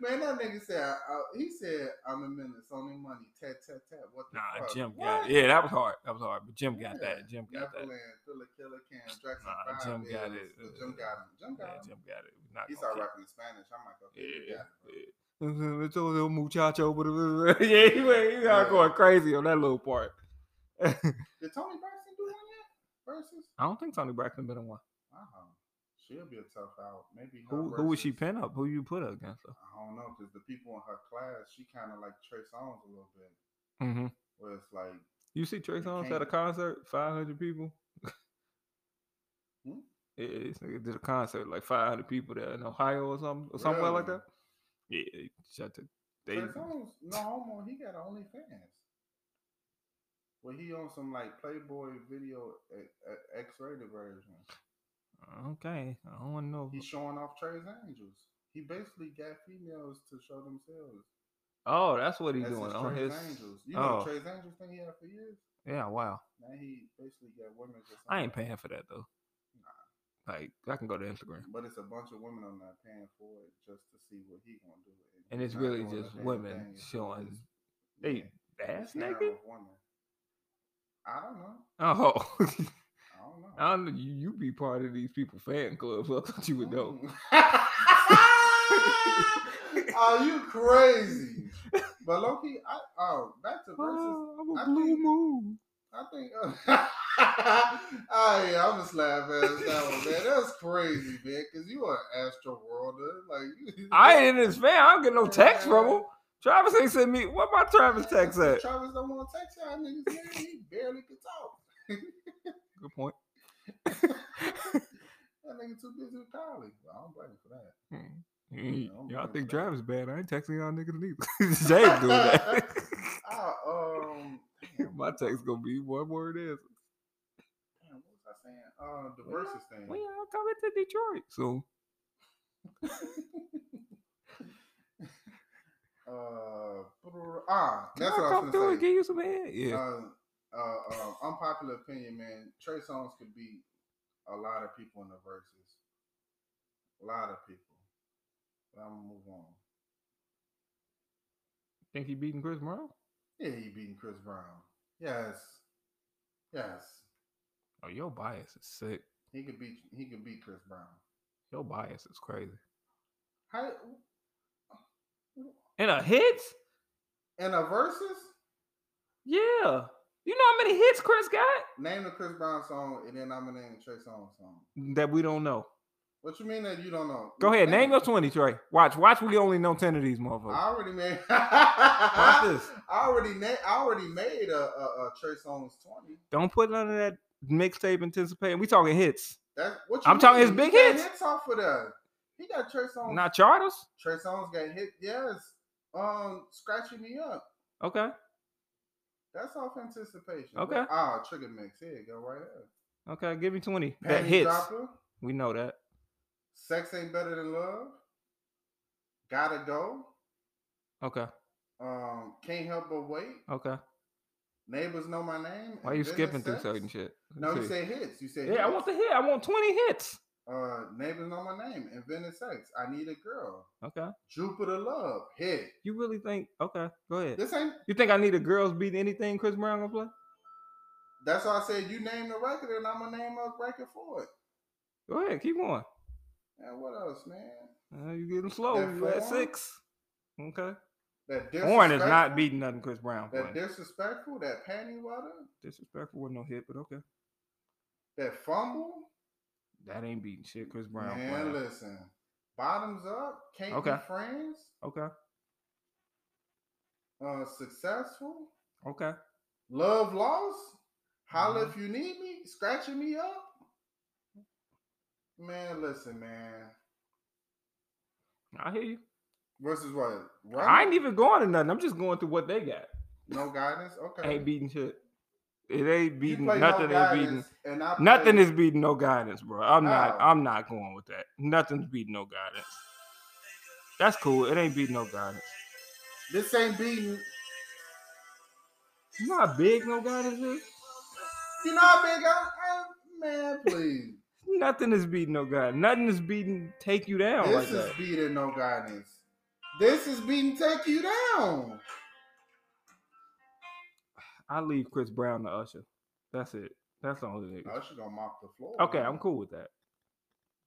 Speaker 1: Man, that nigga said, uh, he said, I'm in minutes, only money, tat, tat, tat. What the
Speaker 2: Nah,
Speaker 1: fuck?
Speaker 2: Jim
Speaker 1: What?
Speaker 2: got it. Yeah, that was hard. That was hard. But Jim got
Speaker 1: Yeah,
Speaker 2: that. Jim got that.
Speaker 1: Neverland, Philly Killer Cam, Jackson
Speaker 2: Nah,
Speaker 1: Five
Speaker 2: Jim got
Speaker 1: Bills.
Speaker 2: it.
Speaker 1: But Jim got him. Jim got
Speaker 2: Yeah,
Speaker 1: him.
Speaker 2: Jim got it. We're not
Speaker 1: He
Speaker 2: gonna
Speaker 1: started rapping in Spanish. I'm like, okay,
Speaker 2: keep-
Speaker 1: you
Speaker 2: Yeah.
Speaker 1: got it. bro.
Speaker 2: yeah. It's a little muchacho, but yeah, he went, he got
Speaker 1: Yeah.
Speaker 2: going crazy on that little part. I
Speaker 1: Did Tony Braxton do one yet? Versus?
Speaker 2: don't think Tony Braxton been in one.
Speaker 1: Wow. Uh-huh. She'll be a tough out. Maybe her
Speaker 2: Who who would she
Speaker 1: versus-
Speaker 2: pin up? Who you put up against her?
Speaker 1: I don't know, because the people in her class, she kind of like Trey Songz a little bit.
Speaker 2: Mm-hmm.
Speaker 1: Where it's like,
Speaker 2: You see Trey
Speaker 1: You
Speaker 2: Songz at a
Speaker 1: can't-
Speaker 2: concert, five hundred people.
Speaker 1: Hmm?
Speaker 2: Yeah, this nigga did a concert like five hundred people there in Ohio or something or somewhere like
Speaker 1: Really?
Speaker 2: that. Yeah, shut the
Speaker 1: Trey
Speaker 2: they
Speaker 1: Songz, no homo, he got OnlyFans. Well, he on some like Playboy video uh, uh, X-rated version.
Speaker 2: Okay, I don't want to know.
Speaker 1: He's showing off Trey's angels. He basically got females to show themselves.
Speaker 2: Oh, that's what he's
Speaker 1: That's
Speaker 2: doing
Speaker 1: his
Speaker 2: on
Speaker 1: Trey's
Speaker 2: his.
Speaker 1: angels. You know
Speaker 2: oh.
Speaker 1: the Trey's angels thing he had for years.
Speaker 2: Yeah, wow.
Speaker 1: Now he basically got women. Just on
Speaker 2: I ain't
Speaker 1: there.
Speaker 2: paying for that though. Like I can go to Instagram,
Speaker 1: But it's a bunch of women on there paying for it just to see what he gonna do.
Speaker 2: and it's
Speaker 1: not
Speaker 2: really
Speaker 1: doing a
Speaker 2: just
Speaker 1: damn thing.
Speaker 2: women
Speaker 1: It's
Speaker 2: showing
Speaker 1: just-
Speaker 2: they
Speaker 1: yeah,
Speaker 2: ass
Speaker 1: it's harem
Speaker 2: naked.
Speaker 1: of women. I don't know.
Speaker 2: Oh,
Speaker 1: I don't know.
Speaker 2: I don't know. You, you be part of these people fan clubs. I thought you would know.
Speaker 1: Mm. oh, you crazy! But Loki, I oh back to versus.
Speaker 2: Oh, I'm a
Speaker 1: I
Speaker 2: blue
Speaker 1: think-
Speaker 2: moon.
Speaker 1: I think. Uh, oh yeah, I'm just laughing at that one, man. That's crazy, man. Because you are an Astro Worlder, like you-
Speaker 2: I ain't in his fan. I don't get no text from him. Travis ain't sent me. What my Travis text at?
Speaker 1: Travis don't want to text y'all niggas. Man. He barely can talk.
Speaker 2: Good point.
Speaker 1: That nigga too busy with college. I don't blame him for that.
Speaker 2: Mm,
Speaker 1: don't
Speaker 2: Y'all
Speaker 1: blame
Speaker 2: think
Speaker 1: him.
Speaker 2: Travis bad? I ain't texting y'all niggas neither. Jay doing that.
Speaker 1: I, um, damn,
Speaker 2: my text gonna be one word is.
Speaker 1: damn, what was I saying? Uh, the versus thing.
Speaker 2: We all coming to Detroit. So
Speaker 1: uh, brr- ah,
Speaker 2: can
Speaker 1: that's
Speaker 2: I
Speaker 1: what I
Speaker 2: come
Speaker 1: was
Speaker 2: through
Speaker 1: gonna
Speaker 2: and give
Speaker 1: say.
Speaker 2: you some head? Yeah.
Speaker 1: Uh, uh, uh, unpopular opinion, man. Trey Songz could beat a lot of people in the verses. A lot of people. But I'm gonna move on.
Speaker 2: Think he beating Chris Brown?
Speaker 1: Yeah, he beating Chris Brown. Yes, yes,
Speaker 2: Oh, your bias is sick.
Speaker 1: he could beat. He could beat Chris Brown.
Speaker 2: Your bias is crazy.
Speaker 1: How?
Speaker 2: And a hit?
Speaker 1: In a versus?
Speaker 2: Yeah. You know how many hits Chris got
Speaker 1: Name the Chris Brown song, and then I'm gonna name the Trey Songz song.
Speaker 2: that we don't know?
Speaker 1: What you mean that you don't know?
Speaker 2: Go ahead, name
Speaker 1: it.
Speaker 2: your twenty, Trey. Watch, watch. We only know ten of these motherfuckers.
Speaker 1: I already made.
Speaker 2: Watch this.
Speaker 1: I already na- I already made a, a, a Trey Songz twenty.
Speaker 2: Don't put none of that mixtape anticipating. We talking hits,
Speaker 1: That's what
Speaker 2: I'm talking his
Speaker 1: He
Speaker 2: big
Speaker 1: got
Speaker 2: hits.
Speaker 1: off of that. He got Trey Songz.
Speaker 2: not charters.
Speaker 1: Trey Songz got hit. Yes. Um, scratching me up.
Speaker 2: Okay,
Speaker 1: That's off anticipation.
Speaker 2: Okay.
Speaker 1: Ah, trigger mix. Here you go, right there.
Speaker 2: okay. Give me twenty that
Speaker 1: Panties
Speaker 2: hits.
Speaker 1: Dropper,
Speaker 2: We know that.
Speaker 1: Sex ain't better than love. Gotta go.
Speaker 2: Okay,
Speaker 1: Um, can't help but wait.
Speaker 2: okay.
Speaker 1: Neighbors know my name.
Speaker 2: Why
Speaker 1: and
Speaker 2: you
Speaker 1: Business
Speaker 2: skipping through
Speaker 1: Sex.
Speaker 2: certain shit?
Speaker 1: No,
Speaker 2: Let's
Speaker 1: you
Speaker 2: see.
Speaker 1: say hits. You say
Speaker 2: Yeah, I
Speaker 1: hits.
Speaker 2: want the hit. I want twenty hits.
Speaker 1: Uh, neighbors know my name. Invented sex. I need a girl.
Speaker 2: Okay.
Speaker 1: Jupiter love. Hit.
Speaker 2: You really think? Okay, go ahead.
Speaker 1: This ain't.
Speaker 2: You think I need a girls beat anything Chris Brown gonna play?
Speaker 1: That's why I said you name the record, and I'm gonna name a record for it.
Speaker 2: Go ahead, keep going.
Speaker 1: And what else, man?
Speaker 2: Uh, you getting slow?
Speaker 1: That
Speaker 2: You at
Speaker 1: Foreign?
Speaker 2: six? Okay.
Speaker 1: That
Speaker 2: Horn is not
Speaker 1: disrespectful-
Speaker 2: beating nothing Chris Brown.
Speaker 1: That
Speaker 2: playing.
Speaker 1: disrespectful. That panty water.
Speaker 2: Disrespectful with no hit, but okay.
Speaker 1: That fumble.
Speaker 2: That ain't beating shit Chris Brown.
Speaker 1: Man,
Speaker 2: playing.
Speaker 1: listen. Bottoms up. Can't
Speaker 2: Okay.
Speaker 1: be friends.
Speaker 2: Okay.
Speaker 1: Uh, successful.
Speaker 2: Okay.
Speaker 1: Love lost. Holla
Speaker 2: Mhm.
Speaker 1: if you need me. Scratching me up. Man, listen, man.
Speaker 2: I hear you.
Speaker 1: Versus what?
Speaker 2: I ain't even going to nothing. I'm just going through what they got.
Speaker 1: no guidance. Okay.
Speaker 2: Ain't beating shit. It ain't
Speaker 1: You
Speaker 2: beating
Speaker 1: play
Speaker 2: nothing.
Speaker 1: no
Speaker 2: ain't beating
Speaker 1: guidance, and I play-
Speaker 2: nothing is beating no guidance, bro. I'm not.
Speaker 1: How?
Speaker 2: I'm not going with that. Nothing's beating no guidance. That's cool. It ain't beating no guidance.
Speaker 1: This ain't beating.
Speaker 2: You know how big no guidance is.
Speaker 1: You know how big I am, man. Please.
Speaker 2: Nothing is beating no guidance. Nothing is beating take you down
Speaker 1: this
Speaker 2: like
Speaker 1: is
Speaker 2: that.
Speaker 1: beating no guidance. This is beating take you down.
Speaker 2: I leave Chris Brown to Usher. That's it. That's the only thing.
Speaker 1: I should go Oh, mop the floor.
Speaker 2: Okay,
Speaker 1: man.
Speaker 2: I'm cool with that.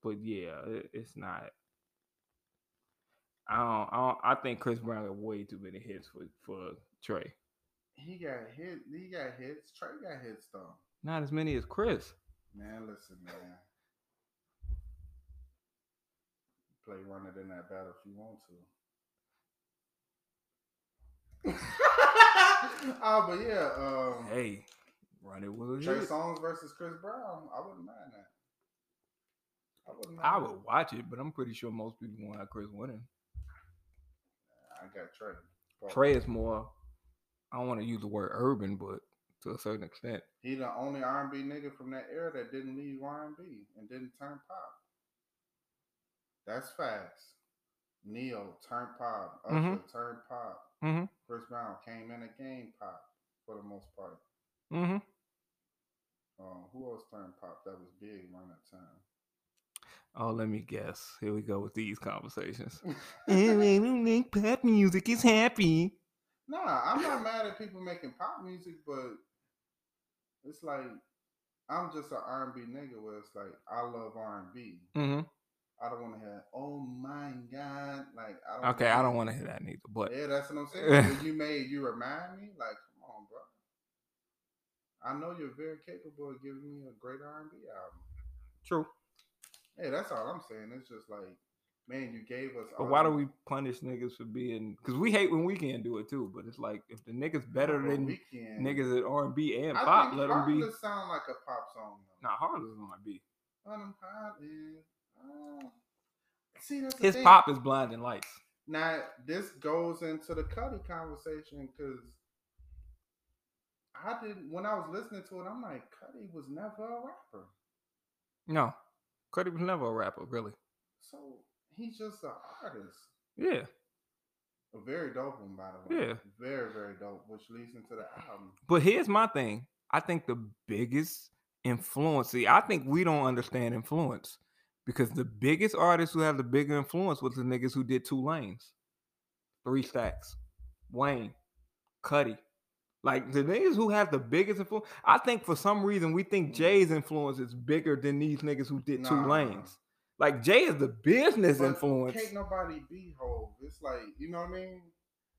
Speaker 2: But yeah, it, it's not. I don't, I don't. I think Chris Brown got way too many hits for for Trey.
Speaker 1: He got hit. He got hits. Trey got hits though.
Speaker 2: Not as many as Chris.
Speaker 1: Man, listen, man. Play runner in that battle if you want to. oh, but yeah, um,
Speaker 2: Hey, run it with a
Speaker 1: Trey
Speaker 2: hit.
Speaker 1: Songz versus Chris Brown. I wouldn't mind that. I wouldn't. Mind
Speaker 2: I
Speaker 1: that.
Speaker 2: would watch it, but I'm pretty sure most people won't have Chris winning.
Speaker 1: I got Trey. Fuck.
Speaker 2: Trey is more. I don't want to use the word urban, but to a certain extent,
Speaker 1: He the only R&B nigga from that era that didn't leave R&B and didn't turn pop. That's facts. Neo turn pop. Usher
Speaker 2: Mhm.
Speaker 1: turn pop.
Speaker 2: Mhm.
Speaker 1: Chris Brown came in a game pop for the most part.
Speaker 2: mm-hmm.
Speaker 1: Um, who else turned pop that was big around that
Speaker 2: Oh, let me guess. Here we go with these conversations.
Speaker 1: time?
Speaker 2: Mm-hmm. make pop music is happy.
Speaker 1: nah, I'm not mad at people making pop music, but it's like I'm just an R&B nigga where it's like I love R&B.
Speaker 2: Mm-hmm.
Speaker 1: I don't want to hear, oh my god, like I don't. wanna
Speaker 2: Okay, I
Speaker 1: hear-
Speaker 2: don't want to hear that neither. But
Speaker 1: Yeah, that's what I'm saying. when you made you remind me, like, come on, bro. I know you're very capable of giving me a great R&B album.
Speaker 2: true.
Speaker 1: Hey, that's all I'm saying. It's just like, man, you gave us.
Speaker 2: But
Speaker 1: all
Speaker 2: why do
Speaker 1: the-
Speaker 2: we punish niggas for being? Because we hate when we can't do it too. But it's like if the niggas better
Speaker 1: Well,
Speaker 2: than
Speaker 1: we can.
Speaker 2: niggas at R and B and
Speaker 1: I
Speaker 2: pop,
Speaker 1: think
Speaker 2: let them be.
Speaker 1: Heartless sound like a pop song. Though.
Speaker 2: Nah, Harley's on R&B.
Speaker 1: Unemployed is- oh. See, that's the
Speaker 2: His
Speaker 1: thing.
Speaker 2: pop is blinding lights.
Speaker 1: Now this goes into the Cuddy conversation because I didn't when I was listening to it, I'm like, Cuddy was never a rapper.
Speaker 2: No, Cuddy was never a rapper, really.
Speaker 1: So he's just an artist.
Speaker 2: Yeah,
Speaker 1: A very dope one, by the way.
Speaker 2: Yeah.
Speaker 1: Very, very dope, which leads into the album.
Speaker 2: but here's my thing. I think the biggest influence. See, I think we don't understand influence because the biggest artists who have the bigger influence was the niggas who did two lanes, three stacks, Wayne, Cuddy. Like the niggas who have the biggest influence, I think for some reason we think Jay's influence is bigger than these niggas who did two
Speaker 1: Mm. Nah.
Speaker 2: lanes. Like Jay is the business
Speaker 1: But
Speaker 2: influence.
Speaker 1: Can't nobody be Hove. It's like, you know what I mean?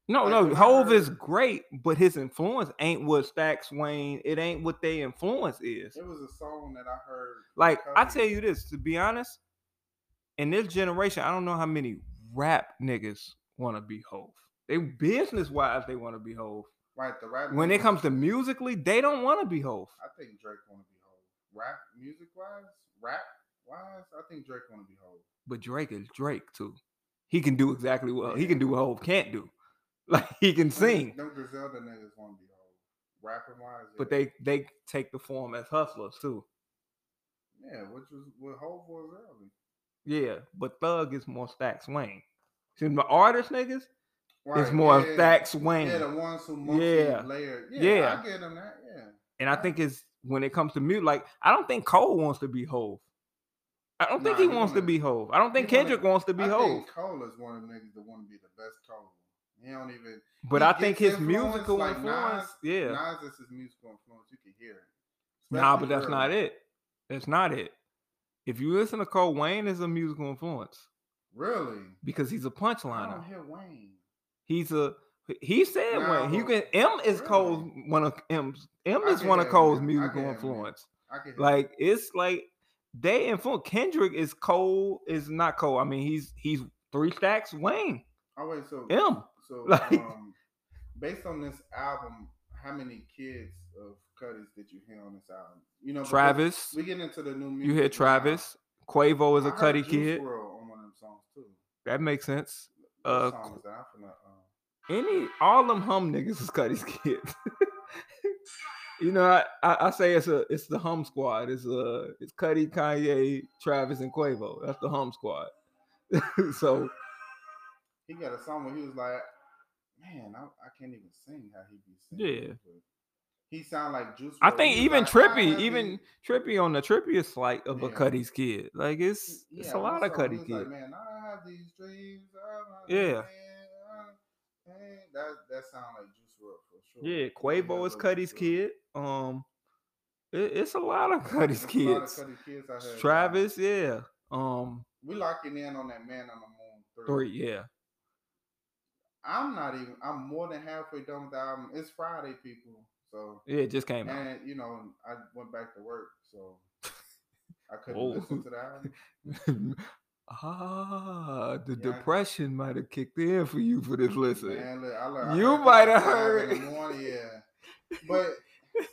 Speaker 2: No,
Speaker 1: Like,
Speaker 2: no,
Speaker 1: when I
Speaker 2: Hove
Speaker 1: heard-
Speaker 2: is great, but his influence ain't what Stacks Wayne. It ain't what they influence is.
Speaker 1: It was a song that I heard.
Speaker 2: Like I
Speaker 1: Kobe.
Speaker 2: tell you this, to be honest, in this generation, I don't know how many rap niggas want to be Hove. They business wise, they want to be Hove.
Speaker 1: Right, the rap.
Speaker 2: When it
Speaker 1: music,
Speaker 2: comes to musically, they don't want to be Hove.
Speaker 1: I think Drake want to be whole. Rap music wise, rap wise, I think Drake want to be whole.
Speaker 2: But Drake is Drake too. He can do exactly what he
Speaker 1: Yeah.
Speaker 2: can do. What Hove can't do. Like he can sing.
Speaker 1: No Griselda niggas want to be whole. Rapping wise,
Speaker 2: but
Speaker 1: yeah.
Speaker 2: they they take the form as hustlers too.
Speaker 1: yeah, which was what Hov was early.
Speaker 2: Yeah, but Thug is more Stack Swing. See, my artist niggas is
Speaker 1: Right,
Speaker 2: more
Speaker 1: yeah,
Speaker 2: Stack Swing,
Speaker 1: Yeah, the ones who
Speaker 2: Yeah.
Speaker 1: multi layered. Yeah,
Speaker 2: Yeah.
Speaker 1: I get them that. Yeah,
Speaker 2: and I think it's when it comes to music. Like I don't think Cole wants to be Hove. I don't think
Speaker 1: Nah,
Speaker 2: he
Speaker 1: he
Speaker 2: wants to
Speaker 1: wanna-
Speaker 2: be Hove. I don't think
Speaker 1: he wanna-
Speaker 2: Kendrick wants to be
Speaker 1: I
Speaker 2: Hove.
Speaker 1: think Cole is one of them niggas that want to be the best Cole. He don't even.
Speaker 2: But
Speaker 1: he
Speaker 2: I think
Speaker 1: gets
Speaker 2: his
Speaker 1: influence
Speaker 2: musical
Speaker 1: like
Speaker 2: influence,
Speaker 1: Nas-
Speaker 2: yeah,
Speaker 1: Nas is his musical influence. You can hear it.
Speaker 2: nah,
Speaker 1: Especially
Speaker 2: but that's not
Speaker 1: early.
Speaker 2: it. That's not it. If you listen to Cole, Wayne is a musical influence
Speaker 1: Really?
Speaker 2: because he's a
Speaker 1: I
Speaker 2: punchliner.
Speaker 1: don't hear Wayne.
Speaker 2: He's a he said
Speaker 1: Oh. Nah,
Speaker 2: one. You can
Speaker 1: but-
Speaker 2: M is
Speaker 1: really?
Speaker 2: Cole's one of M's M
Speaker 1: I
Speaker 2: is
Speaker 1: get
Speaker 2: one of
Speaker 1: that,
Speaker 2: Cole's
Speaker 1: man. I
Speaker 2: musical
Speaker 1: get that, man.
Speaker 2: influence.
Speaker 1: I can hear
Speaker 2: Like it's like they influence Kendrick is Cole is not Cole. I mean he's he's three stacks Wayne
Speaker 1: Oh wait, so
Speaker 2: M.
Speaker 1: so
Speaker 2: like-
Speaker 1: um, based on this album, how many kids of Cuddy's did you hear on this album? You know, because
Speaker 2: Travis,
Speaker 1: We get into the new music.
Speaker 2: you hear
Speaker 1: now.
Speaker 2: Travis. Quavo is a
Speaker 1: I heard
Speaker 2: Cuddy
Speaker 1: Juice
Speaker 2: kid.
Speaker 1: WRLD on one of them songs too.
Speaker 2: That makes sense.
Speaker 1: What
Speaker 2: Uh,
Speaker 1: song was that? I'm finna, um,
Speaker 2: Any all them hum niggas is Cuddy's kids. you know, I, I, I say it's a it's the hum squad. It's uh it's Cuddy, Kanye, Travis, and Quavo. That's the hum squad. so
Speaker 1: he got a song where he was like, "Man, I, I can't even sing how he be singing."
Speaker 2: Yeah.
Speaker 1: but He sound like Juice.
Speaker 2: I
Speaker 1: WRLD.
Speaker 2: think
Speaker 1: He was
Speaker 2: even
Speaker 1: like,
Speaker 2: Trippy,
Speaker 1: "I'd be-"
Speaker 2: even Trippy on the trippiest slight of a
Speaker 1: Yeah.
Speaker 2: Cuddy's kid. Like it's it's
Speaker 1: Yeah,
Speaker 2: a lot
Speaker 1: what's
Speaker 2: of
Speaker 1: up? He
Speaker 2: Cuddy
Speaker 1: was
Speaker 2: kid.
Speaker 1: Like, Man, I have these dreams. I- I- I-
Speaker 2: Yeah.
Speaker 1: I- That that sound like Juice World for sure.
Speaker 2: yeah,
Speaker 1: Yeah,
Speaker 2: Quavo is
Speaker 1: but-
Speaker 2: Cuddy's
Speaker 1: but-
Speaker 2: kid. Um it, it's a lot of Cuddy's
Speaker 1: There's a lot of
Speaker 2: kids.
Speaker 1: Cudi kids out here, man.
Speaker 2: Travis, yeah. Um
Speaker 1: We locking in on that man on the moon three.
Speaker 2: three, yeah.
Speaker 1: I'm not even. I'm more than halfway done with the album. It's Friday, people. So
Speaker 2: Yeah, it just came out.
Speaker 1: and you know, I went back to work, so I couldn't
Speaker 2: Oh.
Speaker 1: listen to the album.
Speaker 2: ah, the
Speaker 1: Yeah, I-
Speaker 2: depression might have kicked in for you for this listen.
Speaker 1: Man, look, I learned, I
Speaker 2: You
Speaker 1: heard
Speaker 2: might
Speaker 1: this
Speaker 2: have
Speaker 1: at five in
Speaker 2: heard.
Speaker 1: the morning, yeah. But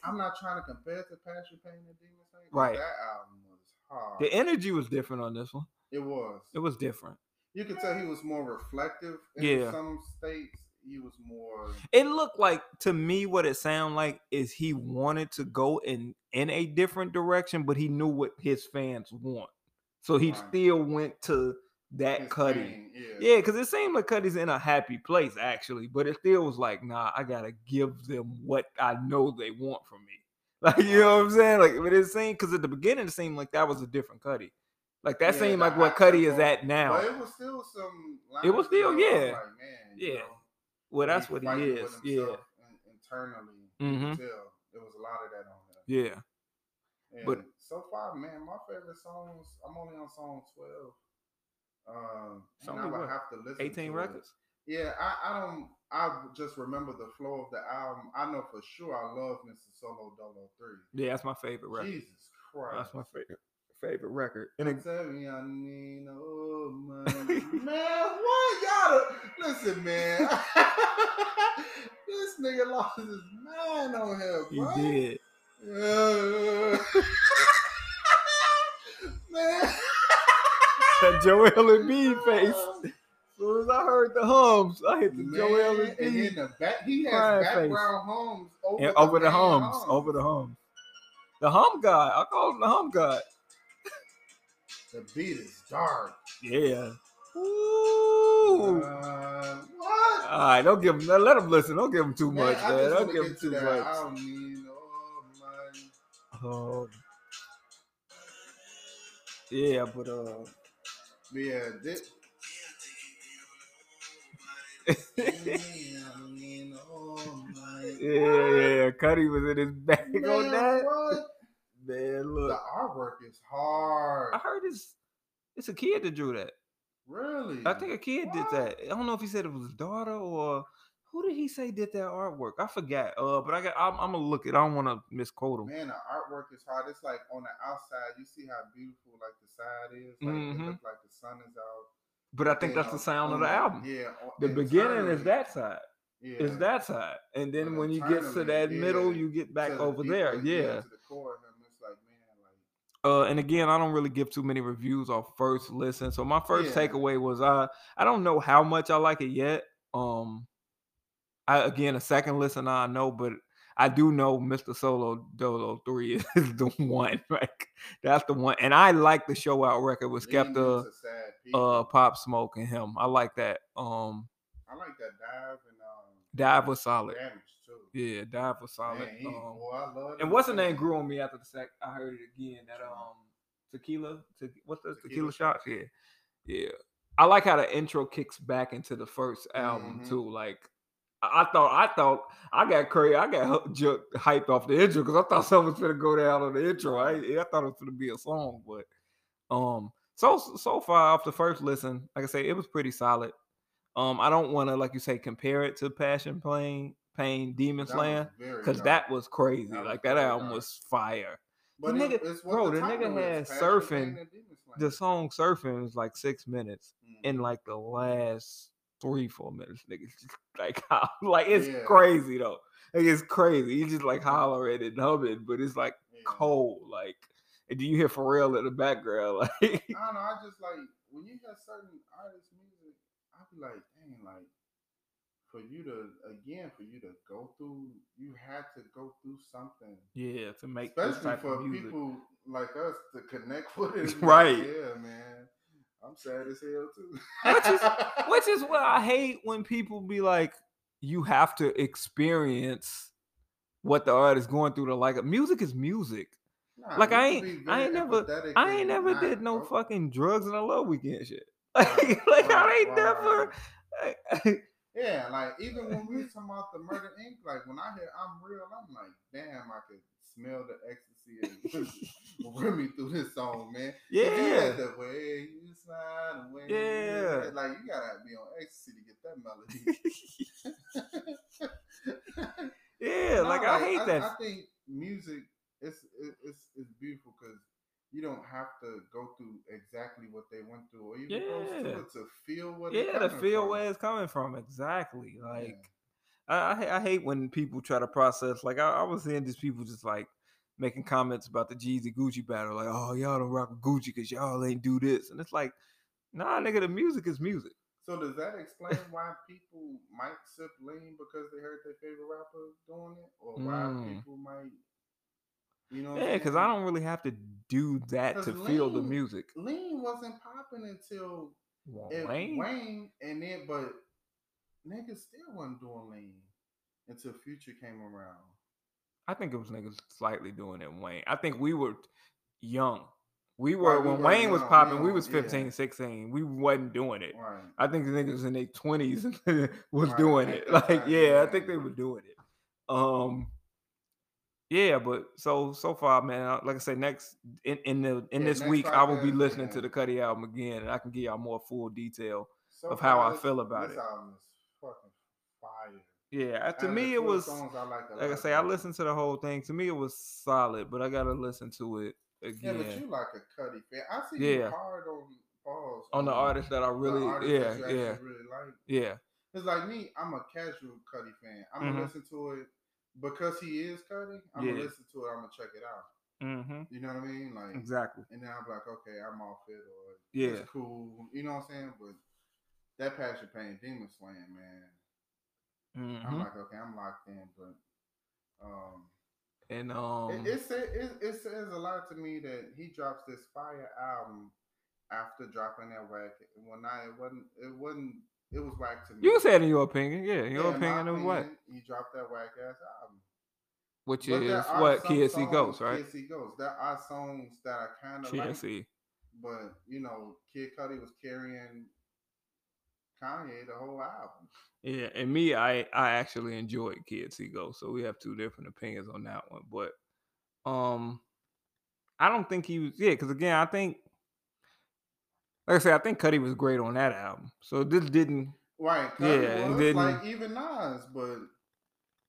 Speaker 1: I'm not trying to compare it to Passion Pain and Demon Slayer. 'cause
Speaker 2: Right.
Speaker 1: That album was hard.
Speaker 2: The energy was different on this one.
Speaker 1: it was.
Speaker 2: It was different.
Speaker 1: You could tell he was more reflective. In
Speaker 2: Yeah.
Speaker 1: some states, he was more.
Speaker 2: It looked like to me what it sounded like is he wanted to go in in a different direction, but he knew what his fans want, so he
Speaker 1: Right.
Speaker 2: still went to that
Speaker 1: his
Speaker 2: Cuddy.
Speaker 1: thing, Yeah.
Speaker 2: Yeah, because it seemed like Cuddy's in a happy place actually, but it still was like, nah, I gotta give them what I know they want from me. Like, you know what I'm saying? Like, but it seemed because at the beginning it seemed like that was a different Cuddy. Like that
Speaker 1: Yeah,
Speaker 2: seemed
Speaker 1: the
Speaker 2: like what
Speaker 1: I-
Speaker 2: Cuddy is
Speaker 1: well,
Speaker 2: at now.
Speaker 1: But it was still some.
Speaker 2: It
Speaker 1: lines
Speaker 2: was still-
Speaker 1: in there where I'm
Speaker 2: yeah.
Speaker 1: Like, man, you
Speaker 2: Yeah.
Speaker 1: know,
Speaker 2: well,
Speaker 1: he
Speaker 2: that's what he
Speaker 1: fighting with
Speaker 2: is. Yeah,
Speaker 1: himself in- Internally,
Speaker 2: hmm
Speaker 1: still, there was a lot of that on there.
Speaker 2: yeah. But-
Speaker 1: And so far, man, my favorite songs. I'm only on song twelve. Um,
Speaker 2: It's
Speaker 1: and I
Speaker 2: only
Speaker 1: would
Speaker 2: what,
Speaker 1: have to listen.
Speaker 2: Eighteen
Speaker 1: to it.
Speaker 2: records.
Speaker 1: Yeah, I, I don't. I just remember the flow of the album. I know for sure I love Mr. Solo Dolo Three.
Speaker 2: Yeah, that's my favorite record.
Speaker 1: Jesus Christ,
Speaker 2: That's my favorite favorite record. And it,
Speaker 1: And tell me I need no money. man, why y'all? done- Listen, man, this nigga lost his mind on here.
Speaker 2: he
Speaker 1: boy.
Speaker 2: did.
Speaker 1: Yeah. man.
Speaker 2: That Joel and B face. soon as I heard the hums, I hit the
Speaker 1: Man,
Speaker 2: Joel and
Speaker 1: and
Speaker 2: B
Speaker 1: in the back, he has
Speaker 2: Crying face.
Speaker 1: background homes over,
Speaker 2: and over the
Speaker 1: main
Speaker 2: hums, over the hums. The hum god. I call him the hum god.
Speaker 1: The beat is dark.
Speaker 2: Yeah. Ooh.
Speaker 1: Uh, what?
Speaker 2: All right, don't give him. Let him listen. Don't give him too
Speaker 1: Man,
Speaker 2: much,
Speaker 1: I
Speaker 2: man.
Speaker 1: just
Speaker 2: Don't
Speaker 1: wanna
Speaker 2: give
Speaker 1: get
Speaker 2: him
Speaker 1: to
Speaker 2: too
Speaker 1: that. I
Speaker 2: much.
Speaker 1: don't need no money.
Speaker 2: Um, yeah, but uh,
Speaker 1: But yeah, this. I don't need no money.
Speaker 2: yeah, yeah. Cuddy was in his bag
Speaker 1: Man,
Speaker 2: on that.
Speaker 1: what?
Speaker 2: Man,
Speaker 1: The
Speaker 2: look.
Speaker 1: artwork is hard.
Speaker 2: I heard it's it's a kid that drew that.
Speaker 1: Really?
Speaker 2: I think a kid did
Speaker 1: What?
Speaker 2: that. I don't know if he said it was his daughter or Who did he say did that artwork? I forgot. Uh, but I got. I'm, I'm gonna look it. I don't want to misquote him.
Speaker 1: Man, the artwork is hard. It's like on the outside, you see how beautiful like the side is. Like,
Speaker 2: Mhm.
Speaker 1: it look like the sun is out.
Speaker 2: But I think
Speaker 1: Then
Speaker 2: that's the
Speaker 1: on-
Speaker 2: sound
Speaker 1: on
Speaker 2: of the album.
Speaker 1: Yeah. on-
Speaker 2: The beginning
Speaker 1: internally,
Speaker 2: is that side.
Speaker 1: Yeah,
Speaker 2: Is that side, and then
Speaker 1: But
Speaker 2: when you get to
Speaker 1: internally,
Speaker 2: that middle,
Speaker 1: yeah,
Speaker 2: you get back
Speaker 1: to the
Speaker 2: over
Speaker 1: deep-
Speaker 2: there.
Speaker 1: to-
Speaker 2: Yeah.
Speaker 1: To the core of him, it's like man, like
Speaker 2: uh and again i don't really give too many reviews on first listen so my first
Speaker 1: Yeah.
Speaker 2: takeaway was i i don't know how much i like it yet um i again a second listen i know but i do know mr solo dolo 3 is the one like that's the one and i like the show out record with
Speaker 1: lean
Speaker 2: skepta
Speaker 1: into sad people.
Speaker 2: uh pop smoke and him i like that um
Speaker 1: I like that dive and um,
Speaker 2: dive was solid
Speaker 1: damage too.
Speaker 2: yeah dive was solid
Speaker 1: Man, he,
Speaker 2: um,
Speaker 1: boy, I love
Speaker 2: and
Speaker 1: that
Speaker 2: what's the
Speaker 1: man.
Speaker 2: name grew on me after the sec? I heard it again. That um tequila, te- what's the tequila,
Speaker 1: Tequila
Speaker 2: shots? Yeah, yeah. I like how the intro kicks back into the first album
Speaker 1: Mhm.
Speaker 2: too. Like I I thought, I thought I got crazy. I got hu- ju- hyped off the intro because I thought something was gonna go down on the intro. I I thought it was gonna be a song, but um, so so far off the first listen, like I say, it was pretty solid. Um, I don't want to like you say compare it to Passion Plane, Pain, Demon
Speaker 1: That was
Speaker 2: Slayer
Speaker 1: very
Speaker 2: because
Speaker 1: dark.
Speaker 2: that was crazy.
Speaker 1: That was
Speaker 2: like that
Speaker 1: very
Speaker 2: album
Speaker 1: dark.
Speaker 2: was fire.
Speaker 1: But
Speaker 2: the
Speaker 1: it-
Speaker 2: nigga-
Speaker 1: it's what
Speaker 2: bro, the nigga
Speaker 1: title is,
Speaker 2: had
Speaker 1: Passion, Pain,
Speaker 2: surfing
Speaker 1: and Demon Slayer.
Speaker 2: The song "Surfing" was like six minutes
Speaker 1: Mm.
Speaker 2: in like the last three, four minutes. Nigga, just like how, like it's
Speaker 1: Yeah. Mm-hmm.
Speaker 2: crazy though. Like it's crazy. You just like hollering and humming, but it's like
Speaker 1: Yeah.
Speaker 2: cold. Like, and do you hear Pharrell in the background? Like,
Speaker 1: I don't know. I just like when you hear certain artists' music, I be like, dang, like for you to again for you to go through, you had to go through something,
Speaker 2: yeah, to make this
Speaker 1: especially
Speaker 2: type
Speaker 1: for
Speaker 2: of music.
Speaker 1: people like us to connect with it. Like,
Speaker 2: Right.
Speaker 1: yeah, man. I'm sad as hell too.
Speaker 2: Which is- Which is what I hate when people be like, you have to experience what the artist going through to like it. Music is music.
Speaker 1: Nah,
Speaker 2: like,
Speaker 1: you
Speaker 2: I
Speaker 1: could
Speaker 2: ain't-
Speaker 1: be
Speaker 2: I
Speaker 1: very
Speaker 2: ain't never-
Speaker 1: empathetic
Speaker 2: I ain't
Speaker 1: and
Speaker 2: never
Speaker 1: not,
Speaker 2: did no
Speaker 1: bro.
Speaker 2: fucking drugs and I love weekend shit.
Speaker 1: Right,
Speaker 2: Like, like I
Speaker 1: right,
Speaker 2: ain't
Speaker 1: right, right.
Speaker 2: never.
Speaker 1: Yeah, like even when we was talking about the murder ink, like when I hear I'm real, I'm like, damn, I could smell the ecstasy and Remy through this song, man. 'Cause you had
Speaker 2: yeah,
Speaker 1: The way you slide away.
Speaker 2: Yeah.
Speaker 1: Like you gotta be on ecstasy to get that melody.
Speaker 2: yeah.
Speaker 1: No,
Speaker 2: Like I hate that.
Speaker 1: I think music it's it, it's it's beautiful because you don't have to go through exactly what they went through or even close to
Speaker 2: Yeah.
Speaker 1: it to feel what it
Speaker 2: yeah, to
Speaker 1: coming
Speaker 2: feel
Speaker 1: from.
Speaker 2: where it's coming from. Exactly.
Speaker 1: Yeah.
Speaker 2: Like I, I, ha- I hate when people try to process. Like I, I was seeing these people just like making comments about the Jeezy Gucci battle. Like, oh y'all don't rock with Gucci because y'all ain't do this. And it's like, nah, nigga, the music is music.
Speaker 1: So does that explain why people might sip lean because they heard their favorite rapper doing it, or why
Speaker 2: Mm.
Speaker 1: people might, you know? what I'm
Speaker 2: Yeah, because I
Speaker 1: saying?
Speaker 2: don't really have to do that to
Speaker 1: Because
Speaker 2: feel the
Speaker 1: lean-
Speaker 2: music.
Speaker 1: Lean wasn't popping until
Speaker 2: Well,
Speaker 1: it
Speaker 2: Wayne?
Speaker 1: Wayne? and then but niggas still wasn't doing lean until Future came around.
Speaker 2: I think it was niggas slightly doing it. Wayne. I think we were young. We were
Speaker 1: we
Speaker 2: when
Speaker 1: were
Speaker 2: Wayne was
Speaker 1: young,
Speaker 2: popping. We
Speaker 1: young,
Speaker 2: was
Speaker 1: yeah.
Speaker 2: 15, 16. We wasn't doing it.
Speaker 1: Right.
Speaker 2: I think the niggas in their twenties was
Speaker 1: Right,
Speaker 2: doing
Speaker 1: right,
Speaker 2: it.
Speaker 1: right,
Speaker 2: Like, yeah, I
Speaker 1: right.
Speaker 2: think they were doing it. Um, yeah, but so so far, man. I- Like I said, next in, in the in
Speaker 1: Yeah,
Speaker 2: this
Speaker 1: next
Speaker 2: week, I will be
Speaker 1: podcast,
Speaker 2: listening
Speaker 1: yeah.
Speaker 2: to the Cuddy album again, and I can give y'all more full detail.
Speaker 1: So
Speaker 2: Of how
Speaker 1: far,
Speaker 2: I
Speaker 1: this-
Speaker 2: feel about
Speaker 1: this
Speaker 2: it.
Speaker 1: album is fucking fire.
Speaker 2: Yeah,
Speaker 1: Out
Speaker 2: to
Speaker 1: of the
Speaker 2: me, it
Speaker 1: 12
Speaker 2: was
Speaker 1: songs I like, a
Speaker 2: like I
Speaker 1: lot,
Speaker 2: say, I
Speaker 1: man.
Speaker 2: listened to the whole thing. To me, it was solid, but I gotta listen to it
Speaker 1: Yeah,
Speaker 2: again
Speaker 1: but you like a Cuddy fan. I see
Speaker 2: Yeah.
Speaker 1: you hard on balls
Speaker 2: on the artist that I
Speaker 1: the
Speaker 2: really,
Speaker 1: artists that
Speaker 2: yeah,
Speaker 1: you actually
Speaker 2: yeah,
Speaker 1: really like.
Speaker 2: yeah,
Speaker 1: It's like me. I'm a casual Cuddy fan. I'm
Speaker 2: Mhm.
Speaker 1: gonna listen to it because he is Cuddy. I'm
Speaker 2: Yeah.
Speaker 1: gonna listen to it. I'm gonna check it out.
Speaker 2: mm-hmm.
Speaker 1: You know what I mean? Like,
Speaker 2: exactly.
Speaker 1: and then I'm like, okay, I'm off it or
Speaker 2: Yeah.
Speaker 1: it's cool. You know what I'm saying? But that Passion Pain Demon Slaying, man. I'm
Speaker 2: Mhm.
Speaker 1: like, okay, I'm locked in. But um,
Speaker 2: And um,
Speaker 1: it, it, say, it, it says a lot to me that he drops this fire album after dropping that whack. Well, not it wasn't. It wasn't. It was whack to me.
Speaker 2: you can say it in your opinion, yeah, in your
Speaker 1: Yeah, in my
Speaker 2: opinion of what,
Speaker 1: opinion, He dropped that whack ass album.
Speaker 2: which
Speaker 1: But there
Speaker 2: is
Speaker 1: are
Speaker 2: what
Speaker 1: some
Speaker 2: KSC goes
Speaker 1: songs-
Speaker 2: right.
Speaker 1: Kid C Ghost. There are songs that I kind of like,
Speaker 2: KSC,
Speaker 1: but you know, Kid Cudi was carrying Kanye the whole album.
Speaker 2: yeah, and me, I I actually enjoyed KSC goes, so we have two different opinions on that one, but um, I don't think he was, yeah, because again, I think. Like I said, I think Cuddy was great on that album. So this didn't
Speaker 1: Right. Cuddy
Speaker 2: Yeah, he
Speaker 1: was
Speaker 2: didn't-
Speaker 1: like even Nas, but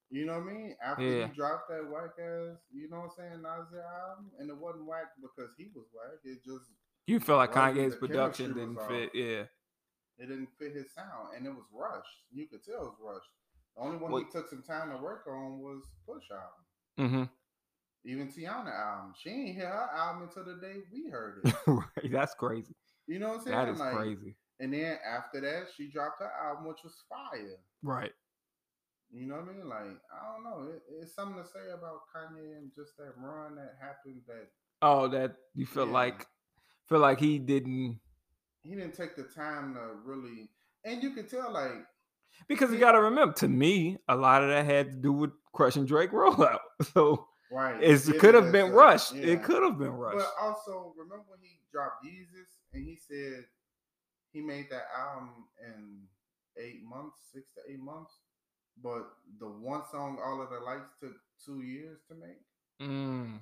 Speaker 1: you know what I mean? After
Speaker 2: Yeah.
Speaker 1: he dropped that whack ass, you know what I'm saying, Nas album, and it wasn't whack because he was whack. It just
Speaker 2: You feel like
Speaker 1: Right,
Speaker 2: Kanye's
Speaker 1: the chemistry
Speaker 2: production didn't
Speaker 1: was
Speaker 2: fit.
Speaker 1: off.
Speaker 2: Yeah.
Speaker 1: it didn't fit his sound and it was rushed. You could tell it was rushed. The only one
Speaker 2: Well-
Speaker 1: he took some time to work on was Push album.
Speaker 2: Mm-hmm.
Speaker 1: Even Tiana album. She ain't hear her album until the day we heard it.
Speaker 2: right. That's crazy.
Speaker 1: You know what I'm saying?
Speaker 2: That is
Speaker 1: Like,
Speaker 2: crazy.
Speaker 1: And then after that, she dropped her album, which was fire.
Speaker 2: Right.
Speaker 1: You know what I mean? Like, I don't know. It, it's something to say about Kanye and just that run that happened that
Speaker 2: Oh, that you feel
Speaker 1: Yeah.
Speaker 2: like feel like he didn't
Speaker 1: he didn't take the time to really. And you could tell, like,
Speaker 2: because you
Speaker 1: Yeah.
Speaker 2: gotta remember, to me, a lot of that had to do with crushing Drake rollout. So
Speaker 1: right.
Speaker 2: it's, it
Speaker 1: yeah,
Speaker 2: could have
Speaker 1: that's
Speaker 2: been
Speaker 1: a-
Speaker 2: rushed.
Speaker 1: yeah.
Speaker 2: It could have been rushed.
Speaker 1: But also, remember when he dropped Jesus and he said he made that album in eight months, six to eight months, but the one song, All of the Lights, took two years to make?
Speaker 2: Mm.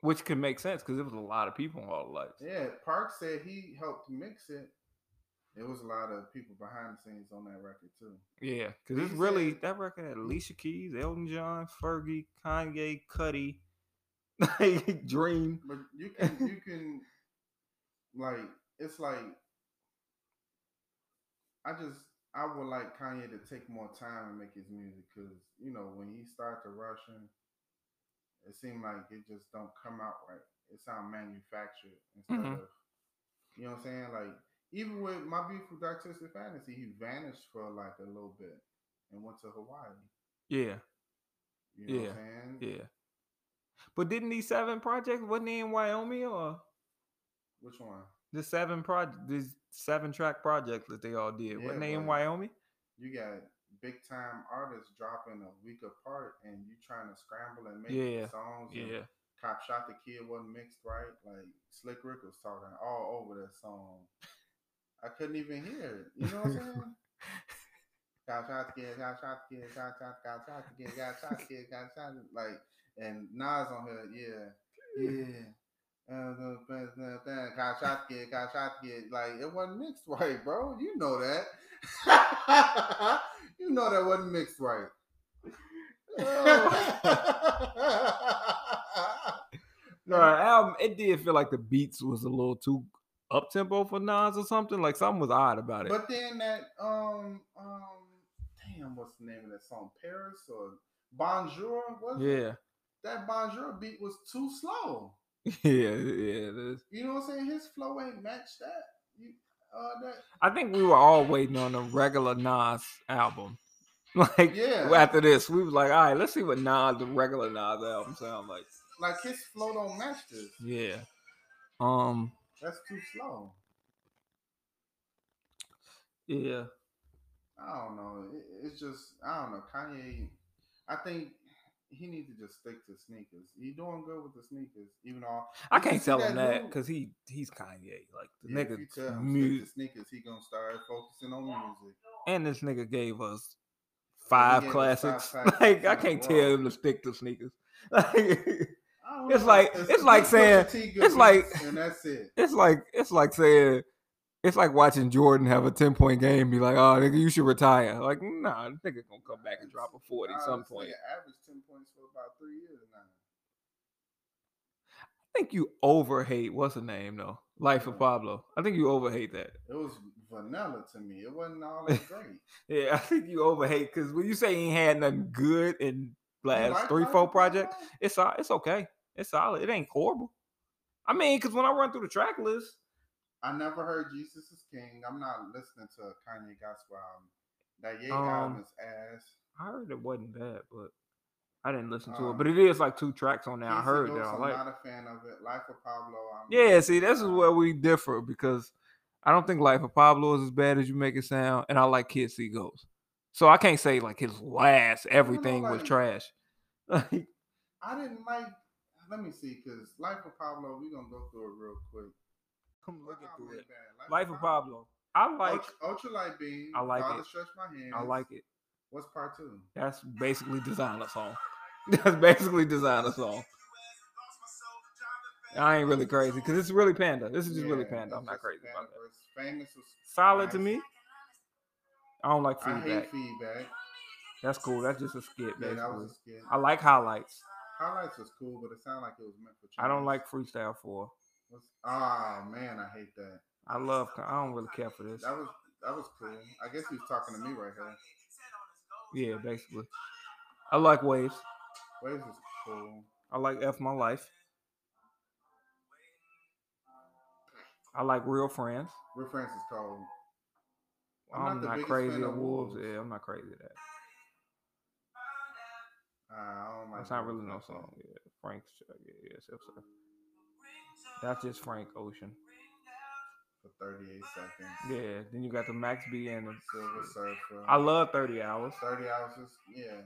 Speaker 2: Which could make sense because it was a lot of people on all the lights.
Speaker 1: Yeah, Park said he helped mix it. There was a lot of people behind the scenes on that record too.
Speaker 2: Yeah, because it's
Speaker 1: He
Speaker 2: really
Speaker 1: said-
Speaker 2: that record had Alicia Keys, Elton John, Fergie, Kanye, Cuddy, like Dream.
Speaker 1: But you can you can like it's like I just I would like Kanye to take more time and make his music because you know when he started rushing, it seemed like it just don't come out right. It sound manufactured instead
Speaker 2: Mhm.
Speaker 1: of you know what I'm saying. Like even with my beautiful dark twisted fantasy, he vanished for like a little bit and went to Hawaii.
Speaker 2: Yeah,
Speaker 1: You know what I'm saying?
Speaker 2: yeah. But didn't these seven projects wasn't they in Wyoming or
Speaker 1: Which one?
Speaker 2: the seven project these seven track projects that they all did?
Speaker 1: Yeah,
Speaker 2: wasn't they in
Speaker 1: like-
Speaker 2: Wyoming?
Speaker 1: you got big time artists dropping a week apart and you trying to scramble and make
Speaker 2: Yeah,
Speaker 1: songs. and
Speaker 2: Yeah,
Speaker 1: Cop Shot the Kid wasn't mixed right. Like Slick Rick was talking all over that song. I couldn't even hear it. You know what I'm saying? Cop Shot the Kid, Cop Shot the Kid, Cop Shot, Cop Shot the Kid, Cop Shot the Kid, Cop Shot. the- Like, and Nas on here, yeah, yeah. Uh, the best damn thing, Cop Shot the Kid, Cop Shot the Kid. Like, it wasn't mixed right, bro. You know that. you know that wasn't mixed right.
Speaker 2: no, the album it did feel like the beats was a little too up tempo for Nas or something. Like something was odd about it.
Speaker 1: But then that um um damn what's the name of that song? Paris or Bonjour was it?
Speaker 2: yeah,
Speaker 1: that Bonjour beat was too slow.
Speaker 2: yeah, yeah. this-
Speaker 1: You know what I'm saying? His flow ain't matched that. You uh that
Speaker 2: I think we were all waiting on a regular Nas album. Like
Speaker 1: Yeah.
Speaker 2: after this, we was like, all right, let's see what Nas the regular Nas album sound like.
Speaker 1: like his flow don't match this.
Speaker 2: Yeah. Um.
Speaker 1: That's too slow.
Speaker 2: Yeah.
Speaker 1: I don't know. It, it's just I don't know. Kanye, I think he needs to just stick to sneakers. He doing good with the sneakers, even though
Speaker 2: I
Speaker 1: You
Speaker 2: can't
Speaker 1: see
Speaker 2: tell him
Speaker 1: that
Speaker 2: that
Speaker 1: dude-
Speaker 2: because he he's Kanye. Like the
Speaker 1: Yeah, if you tell
Speaker 2: nigga
Speaker 1: him stick
Speaker 2: music,
Speaker 1: to sneakers, he gonna start focusing on music.
Speaker 2: and this nigga gave us five
Speaker 1: gave us five
Speaker 2: classics.
Speaker 1: classics
Speaker 2: like
Speaker 1: in
Speaker 2: I
Speaker 1: a
Speaker 2: can't
Speaker 1: row.
Speaker 2: tell him to stick to sneakers. Like
Speaker 1: I don't
Speaker 2: It's
Speaker 1: know,
Speaker 2: like- it's like
Speaker 1: just
Speaker 2: saying-
Speaker 1: Pusha T good
Speaker 2: it's like-
Speaker 1: beats, and that's it.
Speaker 2: it's like it's like saying it's like watching Jordan have a ten point game. and Be like, oh nigga, you should retire. Like, nah, this nigga gonna come back and drop a forty
Speaker 1: I
Speaker 2: some
Speaker 1: would say
Speaker 2: point.
Speaker 1: Average ten points for about three years now.
Speaker 2: I think you overhate what's the name though? Life of
Speaker 1: Yeah.
Speaker 2: Pablo. I think you overhate that.
Speaker 1: It was vanilla to me. It wasn't all that great.
Speaker 2: Yeah, I think you overhate because when you say he ain't had nothing good in
Speaker 1: You
Speaker 2: last
Speaker 1: like
Speaker 2: three,
Speaker 1: Life
Speaker 2: four
Speaker 1: of Pablo?
Speaker 2: projects, it's sol- it's okay. It's solid. It ain't horrible. I mean, because when I run through the track list,
Speaker 1: I never heard Jesus is King. I'm not listening to a Kanye gospel album. That Ye
Speaker 2: Um,
Speaker 1: album is ass.
Speaker 2: I heard it wasn't bad, but I didn't listen to it.
Speaker 1: Um,
Speaker 2: But it is like two tracks on there. I
Speaker 1: Casey
Speaker 2: heard that
Speaker 1: Ghost,
Speaker 2: I
Speaker 1: I'm
Speaker 2: like.
Speaker 1: not a fan of it. Life of Pablo. I'm
Speaker 2: Yeah, see, this is
Speaker 1: Uh,
Speaker 2: where we differ because I don't think Life of Pablo is as bad as you make it sound, and I like Kid See Ghost. So I can't say like his last everything was
Speaker 1: like-
Speaker 2: trash. Like,
Speaker 1: I didn't like. Let me see, cause Life of Pablo. We are gonna go through it real quick.
Speaker 2: I'm looking
Speaker 1: Wow,
Speaker 2: through
Speaker 1: man,
Speaker 2: it.
Speaker 1: bad.
Speaker 2: Life of Pablo. I like
Speaker 1: Ultra, Ultra Light Beam.
Speaker 2: I like
Speaker 1: Father
Speaker 2: it.
Speaker 1: Stretch My Hands.
Speaker 2: I like it.
Speaker 1: What's part two?
Speaker 2: That's basically designer song. That's basically designer song. I ain't really crazy because it's really Panda. This is just really
Speaker 1: Yeah,
Speaker 2: Panda.
Speaker 1: that's
Speaker 2: I'm not
Speaker 1: just
Speaker 2: crazy
Speaker 1: Panda
Speaker 2: about that.
Speaker 1: verse. Famous was
Speaker 2: Solid to
Speaker 1: nice.
Speaker 2: me. I don't like
Speaker 1: I hate
Speaker 2: feedback.
Speaker 1: feedback.
Speaker 2: That's cool. That's just a skit.
Speaker 1: Yeah, that
Speaker 2: basically.
Speaker 1: was a skit.
Speaker 2: I like highlights.
Speaker 1: Highlights was cool, but it sounded like it was meant for.
Speaker 2: I
Speaker 1: children.
Speaker 2: don't like freestyle four.
Speaker 1: What's- Oh man, I hate that.
Speaker 2: I love. I don't really care for this.
Speaker 1: That was that was cool. I guess he was talking to me right here.
Speaker 2: Yeah, basically. I like waves.
Speaker 1: Waves is cool.
Speaker 2: I like F My Life. I like Real Friends.
Speaker 1: Real friends is cold. I'm
Speaker 2: I'm,
Speaker 1: not the
Speaker 2: not,
Speaker 1: biggest
Speaker 2: crazy
Speaker 1: fan
Speaker 2: at
Speaker 1: of
Speaker 2: wolves.
Speaker 1: Wolves.
Speaker 2: Yeah, I'm not crazy at that.
Speaker 1: Uh, I don't like.
Speaker 2: It's not
Speaker 1: Real
Speaker 2: really no
Speaker 1: Friends.
Speaker 2: song. Yeah, Frank's. Yeah, yeah, yes, yes, sir. That's just Frank Ocean.
Speaker 1: For 38 seconds.
Speaker 2: Yeah. Then you got the Max B and the.
Speaker 1: Silver Surfer.
Speaker 2: I love Thirty Hours.
Speaker 1: 30 hours. is- Yeah.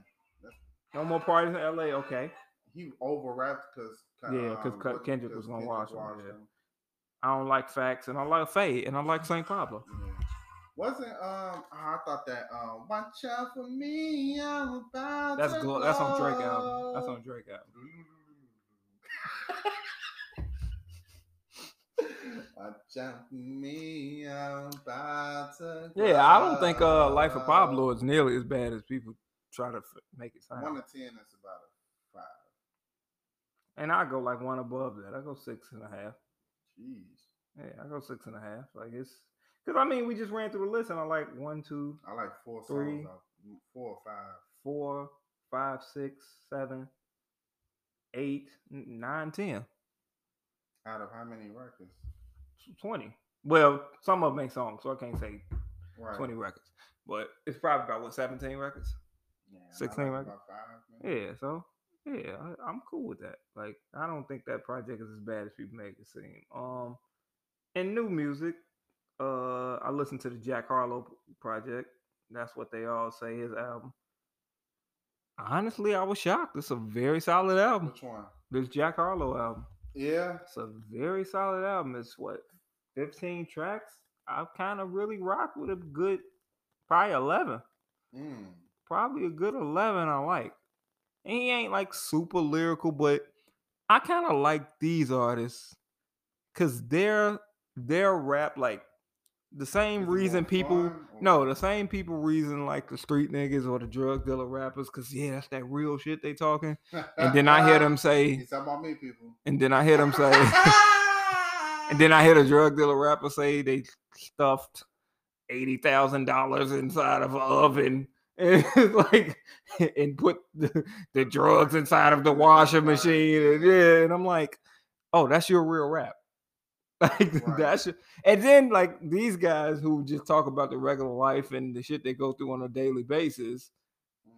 Speaker 2: No more parties in L.A. Okay.
Speaker 1: He over rapped because.
Speaker 2: Yeah, 'cause
Speaker 1: um,
Speaker 2: Ke- Kendrick was gonna watch him, yeah. I don't like facts, and I like Fade, and I like Saint Pablo.
Speaker 1: Yeah. Wasn't um oh, I thought that um watch out for me I'm about
Speaker 2: That's
Speaker 1: to
Speaker 2: glo- that's on Drake
Speaker 1: blow."
Speaker 2: album. That's on Drake album.
Speaker 1: Watch out for me I'm about to
Speaker 2: Yeah, I don't think uh Life of
Speaker 1: blow.
Speaker 2: Pablo is nearly as bad as people try to f- make it
Speaker 1: one
Speaker 2: sound.
Speaker 1: to ten that's about a five.
Speaker 2: And I go like one above that. I go six and a half.
Speaker 1: Jeez.
Speaker 2: Yeah, I go six and a half. Like it's because I mean we just ran through the list and I like one, two,
Speaker 1: I like four
Speaker 2: Three.
Speaker 1: songs off four or five.
Speaker 2: four, five, six, seven, eight, n- nine, ten,
Speaker 1: Out of how many records?
Speaker 2: twenty. Well, some of them make songs, so I can't say
Speaker 1: Right.
Speaker 2: twenty records. But it's probably about what seventeen records.
Speaker 1: Yeah, and I like
Speaker 2: 16 records.
Speaker 1: about five, man.
Speaker 2: Yeah, so yeah, I, I'm cool with that. Like, I don't think that project is as bad as people make it seem. Um, and new music, uh, I listened to the Jack Harlow p- project. That's what they all say his album. Honestly, I was shocked. It's a very solid album.
Speaker 1: Which one?
Speaker 2: This Jack Harlow album.
Speaker 1: Yeah.
Speaker 2: It's a very solid album. It's what 15 tracks. I kind of really rock with a good, probably 11
Speaker 1: Mm.
Speaker 2: probably a good 11 I like. And he ain't like super lyrical, but I kind of like these artists cuz they're their rap like the
Speaker 1: Is
Speaker 2: same
Speaker 1: it more
Speaker 2: reason people
Speaker 1: fun or-
Speaker 2: no, the same people reason like the street niggas or the drug dealer rappers cuz yeah, that's that real shit they talking. And then I hear them
Speaker 1: You
Speaker 2: say
Speaker 1: talking about me, people?
Speaker 2: and then I hear them say and then I hear the drug dealer rapper say they stuffed eighty thousand dollars inside of an oven, and it's like, and put the, the drugs inside of the washing machine, and yeah, and I'm like, oh, that's your real rap, like
Speaker 1: Right.
Speaker 2: that's your, and then like these guys who just talk about the regular life and the shit they go through on a daily basis,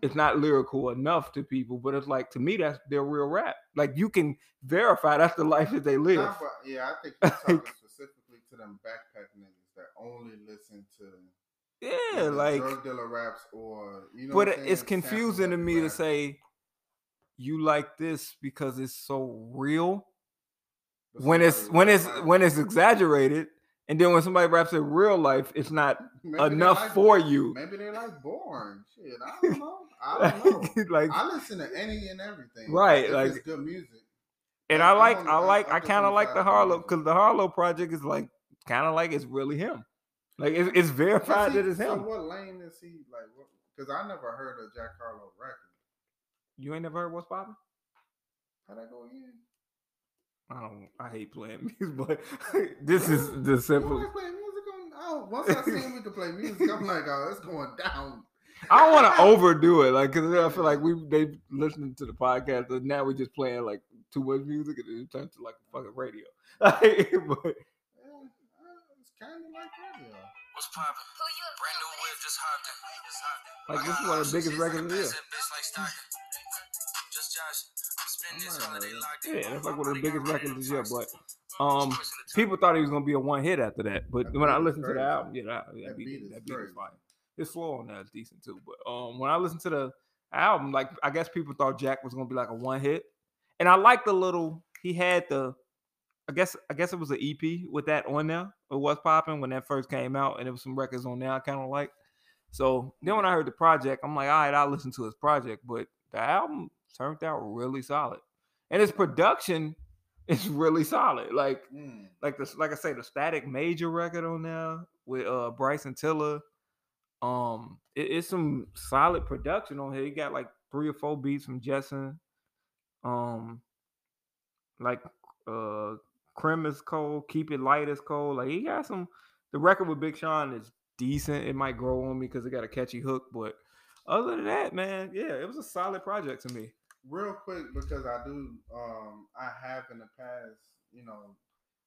Speaker 2: it's not lyrical enough to people, but it's like to me that's their real rap. Like you can verify that's the life that they live.
Speaker 1: Nah, but- yeah, I think you're talking specifically to them backpack niggas that only listen to
Speaker 2: yeah,
Speaker 1: either
Speaker 2: like
Speaker 1: drug dealer raps or you know.
Speaker 2: but
Speaker 1: what
Speaker 2: it-
Speaker 1: I'm
Speaker 2: it's
Speaker 1: saying? Samples
Speaker 2: confusing to
Speaker 1: of
Speaker 2: me to
Speaker 1: rap.
Speaker 2: say you like this because it's so real
Speaker 1: But
Speaker 2: when it's
Speaker 1: somebody
Speaker 2: when
Speaker 1: real
Speaker 2: it's
Speaker 1: life-
Speaker 2: when it's exaggerated and then when somebody raps in real life it's not
Speaker 1: Maybe they
Speaker 2: enough
Speaker 1: like-
Speaker 2: for you
Speaker 1: Maybe they like born. Shit, I don't know. I don't know.
Speaker 2: like
Speaker 1: I listen to any and everything.
Speaker 2: Right,
Speaker 1: if
Speaker 2: like-
Speaker 1: it's good music.
Speaker 2: and i
Speaker 1: I'm
Speaker 2: like
Speaker 1: on-
Speaker 2: i
Speaker 1: I'm-
Speaker 2: like
Speaker 1: I'm
Speaker 2: i
Speaker 1: just
Speaker 2: kind
Speaker 1: on
Speaker 2: of
Speaker 1: the
Speaker 2: like
Speaker 1: side
Speaker 2: the
Speaker 1: of the
Speaker 2: harlow
Speaker 1: music.
Speaker 2: because the harlow project is like kind of like it's really him like it's, it's verified
Speaker 1: Is he-
Speaker 2: that it's
Speaker 1: so
Speaker 2: him
Speaker 1: what lane is he like? Because I never heard a Jack Harlow record.
Speaker 2: you ain't never heard what's poppin'?
Speaker 1: How'd I go again?
Speaker 2: i don't i hate playing music but this is the
Speaker 1: You
Speaker 2: simple
Speaker 1: like playing music on? Oh, once I seen we could play music, I'm like, oh, it's going down.
Speaker 2: I don't want to overdo it, like, cause I feel like we they listening to the podcast, and now we're just playing like too much music, and it turns to like fucking radio. but
Speaker 1: Yeah, uh, it's kind of like radio.
Speaker 3: What's poppin'? Brand new whip, just hopped in. Just hopped in.
Speaker 2: like this is one of the biggest records of the year.
Speaker 3: Pass that bitch like Stockton. Just Josh. I'm spending this
Speaker 1: Alright.
Speaker 3: holiday locked in.
Speaker 2: Yeah, that's like one of the biggest records of the year. But um, people thought he was gonna be a one hit after that, but
Speaker 1: That
Speaker 2: when I
Speaker 1: beat is
Speaker 2: listened to the
Speaker 1: crazy.
Speaker 2: album, yeah, that, that
Speaker 1: That beat
Speaker 2: beat,
Speaker 1: is
Speaker 2: that beat is
Speaker 1: crazy.
Speaker 2: fire. His flow on that is decent too. But um, when I listened to the album, like I guess people thought Jack was gonna be like a one hit, and I like the little he had the. I guess I guess it was an EP with that on there. It was popping when that first came out, and it was some records on there I kind of like. So then when I heard the project, I'm like, all right, I'll listen to his project. But the album turned out really solid, and his production is really solid. Like
Speaker 1: Mm.
Speaker 2: like this, like I say, the Static Major record on there with uh Bryson Tiller, Um, it, it's some solid production on here. You got like three or four beats from Jessen. Um, like uh, Crim is cold. Keep it light is cold. Like he got some. The record with Big Sean is decent. It might grow on me because it got a catchy hook, but other than that, man, yeah, it was a solid project to me.
Speaker 1: real quick because I do um I have in the past, you know,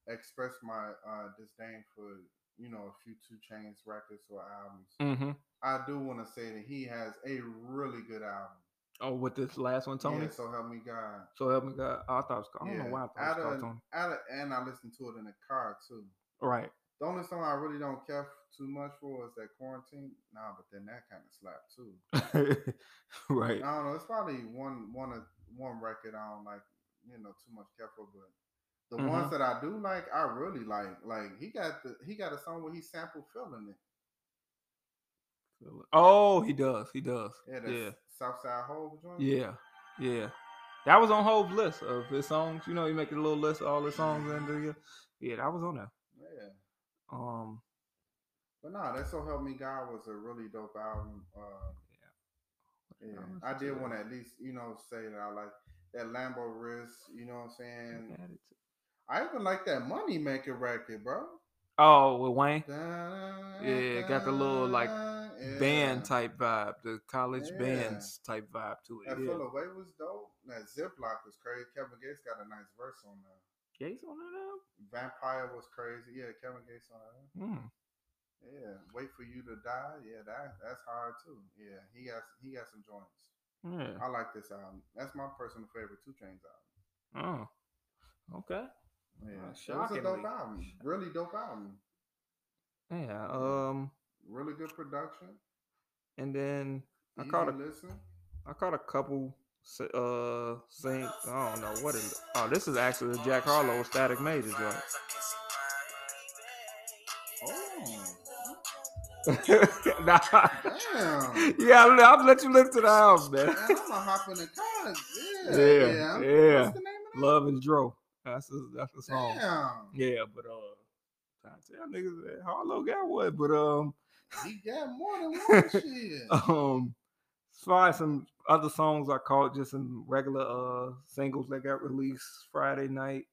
Speaker 1: expressed my uh disdain for, you know, a few two chains records or albums.
Speaker 2: Mm-hmm.
Speaker 1: I do wanna say that he has a really good album.
Speaker 2: Oh, with this last one, Tony.
Speaker 1: Yeah, so help me God.
Speaker 2: So help me God. I thought it was, I don't know why I thought
Speaker 1: out
Speaker 2: it was
Speaker 1: of,
Speaker 2: called Tony.
Speaker 1: out of, and I listened to it in the car too.
Speaker 2: Right.
Speaker 1: The only song I really don't care f- too much for is that quarantine. Nah, but then that kind of slapped too.
Speaker 2: right.
Speaker 1: I don't know. It's probably one one of one record I don't like, you know, too much care for. But the
Speaker 2: Mhm.
Speaker 1: ones that I do like, I really like. Like he got the he got a song where he sampled feeling it.
Speaker 2: Oh, he does. He does.
Speaker 1: Yeah, that's
Speaker 2: Yeah.
Speaker 1: Southside Hole joint.
Speaker 2: Yeah. Yeah. That was on Hove's list of his songs. You know, he make a little list of all his songs and do you? Yeah, that was on there.
Speaker 1: yeah.
Speaker 2: Um
Speaker 1: But nah, that so help me God was a really dope album. Uh, yeah,
Speaker 2: I listened
Speaker 1: I
Speaker 2: to
Speaker 1: did
Speaker 2: that.
Speaker 1: want to at least you know say that I like that Lambo Wrist. You know what I'm saying?
Speaker 2: Mm-hmm.
Speaker 1: I even like that Money Maker record, bro.
Speaker 2: Oh, with Wayne.
Speaker 1: Yeah,
Speaker 2: it got the little, like, Band type vibe, the college
Speaker 1: Yeah.
Speaker 2: bands type vibe to it.
Speaker 1: That
Speaker 2: yeah.
Speaker 1: Full Away was dope. That Ziploc was crazy. Kevin Gates got a nice verse on that.
Speaker 2: Gates on that
Speaker 1: Vampire was crazy. Yeah, Kevin Gates on that.
Speaker 2: album? Hmm.
Speaker 1: Yeah, Wait for You to Die. Yeah, that that's hard too. Yeah, he got he got some joints.
Speaker 2: Yeah.
Speaker 1: I like this album. That's my personal favorite Two Chains album.
Speaker 2: Oh. Okay.
Speaker 1: Yeah,
Speaker 2: Oh,
Speaker 1: it was a dope
Speaker 2: shockingly.
Speaker 1: album. Really dope album.
Speaker 2: Yeah. Um
Speaker 1: Really good production.
Speaker 2: and then I
Speaker 1: Easy
Speaker 2: caught a
Speaker 1: listen.
Speaker 2: I caught a couple s- uh sing I don't know what is oh this is actually the Jack Harlow with Static Major
Speaker 1: Oh,
Speaker 2: joint. nah.
Speaker 1: damn.
Speaker 2: Yeah, I'll, I'll let you listen to the album, man.
Speaker 1: Man, I'm gonna hop in the car. Yeah,
Speaker 2: Yeah,
Speaker 1: I'm-
Speaker 2: yeah.
Speaker 1: What's the name of that?
Speaker 2: Love and Dro. That's a, that's a song.
Speaker 1: Damn.
Speaker 2: Yeah, but uh, I tell niggas that Harlow got what, but um,
Speaker 1: He got more than one shit.
Speaker 2: um, as far as some other songs I caught, just some regular uh singles that got released Friday night.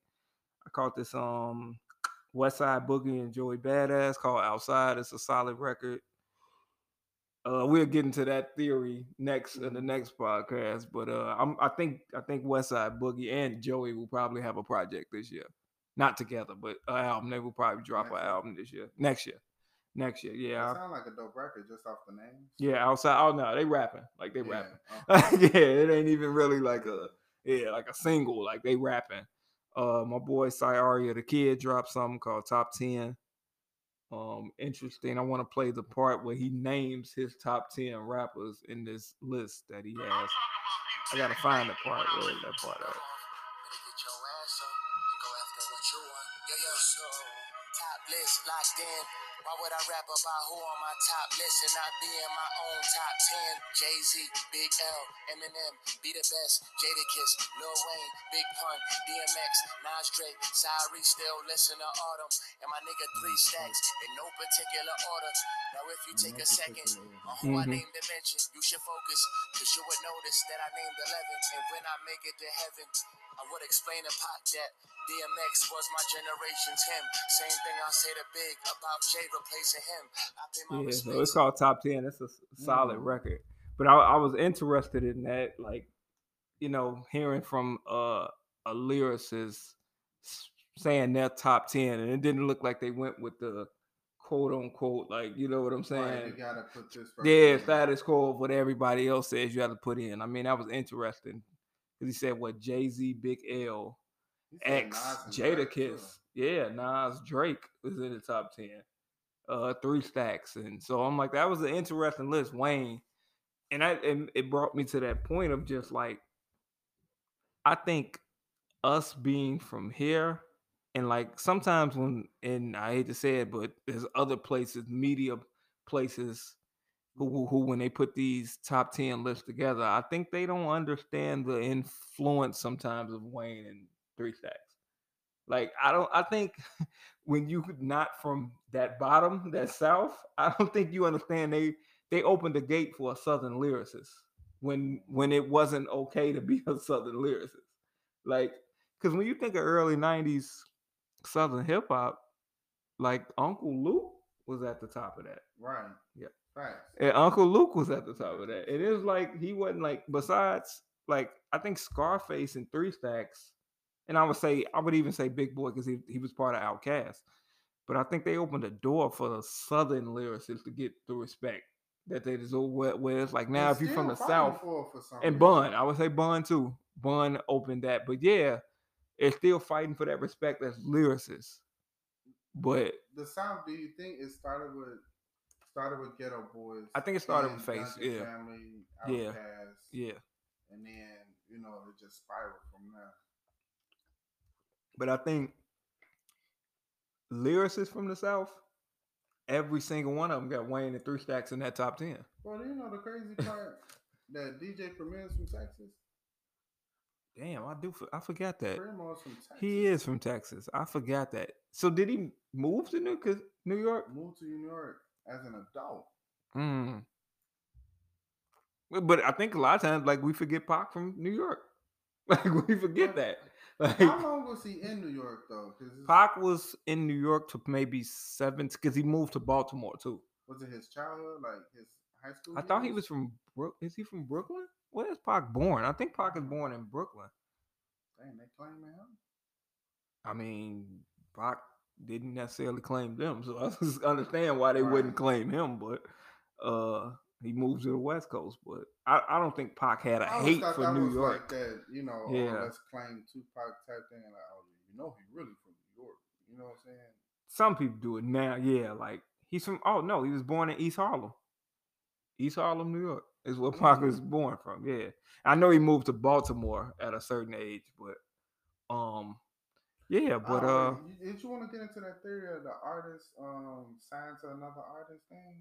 Speaker 2: I caught this um West Side Boogie and Joey Badass called Outside. It's a solid record. Uh, we'll get into that theory next in the next podcast, but uh, I'm, I think I think Westside Boogie and Joey will probably have a project this year, not together, but an album. They will probably drop an
Speaker 1: Next year.
Speaker 2: album this year, next year, next year. Yeah,
Speaker 1: That
Speaker 2: I-
Speaker 1: sound like a dope record just off the name.
Speaker 2: yeah, outside. Oh no, they rapping like they rapping.
Speaker 1: uh,
Speaker 2: yeah, it ain't even really like a yeah, like a single. Like they rapping. Uh, my boy Cyaria the kid dropped something called Top Ten. Um, interesting. I want to play the part where he names his top ten rappers in this list that he has. I gotta find the part where that part at.
Speaker 3: Better get your ass up and go after what you want. Yo, yo, so top list locked in. Why would I rap about who on my top list and not be in my own top 10? Jay Z, Big L, Eminem, Be the Best, Jadakiss, Lil Wayne, Big Pun, DMX, Nas Drake, Siree still listen to Autumn, and my nigga Three Stacks in no particular order. Now, if you take a second Oh. on who I
Speaker 2: Mhm.
Speaker 3: named to mention, you should focus, cause you would notice that I named 11, and when I make it to heaven, I would explain to Pop that DMX was my generation's him. Same thing I say to Big about Jay replacing him. I pay my
Speaker 2: Yeah, so it's
Speaker 3: respects.
Speaker 2: called Top Ten. It's a s- solid
Speaker 1: Mm.
Speaker 2: record. But I, I was interested in that, like, you know, hearing from uh, a lyricist s- saying their top ten, and it didn't look like they went with the quote unquote, like, you know what I'm
Speaker 1: Right, you
Speaker 2: saying?
Speaker 1: gotta put this. person
Speaker 2: yeah,
Speaker 1: in.
Speaker 2: status quo of what everybody else says you have to put in. I mean, that was interesting because he said what Jay Z, Big L,
Speaker 1: He said
Speaker 2: X,
Speaker 1: Nas and
Speaker 2: Jada
Speaker 1: Drake, too.
Speaker 2: Kiss. Yeah, Nas Drake was in the top ten. Uh three stacks. And so I'm like, that was an interesting list, Wayne. And I and it brought me to that point of just like I think us being from here and like sometimes when and I hate to say it, but there's other places, media places who, who, who when they put these top 10 lists together, I think they don't understand the influence sometimes of Wayne and Three Stacks. Like I don't I think when you not from that bottom, that south, I don't think you understand they they opened the gate for a southern lyricist when when it wasn't okay to be a southern lyricist. Like cuz when you think of early 90s southern hip hop, like Uncle Luke was at the top of that.
Speaker 1: Right.
Speaker 2: Yeah.
Speaker 1: Right.
Speaker 2: And Uncle Luke was at the top of that. It is like he wasn't like besides like I think Scarface and Three Stacks, and I would say I would even say Big Boy because he, he was part of Outcast. But I think they opened the door for the Southern lyricists to get the respect that they deserve. Where, where it's like now,
Speaker 1: They
Speaker 2: if you're from the
Speaker 1: still
Speaker 2: South
Speaker 1: fighting for it for some
Speaker 2: and
Speaker 1: reason.
Speaker 2: Bun, I would say Bun too. Bun opened that, but yeah, it's still fighting for that respect as lyricists. But
Speaker 1: The South, do you think it started with started with Ghetto Boys?
Speaker 2: I think it started
Speaker 1: then
Speaker 2: with Face,
Speaker 1: Dungeon
Speaker 2: yeah.
Speaker 1: Family,
Speaker 2: Yeah.
Speaker 1: Outkast,
Speaker 2: yeah,
Speaker 1: And then you know it just spiraled from there.
Speaker 2: But I think lyricists from the South, every single one of them got Wayne and Three Stacks in that top ten.
Speaker 1: Well, you know the crazy part that DJ Premier's from Texas.
Speaker 2: Damn, I do. for- I forgot that
Speaker 1: Primo's from Texas.
Speaker 2: he is from Texas. I forgot that. So did he move to New cause New York?
Speaker 1: moved to New York as an adult.
Speaker 2: Mm. Well, But I think a lot of times, like we forget Pac from New York. Like we forget that.
Speaker 1: How
Speaker 2: Like
Speaker 1: long was he in New York though? 'Cause it's-
Speaker 2: Pac was in New York to maybe seven because he moved to Baltimore too.
Speaker 1: was it his childhood, like his high school?
Speaker 2: I thought he
Speaker 1: years?
Speaker 2: was from Brook. Is he from Brooklyn? Where is Pac born? I think Pac is born in Brooklyn.
Speaker 1: Dang, they claiming him.
Speaker 2: I mean, Pac didn't necessarily claim them, so I just understand why they
Speaker 1: Right.
Speaker 2: wouldn't claim him. But uh, he moved to the West Coast. But I, I don't think Pac had a
Speaker 1: I always
Speaker 2: hate
Speaker 1: thought
Speaker 2: for
Speaker 1: that
Speaker 2: New
Speaker 1: was
Speaker 2: York.
Speaker 1: Like that, you know, yeah.
Speaker 2: Yeah.
Speaker 1: let's claim Tupac type thing. Like, oh, you know, he really from New York. You know what I'm saying?
Speaker 2: Some people do it now. Yeah, like he's from. Oh no, he was born in East Harlem. East Harlem, New York is where
Speaker 1: Mm.
Speaker 2: Pac was born from. Yeah, I know he moved to Baltimore at a certain age, but um, yeah, but
Speaker 1: I
Speaker 2: uh.
Speaker 1: always- you- did you want to get into that theory of the artist um signed to another artist thing?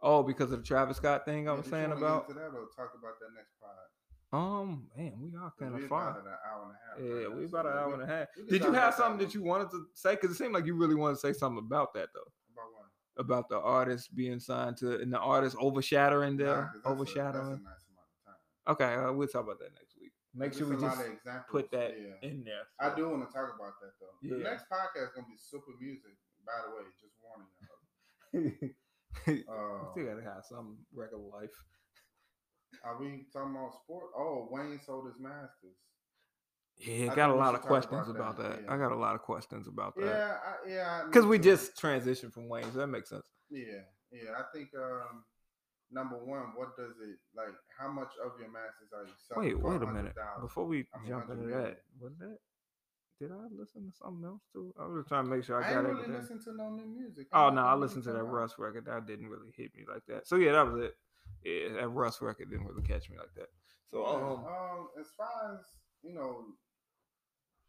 Speaker 2: Oh, because of the Travis Scott thing I
Speaker 1: Yeah,
Speaker 2: was
Speaker 1: did you
Speaker 2: saying
Speaker 1: wanna get
Speaker 2: about.
Speaker 1: into that or talk about that next pod?
Speaker 2: Um, man, we are kind
Speaker 1: we
Speaker 2: of
Speaker 1: about
Speaker 2: far.
Speaker 1: at an hour and a half. right
Speaker 2: Yeah,
Speaker 1: now,
Speaker 2: we
Speaker 1: so
Speaker 2: about an
Speaker 1: we-
Speaker 2: hour
Speaker 1: we-
Speaker 2: and a half.
Speaker 1: we can
Speaker 2: Did
Speaker 1: talk
Speaker 2: you have
Speaker 1: about that
Speaker 2: something
Speaker 1: one.
Speaker 2: that you wanted to say? Because it seemed like you really wanted to say something about that though,
Speaker 1: About one.
Speaker 2: about the artist being signed to and the artist overshadowing
Speaker 1: Nah,
Speaker 2: them,
Speaker 1: 'cause that's a-
Speaker 2: overshadowing.
Speaker 1: that's a nice amount of time.
Speaker 2: Okay, uh, we'll talk about that next week. Make
Speaker 1: There's
Speaker 2: sure we
Speaker 1: a lot
Speaker 2: just
Speaker 1: of examples,
Speaker 2: put that
Speaker 1: yeah.
Speaker 2: in there.
Speaker 1: I
Speaker 2: so-
Speaker 1: do want to talk about that though. The
Speaker 2: Yeah.
Speaker 1: next podcast is gonna be super music. By the way, just warning y'all.
Speaker 2: We still
Speaker 1: Uh,
Speaker 2: gotta have some record life.
Speaker 1: are we talking about sport? Oh, Wayne sold his masters.
Speaker 2: Yeah,
Speaker 1: I
Speaker 2: got
Speaker 1: think
Speaker 2: a
Speaker 1: we
Speaker 2: lot
Speaker 1: should
Speaker 2: of
Speaker 1: talk
Speaker 2: questions
Speaker 1: about
Speaker 2: about
Speaker 1: that,
Speaker 2: that.
Speaker 1: yeah.
Speaker 2: I got a lot of questions about that.
Speaker 1: Yeah, I, yeah. I- me
Speaker 2: Because Uh, we
Speaker 1: too.
Speaker 2: just transitioned from Wayne, so that makes sense.
Speaker 1: Yeah, yeah. I think um, number one, what does it like? How much of your masters are you selling?
Speaker 2: Wait,
Speaker 1: for
Speaker 2: wait a minute.
Speaker 1: $100?
Speaker 2: Before we
Speaker 1: I mean,
Speaker 2: jump
Speaker 1: 100
Speaker 2: into
Speaker 1: million.
Speaker 2: that, was that? Did I listen to something else too? I was just trying to make sure I
Speaker 1: I,
Speaker 2: got
Speaker 1: ain't really
Speaker 2: everything.
Speaker 1: listen to no new music.
Speaker 2: Oh
Speaker 1: I'm
Speaker 2: no,
Speaker 1: not
Speaker 2: I
Speaker 1: really
Speaker 2: listened to that
Speaker 1: talking about-
Speaker 2: Russ record. That didn't really hit me like that. So yeah, that was it. Yeah, that Russ record didn't really catch me like that. So
Speaker 1: Yeah,
Speaker 2: um,
Speaker 1: um, as far as you know,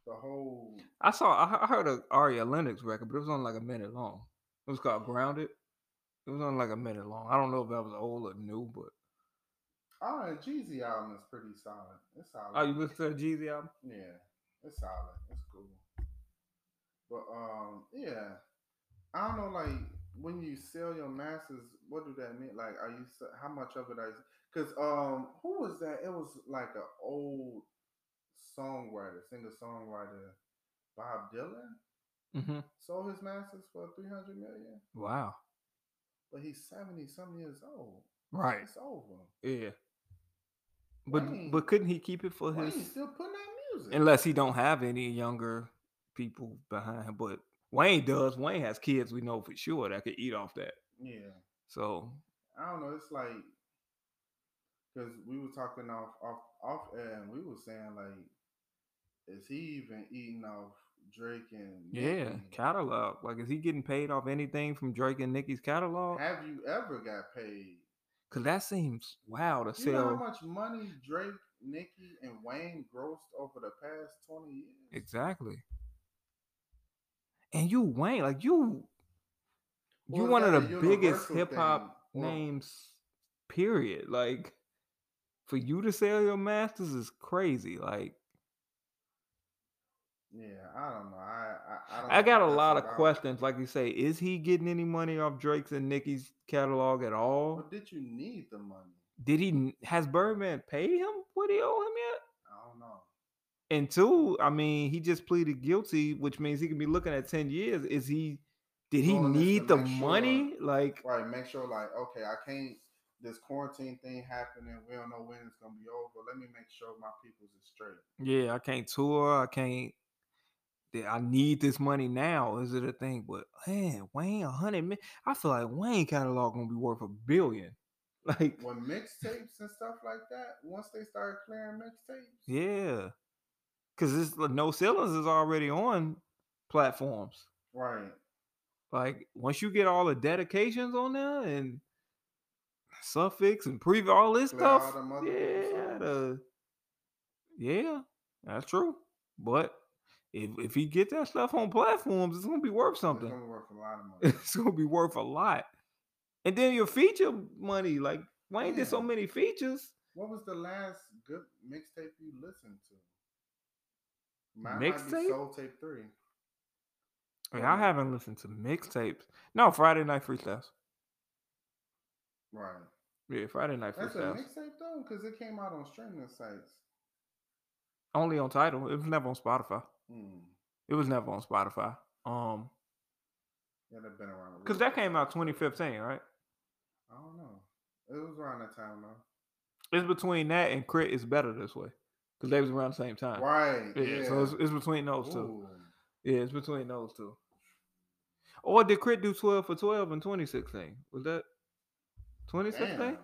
Speaker 1: the whole
Speaker 2: I saw I I heard a Aria Lennox record, but it was only like a minute long. It was called Grounded. It was only like a minute long. I don't know if that was old or new, but
Speaker 1: oh, the Jeezy album is pretty solid. It's solid.
Speaker 2: oh, you listened to the Jeezy album?
Speaker 1: Yeah, it's solid. It's cool. But um, yeah, I don't know. Like when you sell your masters, what do that mean? Like, are you se- how much of it are? Because um, who was that? It was like an old songwriter, singer songwriter, Bob Dylan
Speaker 2: hmm
Speaker 1: sold his masters for three hundred million,
Speaker 2: Wow.
Speaker 1: but he's seventy some years old.
Speaker 2: Right.
Speaker 1: It's over.
Speaker 2: Yeah. But
Speaker 1: Wayne-
Speaker 2: but couldn't he keep it for
Speaker 1: Why
Speaker 2: his?
Speaker 1: you still putting out music?
Speaker 2: unless he don't have any younger people behind him. But Wayne does. Wayne has kids we know for sure that could eat off that.
Speaker 1: yeah.
Speaker 2: So
Speaker 1: I don't know. It's like because we were talking off off off air, and we were saying like, is he even eating off Drake and
Speaker 2: yeah,
Speaker 1: Nicki?
Speaker 2: catalog. Like, is he getting paid off anything from Drake and Nicki's catalog?
Speaker 1: Have you ever got paid?
Speaker 2: Cause that seems wow to
Speaker 1: You know how
Speaker 2: sell.
Speaker 1: much money Drake, Nicki, and Wayne grossed over the past twenty years.
Speaker 2: Exactly. And you Wayne, like you,
Speaker 1: Or
Speaker 2: you
Speaker 1: is
Speaker 2: one of
Speaker 1: that
Speaker 2: the
Speaker 1: a
Speaker 2: biggest
Speaker 1: universal
Speaker 2: hip hop
Speaker 1: thing? Or-
Speaker 2: names. Period. Like, for you to sell your masters is crazy. Like,
Speaker 1: Yeah, I don't know. I I, I, don't
Speaker 2: I
Speaker 1: know
Speaker 2: got a
Speaker 1: if that's
Speaker 2: lot of
Speaker 1: what I-
Speaker 2: questions. Like you say, is he getting any money off Drake's and Nicki's catalog at all?
Speaker 1: But did you need the money?
Speaker 2: Did he? Has Birdman paid him what he owe him yet?
Speaker 1: I don't know.
Speaker 2: And two, I mean, he just pleaded guilty, which means he can be looking at ten years. Is he? Did he
Speaker 1: Well, that's to
Speaker 2: need the
Speaker 1: make sure.
Speaker 2: money? Like,
Speaker 1: Right, make sure like, okay, I can't this quarantine thing happening, we don't know when it's gonna be over. Let me make sure my people's is straight.
Speaker 2: yeah, I can't tour. I can't. that I need this money now. Is it a thing? But man, Wayne, a hundred million. I feel like Wayne catalog gonna be worth a billion. Like,
Speaker 1: When mixtapes and stuff like that, once they start clearing mixtapes,
Speaker 2: yeah, because this no ceilings is already on platforms.
Speaker 1: right.
Speaker 2: Like, once you get all the dedications on there and suffix and preview all this
Speaker 1: Play all
Speaker 2: stuff,
Speaker 1: them other people's
Speaker 2: yeah,
Speaker 1: songs.
Speaker 2: the, yeah, that's true. But if if he get that stuff on platforms, it's gonna be worth something.
Speaker 1: It's gonna work a lot of money.
Speaker 2: it's gonna be worth a lot. And then your feature money, like Wayne did so
Speaker 1: Yeah.
Speaker 2: many features.
Speaker 1: what was the last good mixtape you listened to? Mine might
Speaker 2: Mixtape?
Speaker 1: be Soul Tape Three.
Speaker 2: I, mean, I
Speaker 1: Mhm.
Speaker 2: haven't listened to mixtapes. No, Friday Night Freestyles.
Speaker 1: Right.
Speaker 2: Yeah, Friday Night
Speaker 1: That's a
Speaker 2: Freestyles.
Speaker 1: mixtape though, because it came out on streaming sites.
Speaker 2: Only on title. It was never on Spotify.
Speaker 1: Hmm.
Speaker 2: It was never on Spotify. Um,
Speaker 1: Yeah, that been around. a
Speaker 2: because
Speaker 1: little
Speaker 2: that
Speaker 1: bit.
Speaker 2: came out 2015, right?
Speaker 1: I don't know. It was around that time though.
Speaker 2: It's between that and Crit is better this way, because they was around the same time.
Speaker 1: Right.
Speaker 2: Yeah,
Speaker 1: Yeah.
Speaker 2: so it's, it's between those two.
Speaker 1: Ooh.
Speaker 2: Yeah, it's between those two. Or did Crit do 12 for 12 in 2016? Was that 2016?
Speaker 1: Damn.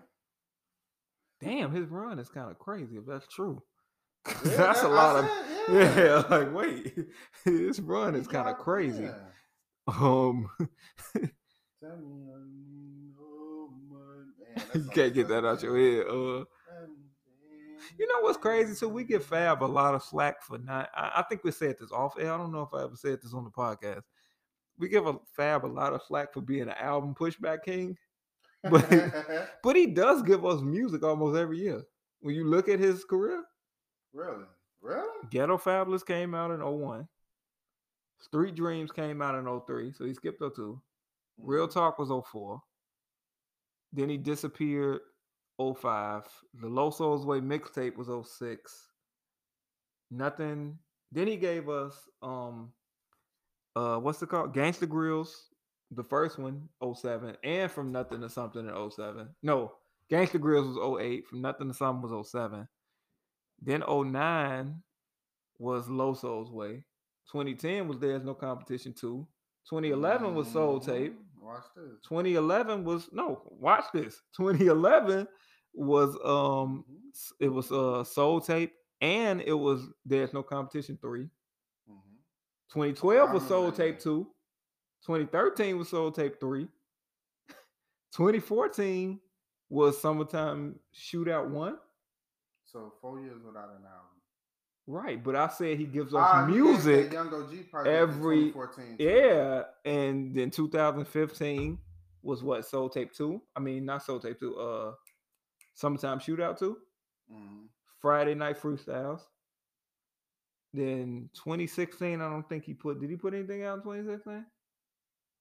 Speaker 2: damn, his run is kind of crazy if that's true. 'Cause
Speaker 1: Yeah,
Speaker 2: that's
Speaker 1: that-
Speaker 2: a
Speaker 1: I
Speaker 2: lot of
Speaker 1: said,
Speaker 2: yeah. Like wait, his run is
Speaker 1: He
Speaker 2: kind of
Speaker 1: dropped-
Speaker 2: crazy.
Speaker 1: yeah.
Speaker 2: Um,
Speaker 1: Tell me I need no money. Man, that
Speaker 2: you
Speaker 1: song
Speaker 2: can't
Speaker 1: is
Speaker 2: get
Speaker 1: so
Speaker 2: that out your
Speaker 1: good.
Speaker 2: head. Uh,
Speaker 1: Tell me
Speaker 2: you know what's crazy? So we get
Speaker 1: I
Speaker 2: Fab a lot of slack for not. I, I think we said this off air. I don't know if I ever said this on the podcast. We give a Fab a lot of slack for being an album pushback king,
Speaker 1: need
Speaker 2: but
Speaker 1: no-
Speaker 2: but he does give us music almost every year. When you look at his career,
Speaker 1: really? Really?
Speaker 2: Ghetto Fabulous came out in 01. Street Dreams came out in 03, so he skipped 02. Real Talk was 04. Then he disappeared 05. The Low Souls Way mixtape was 06. Nothing. Then he gave us um uh what's it called? Gangsta Grills, the first one, 07, and from nothing to something in 07. No, Gangsta Grills was 08, from nothing to something was 07. Then 09 was Low Souls Way. 2010 was There's No Competition 2. 2011 was Soul Tape.
Speaker 1: Mhm. Watch this.
Speaker 2: 2011 was no watch this 2011 was
Speaker 1: Mhm,
Speaker 2: um s- it was uh soul tape and it was there's no competition 3
Speaker 1: mhm.
Speaker 2: 2012 was
Speaker 1: remember
Speaker 2: soul
Speaker 1: that
Speaker 2: tape
Speaker 1: name.
Speaker 2: 2 2013 was soul tape 3 2014 was summertime shootout 1
Speaker 1: So four years without an album.
Speaker 2: right but i said he gives us
Speaker 1: Ah, you did say
Speaker 2: music
Speaker 1: Young OG project in
Speaker 2: every- e
Speaker 1: 2014 too.
Speaker 2: yeah and then 2015 was what soul tape 2 i mean not soul tape 2 uh summertime shootout 2
Speaker 1: Mhm.
Speaker 2: Friday Night Freestyles. Then 2016, I don't think he put. Did he put anything out in 2016?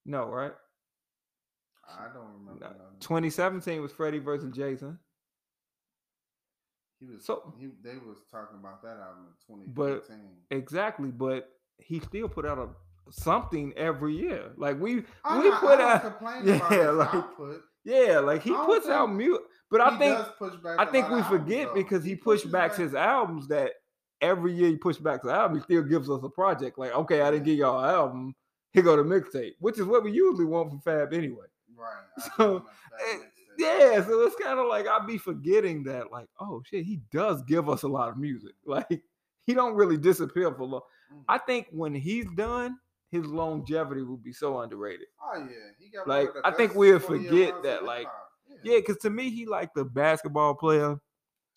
Speaker 2: No, right?
Speaker 1: I don't remember.
Speaker 2: No.
Speaker 1: none of that.
Speaker 2: 2017 was Freddie versus Jason.
Speaker 1: He was
Speaker 2: So-
Speaker 1: he, they was talking about that album in
Speaker 2: But-
Speaker 1: 2015.
Speaker 2: Exactly, but he still put out a something every year. Like we,
Speaker 1: I'm
Speaker 2: we
Speaker 1: not-
Speaker 2: put
Speaker 1: I don't
Speaker 2: out-
Speaker 1: complain about
Speaker 2: yeah,
Speaker 1: his
Speaker 2: like,
Speaker 1: output.
Speaker 2: yeah, like he
Speaker 1: I don't
Speaker 2: puts out
Speaker 1: think-
Speaker 2: mute. But I
Speaker 1: He
Speaker 2: think
Speaker 1: does push back
Speaker 2: I
Speaker 1: a
Speaker 2: think
Speaker 1: lot
Speaker 2: we
Speaker 1: of albums,
Speaker 2: forget
Speaker 1: though.
Speaker 2: because he pushed
Speaker 1: pushes
Speaker 2: back his albums that every year he pushed back his album, he still gives us a project. Like, okay, I didn't
Speaker 1: Yeah.
Speaker 2: get y'all an album. Here go the mixtape, which is what we usually want from Fab anyway.
Speaker 1: Right. I give
Speaker 2: So,
Speaker 1: him a
Speaker 2: eh,
Speaker 1: bad mixtape.
Speaker 2: Yeah, so it's kind of like I'd be forgetting that, like, oh shit, he does give us a lot of music. Like, he don't really disappear for long.
Speaker 1: Mhm.
Speaker 2: I think when he's done, his longevity will be so underrated.
Speaker 1: Oh yeah, he got
Speaker 2: like,
Speaker 1: one of the
Speaker 2: I think
Speaker 1: best
Speaker 2: we'll
Speaker 1: 40 year
Speaker 2: forget
Speaker 1: runs in
Speaker 2: that, like,
Speaker 1: hip-hop.
Speaker 2: Yeah, because to me, he like the basketball player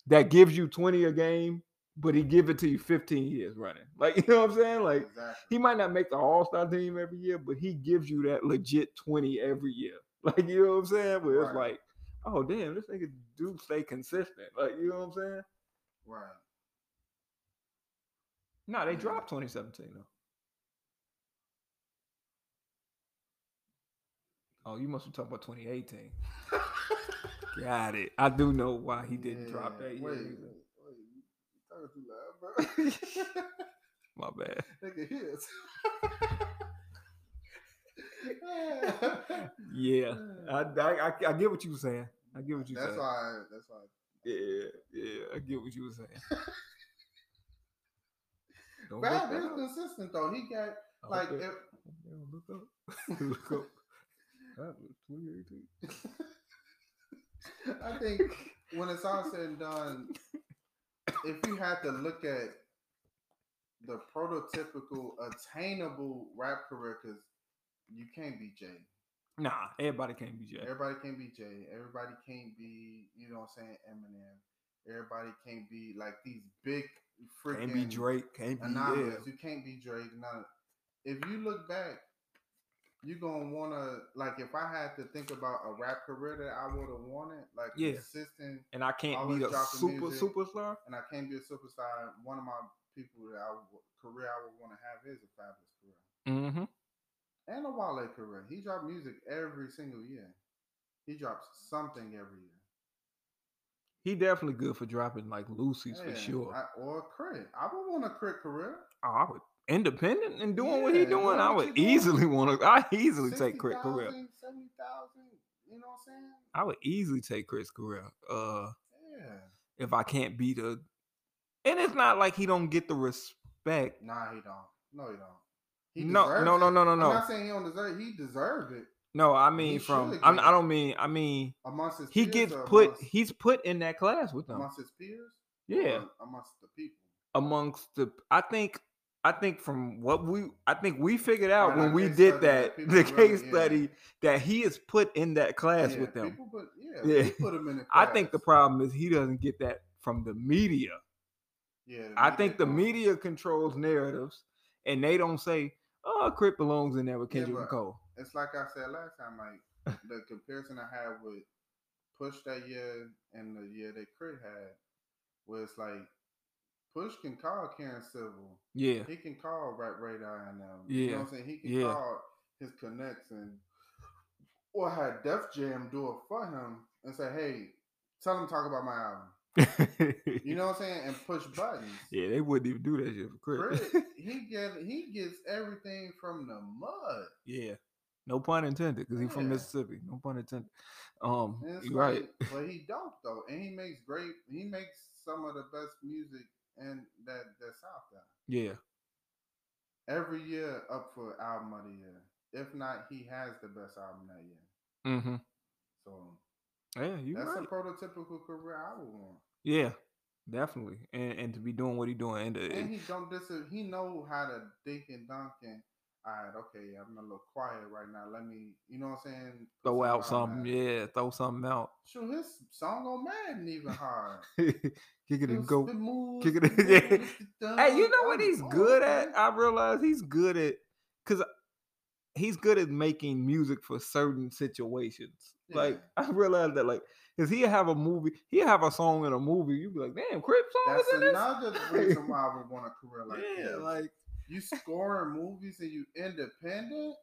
Speaker 2: that gives you 20 a game, but he give it to you 15 years running. Like, you know what I'm saying? Like,
Speaker 1: exactly.
Speaker 2: he might not make the all-star team every year, but he gives you that legit 20 every year. Like, you know what I'm saying? Where it's
Speaker 1: Right.
Speaker 2: like, oh damn, this nigga do stay consistent. Like, you know what I'm saying?
Speaker 1: Right.
Speaker 2: No, they dropped 2017 though. Oh, you must be talking about 2018. Got it. I do know why he didn't drop
Speaker 1: Yeah,
Speaker 2: that year.
Speaker 1: Wait,
Speaker 2: either.
Speaker 1: wait, wait. You talking too loud, bro.
Speaker 2: My bad.
Speaker 1: they can hear us.
Speaker 2: Yeah, I, I, I- I get what you were saying. I get what you
Speaker 1: that's
Speaker 2: saying.
Speaker 1: why. That's why.
Speaker 2: Yeah, yeah, I get what you were saying. Don't look
Speaker 1: Rap
Speaker 2: up.
Speaker 1: is consistent though. He got
Speaker 2: I
Speaker 1: like eh. if,
Speaker 2: hope they- they don't look up. look up. That was 2018.
Speaker 1: I think when it's all said and done, if you had to look at the prototypical attainable rap career, because you can't be Jay.
Speaker 2: Nah, everybody can't be Jay.
Speaker 1: Everybody can't be Jay. Everybody can't be, you know what I'm saying, Eminem. Everybody can't be like these big freaking
Speaker 2: Can't be Drake. Can't be
Speaker 1: anonymous.
Speaker 2: yeah.
Speaker 1: You can't be Drake. Now, if you look back, you're gonna wanna like if I had to think about a rap career that I would have wanted, like
Speaker 2: Yeah.
Speaker 1: consistent,
Speaker 2: And I can't
Speaker 1: Always
Speaker 2: be a
Speaker 1: dropping
Speaker 2: super
Speaker 1: music.
Speaker 2: superstar.
Speaker 1: and I can't be a superstar. One of my people that I w- career I would want to have is a fabulous career
Speaker 2: Mm-hmm.
Speaker 1: and a Wale career. He dropped music every single year. He drops something every year.
Speaker 2: He definitely good for dropping like Lucy's for
Speaker 1: Yeah,
Speaker 2: sure. I,
Speaker 1: I- or crit. I would want a crit career.
Speaker 2: oh, I would independent and doing what he
Speaker 1: Yeah,
Speaker 2: doing.
Speaker 1: doing
Speaker 2: I
Speaker 1: what
Speaker 2: would
Speaker 1: you doing.
Speaker 2: easily want to. I easily take Chris Career.
Speaker 1: 60,000, 70,000, you know what I'm saying?
Speaker 2: I would easily take Chris Career. Uh,
Speaker 1: Yeah.
Speaker 2: if I can't be the, and it's not like he don't get the respect.
Speaker 1: Nah, he don't. No, he don't. He
Speaker 2: No,
Speaker 1: deserves
Speaker 2: no, no,
Speaker 1: it.
Speaker 2: no, no,
Speaker 1: I'm
Speaker 2: no,
Speaker 1: not saying he don't deserve it. He deserved it
Speaker 2: no. I mean,
Speaker 1: He
Speaker 2: from
Speaker 1: should
Speaker 2: I'm,
Speaker 1: get
Speaker 2: I
Speaker 1: it.
Speaker 2: don't mean. I mean,
Speaker 1: amongst his
Speaker 2: he
Speaker 1: peers.
Speaker 2: gets
Speaker 1: or
Speaker 2: put.
Speaker 1: amongst,
Speaker 2: He's put in that class with them.
Speaker 1: amongst his peers.
Speaker 2: Yeah,
Speaker 1: or amongst the people.
Speaker 2: amongst the. I think. I think from what we. I think we figured
Speaker 1: Right,
Speaker 2: out when
Speaker 1: like
Speaker 2: we
Speaker 1: case
Speaker 2: did
Speaker 1: study that
Speaker 2: that,
Speaker 1: people
Speaker 2: the
Speaker 1: really-
Speaker 2: case
Speaker 1: yeah.
Speaker 2: study that he is put in that class
Speaker 1: yeah,
Speaker 2: with them.
Speaker 1: People put, yeah,
Speaker 2: Yeah.
Speaker 1: He put him in. A
Speaker 2: I think the
Speaker 1: class.
Speaker 2: problem is he doesn't get that from the media.
Speaker 1: Yeah,
Speaker 2: I think the
Speaker 1: don't.
Speaker 2: media controls narratives, and they don't say, "Oh, Crip belongs in there with
Speaker 1: Yeah,
Speaker 2: Kendrick and
Speaker 1: but-
Speaker 2: Cole."
Speaker 1: It's like I said last time. Like the comparison I had with Push that year and the year that Crit had, where it's like Push can call Karen Civil.
Speaker 2: Yeah,
Speaker 1: He can call Rat Radar and um, you know
Speaker 2: Yeah,
Speaker 1: what I'm saying? He can
Speaker 2: yeah.
Speaker 1: call his connects and or had Def Jam do it for him and say, hey, tell him to talk about my album. You know what I'm saying? And push buttons.
Speaker 2: yeah, they wouldn't even do that shit for Crip.
Speaker 1: Crit, he get he gets everything from the mud.
Speaker 2: yeah, no pun intended, because he's from
Speaker 1: Yeah.
Speaker 2: Mississippi. No pun intended. Um,
Speaker 1: And it's
Speaker 2: you right?
Speaker 1: like- but he dope though, and he makes great. He makes some of the best music and that that's out there.
Speaker 2: Yeah,
Speaker 1: Every year up for album of the year. If not, he has the best album that year.
Speaker 2: hmm
Speaker 1: So
Speaker 2: yeah, you
Speaker 1: That's
Speaker 2: right.
Speaker 1: a prototypical career I would want.
Speaker 2: yeah, definitely, and and to be doing what he's doing, and, to-
Speaker 1: And he don't dis he know how to dink and dunk and all right, okay, I'm a little quiet right now. Let me you know what I'm saying? put
Speaker 2: throw out
Speaker 1: something
Speaker 2: something,
Speaker 1: out.
Speaker 2: yeah, throw something out,
Speaker 1: Shoot his song on Madden even hard.
Speaker 2: kick it and
Speaker 1: Those
Speaker 2: go.
Speaker 1: spin moves,
Speaker 2: kick it
Speaker 1: spin
Speaker 2: in- yeah.
Speaker 1: moves, dun-
Speaker 2: Hey, you know
Speaker 1: I'm
Speaker 2: what he's
Speaker 1: on,
Speaker 2: good
Speaker 1: man.
Speaker 2: at? I realize he's good at because he's good at making music for certain situations. Like I realized that, like, cause he'll have a movie, he'll have a song in a movie. You be like, damn, Crip song
Speaker 1: That's
Speaker 2: is in this.
Speaker 1: another reason why I would want a career like
Speaker 2: yeah,
Speaker 1: his.
Speaker 2: like
Speaker 1: you scoring movies and you independent.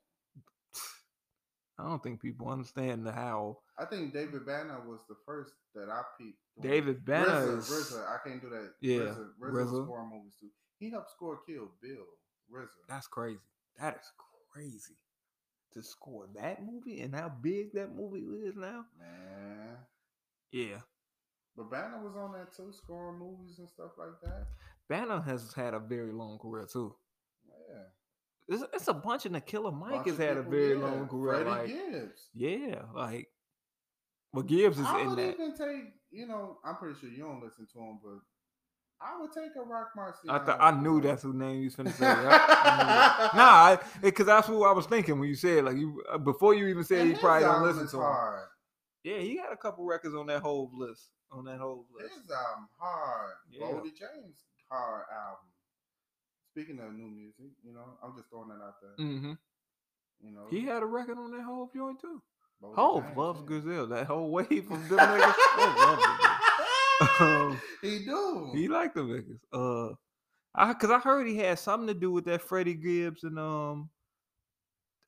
Speaker 2: I don't think people understand the how
Speaker 1: I think David Banner was the first that I peeped. on.
Speaker 2: David Banner
Speaker 1: RZA,
Speaker 2: is.
Speaker 1: RZA, I can't do that.
Speaker 2: Yeah,
Speaker 1: RZA, RZA,
Speaker 2: RZA.
Speaker 1: scoring movies too. He helped score Kill Bill. RZA.
Speaker 2: That's crazy. That is crazy to score that movie and how big that movie is now.
Speaker 1: Man.
Speaker 2: Yeah,
Speaker 1: But Banner was on that too, scoring movies and stuff like that.
Speaker 2: Banner has had a very long career too.
Speaker 1: Yeah.
Speaker 2: It's, it's a bunch of the killer Mike
Speaker 1: Bunch
Speaker 2: has
Speaker 1: of
Speaker 2: had a
Speaker 1: people,
Speaker 2: very
Speaker 1: yeah.
Speaker 2: long career.
Speaker 1: Freddie
Speaker 2: Like,
Speaker 1: Gibbs.
Speaker 2: yeah, like, well, Gibbs is
Speaker 1: I
Speaker 2: in
Speaker 1: would
Speaker 2: that.
Speaker 1: even take, you know, I'm pretty sure you don't listen to him, but I would take a Rock Marciano.
Speaker 2: I thought I knew
Speaker 1: over-
Speaker 2: that's who name you was finna say. I- I knew it. nah, because that's what I was thinking when you said like you uh, before you even said
Speaker 1: And
Speaker 2: you
Speaker 1: his
Speaker 2: probably don't
Speaker 1: album
Speaker 2: listen
Speaker 1: is
Speaker 2: to him.
Speaker 1: hard.
Speaker 2: Yeah, he got a couple records on that whole list. On that whole list.
Speaker 1: His um hard,
Speaker 2: Yeah.
Speaker 1: Boldy James hard album. Speaking of new music, you know, I'm just throwing that out there.
Speaker 2: hmm
Speaker 1: You know,
Speaker 2: He had a record on that whole joint too.
Speaker 1: Boldy
Speaker 2: Hove
Speaker 1: James,
Speaker 2: loves
Speaker 1: yeah.
Speaker 2: Oh, Gazelle. That whole wave from them niggas.
Speaker 1: Oh,
Speaker 2: Hov love Gazelle. Um,
Speaker 1: he do.
Speaker 2: he liked them niggas. Uh, I cause I heard he had something to do with that Freddie Gibbs and um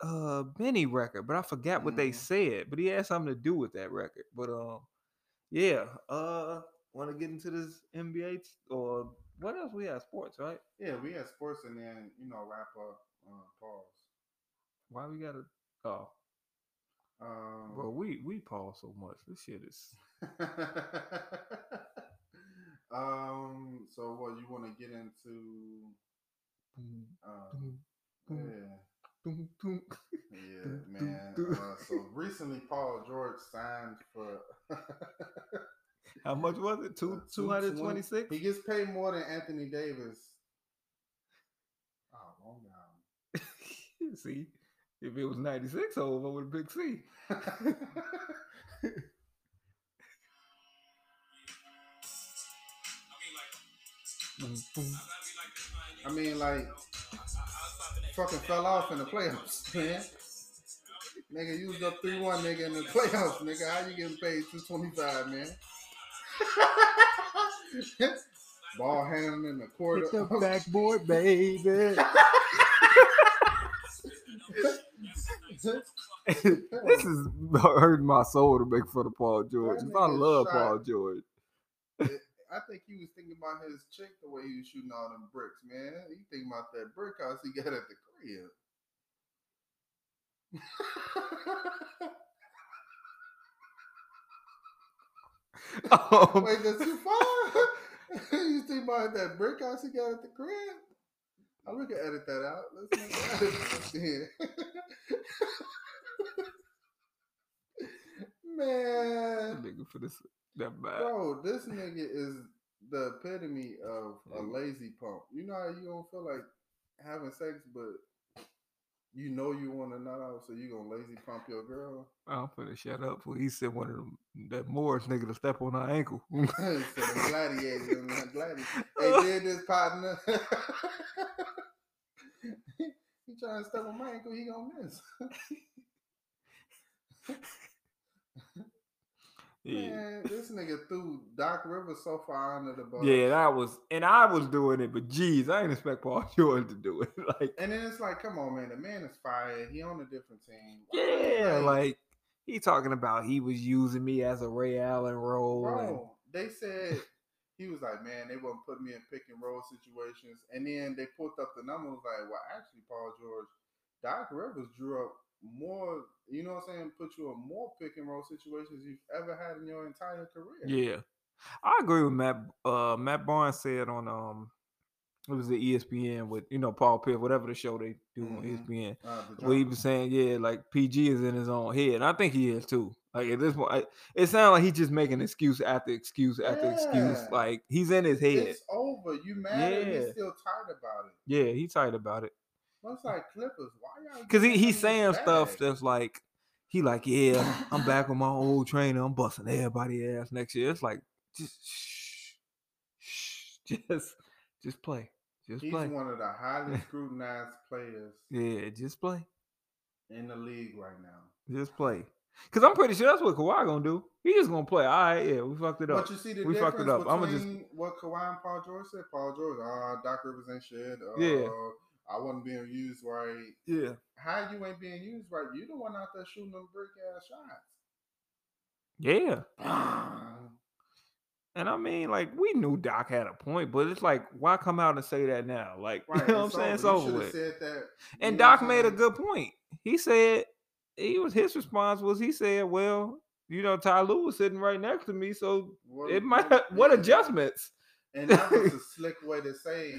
Speaker 2: uh Benny record, but I forgot what they
Speaker 1: Mhm.
Speaker 2: said. But he had something to do with that record. But um yeah, uh wanna get into this NBA t- or what else we have? Sports, right?
Speaker 1: Yeah, we had sports and then, you know, wrap up uh, pause.
Speaker 2: Why we gotta oh
Speaker 1: Um,
Speaker 2: bro, we we pause so much. This shit is
Speaker 1: um, so what you want to get into? Um, yeah, yeah,
Speaker 2: Doo,
Speaker 1: man.
Speaker 2: doo, doo.
Speaker 1: Uh, so recently, Paul George signed for
Speaker 2: How much was it? Two Uh, two hundred twenty six?
Speaker 1: He gets paid more than Anthony Davis. Oh, long down.
Speaker 2: See, if it was ninety six over with a big C.
Speaker 1: I mean, like, fucking fell off in the playoffs, man. Nigga used up three one, nigga, in the playoffs, nigga. How you getting paid two twenty five, man? Ball handling in the quarter.
Speaker 2: backboard, baby. this is hurting my soul to make fun of Paul George.
Speaker 1: That
Speaker 2: 'cause I
Speaker 1: nigga
Speaker 2: love
Speaker 1: shot.
Speaker 2: Paul George.
Speaker 1: I think he was thinking about his chick the way he was shooting all them bricks, man. He thinking about that brick house he got at the crib.
Speaker 2: Um,
Speaker 1: Wait, that's too far. you think about that brick house he got at the crib? Oh, we can edit that out. Let's make that edit right there.
Speaker 2: that
Speaker 1: Man,
Speaker 2: nigga for this. Never mind.
Speaker 1: bro, this nigga is the epitome of a
Speaker 2: Mm.
Speaker 1: lazy pump. You know how you don't feel like having sex, but you know you want to nut out, so you gonna lazy pump your girl.
Speaker 2: I'm finna shut up. Before he said one of them that Morris nigga to step on our ankle.
Speaker 1: so the gladiator, and the gladiator. Hey, did this partner. he trying to step on my ankle, he gonna miss.
Speaker 2: yeah.
Speaker 1: Man, this nigga threw Doc Rivers so far under the bus.
Speaker 2: Yeah, that was and I was doing it, but geez, I didn't expect Paul George to do it. Like,
Speaker 1: And then it's like, come on, man, the man is fired. He on a different team.
Speaker 2: yeah, like he talking about he was using me as a Ray Allen role. and-
Speaker 1: bro, they said he was like, man, they wouldn't put me in pick and roll situations. And then they pulled up the number was like, well, actually, Paul George, Doc Rivers drew up more, you know what I'm saying, put you in more pick and roll situations you've ever had in your entire career.
Speaker 2: Yeah, I agree with Matt. Uh, Matt Barnes said on um, it was the E ESPN with you know Paul Pierce, whatever the show they do on E
Speaker 1: Mhm.
Speaker 2: ESPN.
Speaker 1: Uh, the
Speaker 2: Where he
Speaker 1: Johnson-
Speaker 2: was saying, yeah, like PG is in his own head, and I think he is too. Like at this point, I, it sounds like he's just making excuse after excuse after excuse.
Speaker 1: Yeah.
Speaker 2: Like he's in his head.
Speaker 1: It's over. You mad and
Speaker 2: Yeah.
Speaker 1: you still tired about it.
Speaker 2: yeah, he tight about it
Speaker 1: Looks like Clippers. Why y'all?
Speaker 2: because he
Speaker 1: giving
Speaker 2: he's
Speaker 1: him this
Speaker 2: saying stuff
Speaker 1: bag?
Speaker 2: that's like he like, yeah, I'm back with my old trainer. I'm busting everybody ass next year. It's like just shh, shh, just just play, just
Speaker 1: He's
Speaker 2: play.
Speaker 1: one of the highly scrutinized players
Speaker 2: Yeah, just play,
Speaker 1: in the league right now.
Speaker 2: just play. Cause I'm pretty sure that's what Kawhi gonna do. He just gonna play. All right, yeah, we fucked it up.
Speaker 1: But you see the
Speaker 2: We fucked
Speaker 1: difference
Speaker 2: it up. I'ma
Speaker 1: between
Speaker 2: just-
Speaker 1: what Kawhi and Paul George said. Paul George, ah, Doc Rivers ain't shit. Uh,
Speaker 2: Yeah.
Speaker 1: I wasn't being used right.
Speaker 2: yeah,
Speaker 1: How you ain't being used right? You the one out there shooting them brick ass shots.
Speaker 2: yeah. And I mean, like, we knew Doc had a point, but it's like, why come out and say that now? Like,
Speaker 1: Right,
Speaker 2: you know what I'm
Speaker 1: it's
Speaker 2: saying? It's
Speaker 1: You
Speaker 2: over
Speaker 1: shoulda
Speaker 2: with.
Speaker 1: Said that,
Speaker 2: And
Speaker 1: you know what
Speaker 2: Doc
Speaker 1: I'm
Speaker 2: made a
Speaker 1: saying?
Speaker 2: good point. He said he was his response was he said, "Well, you know, Ty Lue was sitting right next to me, so
Speaker 1: What-
Speaker 2: it might what
Speaker 1: yeah.
Speaker 2: adjustments?
Speaker 1: And that was a slick way to say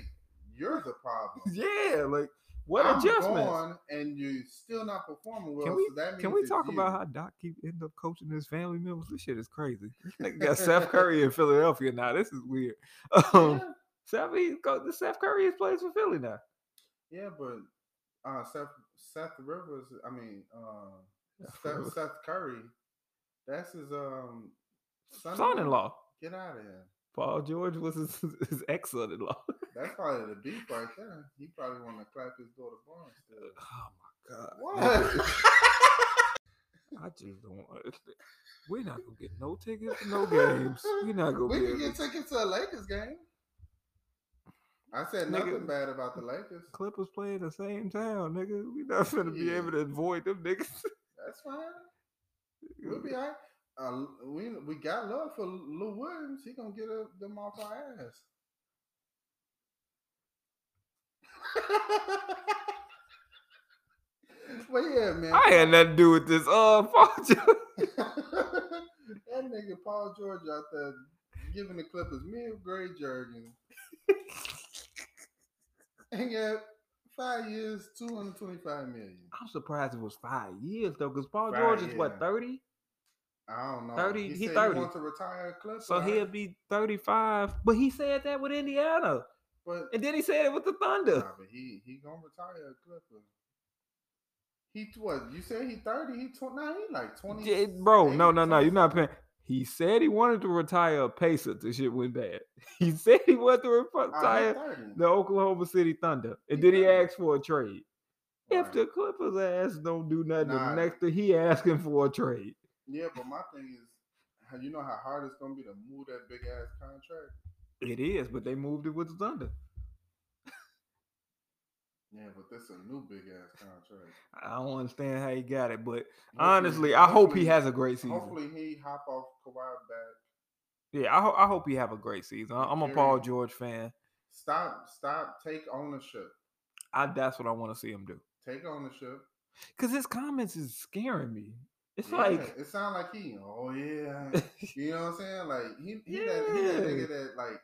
Speaker 1: you're the problem.
Speaker 2: Yeah, like what
Speaker 1: I'm
Speaker 2: adjustments?
Speaker 1: gone and you're still not performing well.
Speaker 2: Can we-
Speaker 1: so that means
Speaker 2: Can we
Speaker 1: it's
Speaker 2: talk
Speaker 1: you.
Speaker 2: about how Doc keep end up coaching his family members? This shit is crazy. Like got Seth Curry in Philadelphia now. This is weird. Um,
Speaker 1: Yeah.
Speaker 2: Seth, he's go, Seth Curry is plays for Philly now.
Speaker 1: Yeah, but uh, Seth Seth Rivers, I mean uh,
Speaker 2: Seth
Speaker 1: Seth,
Speaker 2: Rivers.
Speaker 1: Seth Curry, that's his um
Speaker 2: Son-in-law,
Speaker 1: Get out of here!
Speaker 2: Paul George was his, his ex-son-in-law.
Speaker 1: That's probably the beef right there. He probably want to clap his daughter Barnes. Still.
Speaker 2: Oh my god!
Speaker 1: What?
Speaker 2: I just don't. it's the- We're not gonna get no tickets, to no games. We're not gonna
Speaker 1: we
Speaker 2: be
Speaker 1: can
Speaker 2: able
Speaker 1: get tickets to a Lakers game. I said
Speaker 2: Nigga.
Speaker 1: nothing bad about the Lakers.
Speaker 2: Clippers play in the same town, nigga. We not finna be
Speaker 1: Yeah.
Speaker 2: able to avoid them niggas.
Speaker 1: That's fine. We'll be all right. Uh, we we got love for Lou Williams. He gonna get a, them off our ass. but yeah, man.
Speaker 2: I had nothing to do with this. Uh, fuck you.
Speaker 1: that nigga Paul George out there giving the Clippers mid-grade jerseys. and got five years, two hundred twenty-five million.
Speaker 2: I'm surprised it was five years though, because Paul
Speaker 1: Five
Speaker 2: George is
Speaker 1: years.
Speaker 2: what thirty,
Speaker 1: I don't know.
Speaker 2: 30, he
Speaker 1: said
Speaker 2: 30.
Speaker 1: wants to retire Clipper.
Speaker 2: so he'll be thirty-five. But he said that with Indiana,
Speaker 1: but
Speaker 2: and then he said it with the Thunder.
Speaker 1: Nah, but he he gonna retire a Clipper. He t- what? You said he thirty? He tw- nah, he like twenty.
Speaker 2: Yeah, bro, no, no, no, you're not paying. He said he wanted to retire a Pacer. The shit went bad. He said he wanted to re-
Speaker 1: Ah,
Speaker 2: retire the Oklahoma City Thunder, and
Speaker 1: He
Speaker 2: then he
Speaker 1: done.
Speaker 2: asked for a trade. If the Clippers ass don't do nothing,
Speaker 1: Nah.
Speaker 2: the next thing he asking for a trade.
Speaker 1: yeah, but my thing is, how- you know how hard it's gonna be to move that big ass contract.
Speaker 2: It is, but they moved it with the Thunder.
Speaker 1: Yeah, but that's a new big ass contract.
Speaker 2: I don't understand how he got it, but
Speaker 1: Hopefully-
Speaker 2: honestly, I hope he
Speaker 1: hopefully-
Speaker 2: has a great season.
Speaker 1: Hopefully, he hop off Kawhi back.
Speaker 2: Yeah, I, ho- I hope he have a great season. I- I'm a
Speaker 1: Period.
Speaker 2: Paul George fan.
Speaker 1: Stop, stop. Take ownership.
Speaker 2: I that's what I want to see him do.
Speaker 1: Take ownership.
Speaker 2: Cause his comments is scaring me. It's
Speaker 1: Yeah,
Speaker 2: like
Speaker 1: it sounds like he, oh yeah, you know what I'm saying? Like he, he, that, he that
Speaker 2: Yeah.
Speaker 1: nigga that like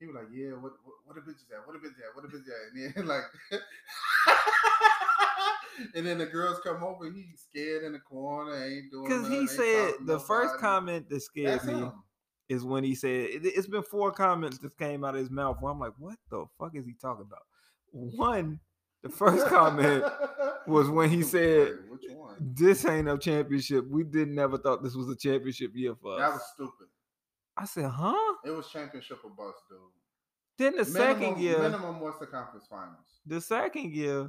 Speaker 1: he was like, yeah, what what, what a bitch is that? What a bitch is that? What a bitch is that? And then like, and then the girls come over, he's scared in the corner, ain't doing.
Speaker 2: because
Speaker 1: nothing,
Speaker 2: he
Speaker 1: ain't
Speaker 2: said
Speaker 1: talking to
Speaker 2: the first
Speaker 1: nobody.
Speaker 2: comment that scared
Speaker 1: That's
Speaker 2: me
Speaker 1: him.
Speaker 2: is when he said it, it's been four comments that came out of his mouth where I'm like, what the fuck is he talking about? One, the first comment was when he
Speaker 1: Wait,
Speaker 2: said,
Speaker 1: which one?
Speaker 2: this ain't no championship. We did never thought this was a championship year for us.
Speaker 1: That was stupid.
Speaker 2: I said, huh?
Speaker 1: It was championship or bust, dude.
Speaker 2: Then the second
Speaker 1: Minimum-
Speaker 2: year,
Speaker 1: minimum was the conference finals.
Speaker 2: the second year,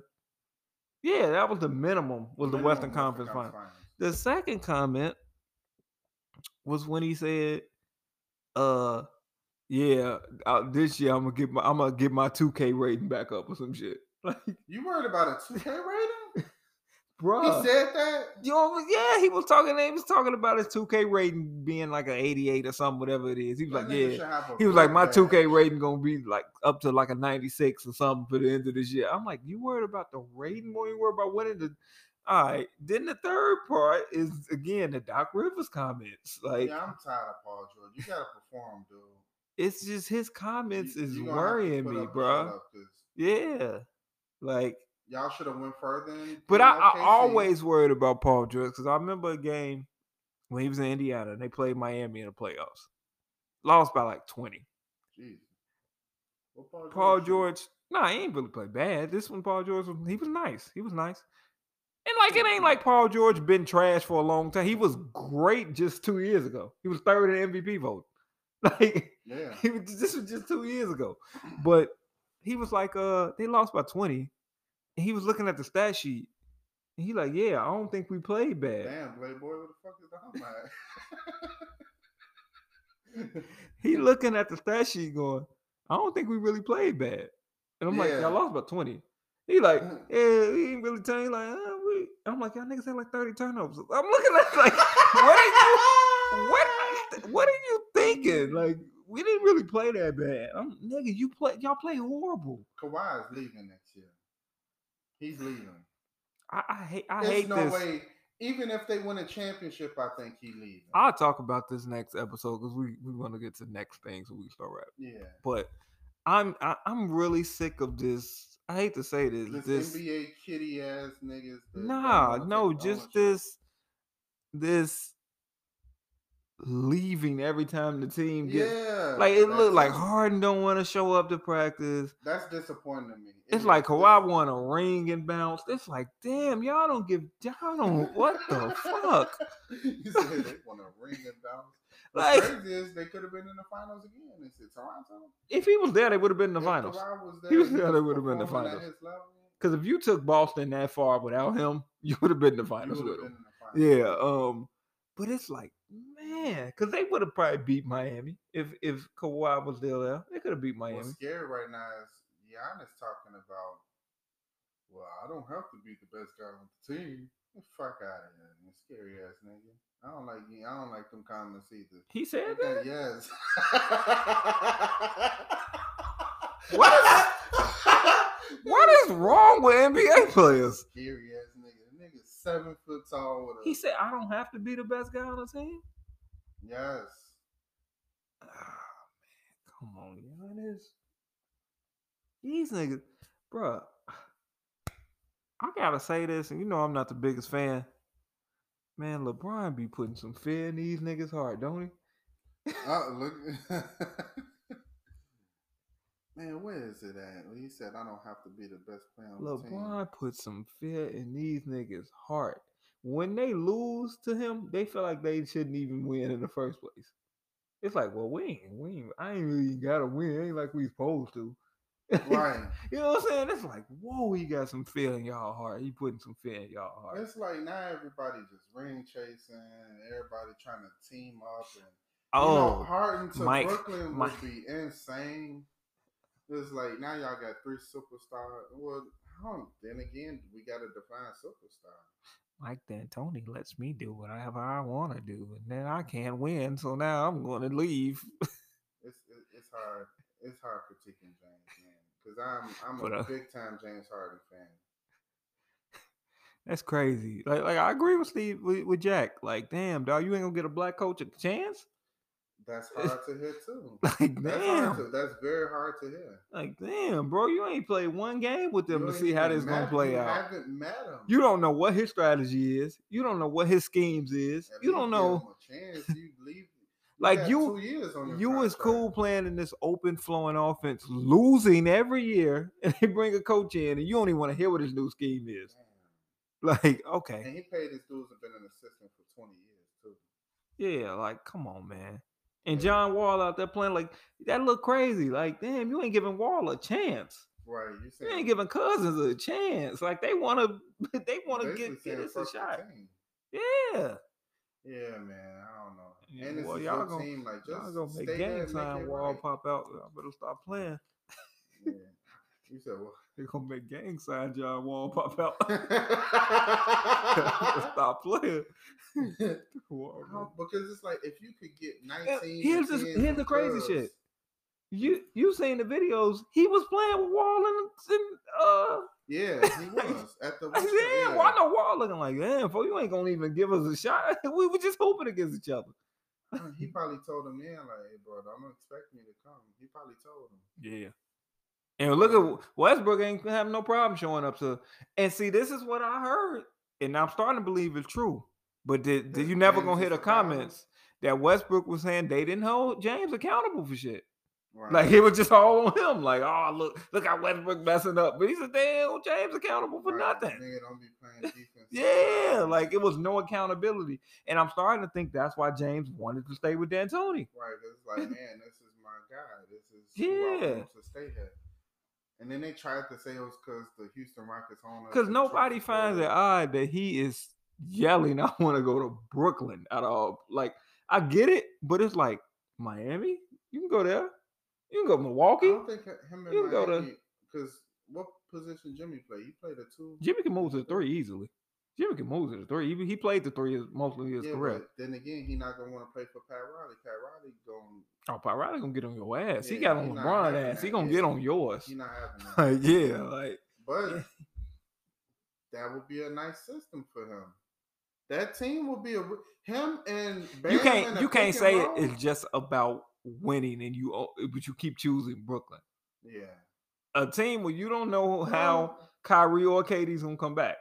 Speaker 2: yeah, that was the minimum was the
Speaker 1: Minimum
Speaker 2: Western
Speaker 1: was
Speaker 2: Conference final. The second comment was when he said, "Uh, yeah, uh, this year I'm gonna get my I'm gonna get my 2K rating back up or some shit." Like,
Speaker 1: You worried about a 2K rating?
Speaker 2: bro,
Speaker 1: He said that?
Speaker 2: you know, yeah, he was talking. He was talking about his 2K rating being like an 88 or something, whatever it is. He was
Speaker 1: That
Speaker 2: like,
Speaker 1: nigga
Speaker 2: yeah.
Speaker 1: should have a
Speaker 2: He was like, my
Speaker 1: birthday.
Speaker 2: 2K rating gonna be like up to like a 96 or something for the end of this year. I'm like, you worried about the rating more? You worried about winning the. All right. Then the third part is again the Doc Rivers comments. Like
Speaker 1: Yeah, I'm tired of Paul George. You gotta perform, dude.
Speaker 2: it's just his comments
Speaker 1: You-
Speaker 2: is
Speaker 1: you gonna have to
Speaker 2: worrying
Speaker 1: put
Speaker 2: me,
Speaker 1: up or shut
Speaker 2: bruh.
Speaker 1: up, 'cause
Speaker 2: Yeah. Like,
Speaker 1: Y'all should have went further. in- in
Speaker 2: but I, I
Speaker 1: OKC.
Speaker 2: always worried about Paul George because I remember a game when he was in Indiana and they played Miami in the playoffs. Lost by like 20.
Speaker 1: Jeez. What Paul,
Speaker 2: Paul
Speaker 1: should-
Speaker 2: George, nah, he ain't really played bad. This one, Paul George, was- he was nice. He was nice. And like it ain't like Paul George been trash for a long time. He was great just two years ago. He was third in the MVP vote. Like
Speaker 1: Yeah.
Speaker 2: he was, this was just two years ago. But he was like, uh, they lost by twenty. And he was looking at the stat sheet. And he like, yeah, I don't think we played bad.
Speaker 1: Damn, Playboy, what the fuck is the home at?
Speaker 2: He looking at the stat sheet going, I don't think we really played bad. And I'm like,
Speaker 1: Yeah.
Speaker 2: y'all lost by 20. He like,
Speaker 1: Mm.
Speaker 2: yeah, we ain't really turn. He like, uh, we. I'm like, y'all niggas had like 30 turnovers. I'm looking at like, what are you, what, what are you thinking? Like, we didn't really play that bad. I'm nigga, you play, y'all play horrible.
Speaker 1: Kawhi is leaving next year. He's leaving.
Speaker 2: I, I hate, I
Speaker 1: There's
Speaker 2: hate
Speaker 1: no
Speaker 2: this.
Speaker 1: way. Even if they win a championship, I think he leaving.
Speaker 2: I'll talk about this next episode because we we want to get to next things so we can start wrapping.
Speaker 1: yeah.
Speaker 2: But I'm I, I'm really sick of this. I hate to say this.
Speaker 1: This,
Speaker 2: This,
Speaker 1: NBA kitty ass niggas. that don't
Speaker 2: Nah,
Speaker 1: wanna
Speaker 2: no,
Speaker 1: take
Speaker 2: just
Speaker 1: ownership.
Speaker 2: this, this leaving every time the team gets
Speaker 1: Yeah.
Speaker 2: like it
Speaker 1: that's
Speaker 2: looked like
Speaker 1: dis-
Speaker 2: Harden don't want to show up to practice.
Speaker 1: That's disappointing to me. It
Speaker 2: It's
Speaker 1: is
Speaker 2: like Kawhi
Speaker 1: disappointing.
Speaker 2: want to ring and bounce. It's like, damn, y'all don't give, y'all don't. What the fuck?
Speaker 1: you said they want to ring and bounce.
Speaker 2: Like-
Speaker 1: What's crazy is they could have been in the finals again. They said Toronto.
Speaker 2: If he was there, they would have been in the
Speaker 1: If
Speaker 2: finals.
Speaker 1: Kawhi was
Speaker 2: was
Speaker 1: and
Speaker 2: there, they would've been in the
Speaker 1: performing at
Speaker 2: finals.
Speaker 1: his level,
Speaker 2: Because if you took Boston that far without him, you would have been in the
Speaker 1: you
Speaker 2: finals
Speaker 1: would've
Speaker 2: with
Speaker 1: been
Speaker 2: him.
Speaker 1: in the finals.
Speaker 2: Yeah. Um. But it's like, man, because they would have probably beat Miami if if Kawhi was still there. They could have beat Miami.
Speaker 1: What's scary right now is Giannis talking about, well, I don't have to be the best guy on the team. Get the fuck out of here, you scary ass nigga. I don't like you. I don't like them comments either.
Speaker 2: He said
Speaker 1: Yeah,
Speaker 2: that.
Speaker 1: yes.
Speaker 2: What? What is wrong with NBA players?
Speaker 1: Scary ass nigga. The nigga seven foot tall with a
Speaker 2: He said, "I don't have to be the best guy on the team."
Speaker 1: yes.
Speaker 2: Ah, man, come on, Giannis. These niggas, bruh. I gotta say this, and you know I'm not the biggest fan. Man, LeBron be putting some fear in these niggas' heart, don't he?
Speaker 1: Uh, look. Man, where is it at? He said I don't have to be the best player on the team.
Speaker 2: LeBron put some fear in these niggas' heart. When they lose to him, they feel like they shouldn't even win in the first place. It's like, well, we ain't, we ain't, I ain't really gotta win. It ain't like we supposed to.
Speaker 1: Right.
Speaker 2: You know what I'm saying? It's like, whoa, he got some fear in y'all heart. He putting some fear in y'all heart.
Speaker 1: It's like now everybody just ring chasing, everybody trying to team up, and you
Speaker 2: oh,
Speaker 1: know, Harden to
Speaker 2: Mike,
Speaker 1: Brooklyn
Speaker 2: Mike.
Speaker 1: would be insane. It's like now y'all got three superstars. Well, I don't, then again, we got to define superstar.
Speaker 2: Mike D'Antoni lets me do whatever I want to do, and then I can't win, so now I'm going to leave.
Speaker 1: It's it, it's hard. It's hard critiquing James, man, because I'm I'm
Speaker 2: But,
Speaker 1: a
Speaker 2: uh,
Speaker 1: big time James Harden fan.
Speaker 2: That's crazy. Like, like I agree with Steve with, with Jack. Like, damn, dog, you ain't gonna get a black coach a chance.
Speaker 1: That's hard to hear too.
Speaker 2: Like,
Speaker 1: That's hard
Speaker 2: damn,
Speaker 1: to, That's very hard to hear.
Speaker 2: like, damn, bro, you ain't played one game with them
Speaker 1: You
Speaker 2: to
Speaker 1: ain't
Speaker 2: see how
Speaker 1: even
Speaker 2: this gonna
Speaker 1: met-
Speaker 2: play
Speaker 1: you
Speaker 2: out.
Speaker 1: Haven't met him.
Speaker 2: You don't know what his strategy is. You don't know what his schemes is.
Speaker 1: At
Speaker 2: You
Speaker 1: least
Speaker 2: don't
Speaker 1: give
Speaker 2: know.
Speaker 1: him a chance. You leave.
Speaker 2: Like
Speaker 1: got
Speaker 2: you,
Speaker 1: two years on your
Speaker 2: you was
Speaker 1: contract.
Speaker 2: cool playing in this open flowing offense, losing every year, and they bring a coach in, and you don't even want to hear what his new scheme is. Like,
Speaker 1: Damn.
Speaker 2: okay,
Speaker 1: And he paid his dues and been an assistant for twenty years too.
Speaker 2: yeah, like, come on, man. And
Speaker 1: Yeah.
Speaker 2: John Wall out there playing like that look crazy. Like, damn, you ain't giving Wall a chance.
Speaker 1: Right? You
Speaker 2: You
Speaker 1: saying
Speaker 2: ain't giving Cousins a chance. Like they want to, they want to
Speaker 1: basically
Speaker 2: get
Speaker 1: saying
Speaker 2: get us a
Speaker 1: fuck the
Speaker 2: shot.
Speaker 1: team.
Speaker 2: Yeah,
Speaker 1: Yeah, man. I don't know.
Speaker 2: Yeah,
Speaker 1: and it's
Speaker 2: well,
Speaker 1: well,
Speaker 2: y'all
Speaker 1: your
Speaker 2: gon-
Speaker 1: team. Like, just
Speaker 2: y'all gonna
Speaker 1: stay
Speaker 2: make
Speaker 1: there
Speaker 2: game
Speaker 1: and make
Speaker 2: time.
Speaker 1: it
Speaker 2: Wall
Speaker 1: right.
Speaker 2: pop out. I better stop playing.
Speaker 1: Yeah. You said what?
Speaker 2: They gonna make gang sign. John Wall pop out.
Speaker 1: Well.
Speaker 2: stop playing. Wall,
Speaker 1: No, because it's like if you could get
Speaker 2: Yeah,
Speaker 1: nineteen.
Speaker 2: here's
Speaker 1: and
Speaker 2: this-
Speaker 1: 10
Speaker 2: here's
Speaker 1: from
Speaker 2: the crazy
Speaker 1: Cubs,
Speaker 2: shit. You you seen the videos? He was playing with Wall and, and uh.
Speaker 1: Yeah, he was at the.
Speaker 2: I said,
Speaker 1: yeah.
Speaker 2: yeah, why no Wall looking like damn? For you ain't gonna even give us a shot. we were just hoping against each other.
Speaker 1: Uh, He probably told him then, like, hey, bro, don't expect me to come. He probably told him.
Speaker 2: Yeah. And look at Westbrook ain't have no problem showing up to. And see, this is what I heard, and I'm starting to believe it's true. But did, did
Speaker 1: That
Speaker 2: you never
Speaker 1: James
Speaker 2: gonna hear
Speaker 1: is
Speaker 2: the
Speaker 1: the problem?
Speaker 2: comments that Westbrook was saying they didn't hold James accountable for shit.
Speaker 1: Right.
Speaker 2: Like it was just all on him. Like, oh look, look how Westbrook messing up. But he said they ain't hold James accountable for
Speaker 1: Right,
Speaker 2: nothing.
Speaker 1: Nigga don't be playing defense.
Speaker 2: Yeah, like it was no accountability. And I'm starting to think that's why James wanted to stay with D'Antoni.
Speaker 1: Right, 'cause it's like, man, this is my guy. This is who
Speaker 2: Yeah.
Speaker 1: I want to stay here. And then they tried to say it was because the Houston Rockets owners.
Speaker 2: Because
Speaker 1: and
Speaker 2: nobody
Speaker 1: Trump
Speaker 2: finds it
Speaker 1: supporters-
Speaker 2: odd that he is yelling, I want to go to Brooklyn at all. Like, I get it, but it's like Miami, you can go there. You can go
Speaker 1: I
Speaker 2: Milwaukee.
Speaker 1: don't think him and
Speaker 2: You go to-
Speaker 1: Miami. Because what position Jimmy play? He played a two.
Speaker 2: Jimmy can move to the three easily. Jimmy can move to the three. He- He played the three mostly his
Speaker 1: Yeah,
Speaker 2: career.
Speaker 1: but then again, he not gonna want to play for Pat Riley. Pat Riley going.
Speaker 2: Oh, Pirata gonna get on your ass. he
Speaker 1: Yeah,
Speaker 2: got
Speaker 1: he
Speaker 2: on
Speaker 1: not
Speaker 2: LeBron
Speaker 1: having
Speaker 2: ass. He
Speaker 1: that.
Speaker 2: gonna
Speaker 1: Yeah,
Speaker 2: get on yours.
Speaker 1: He not having that.
Speaker 2: Like, yeah, like
Speaker 1: But that would be a nice system for him. That team would be a re- him and Bam
Speaker 2: you
Speaker 1: in a
Speaker 2: can't you
Speaker 1: pick
Speaker 2: can't
Speaker 1: and
Speaker 2: say it.
Speaker 1: roll?
Speaker 2: it's just about winning and you o- but you keep choosing Brooklyn.
Speaker 1: yeah.
Speaker 2: A team where you don't know how Kyrie or Katie's gonna come back.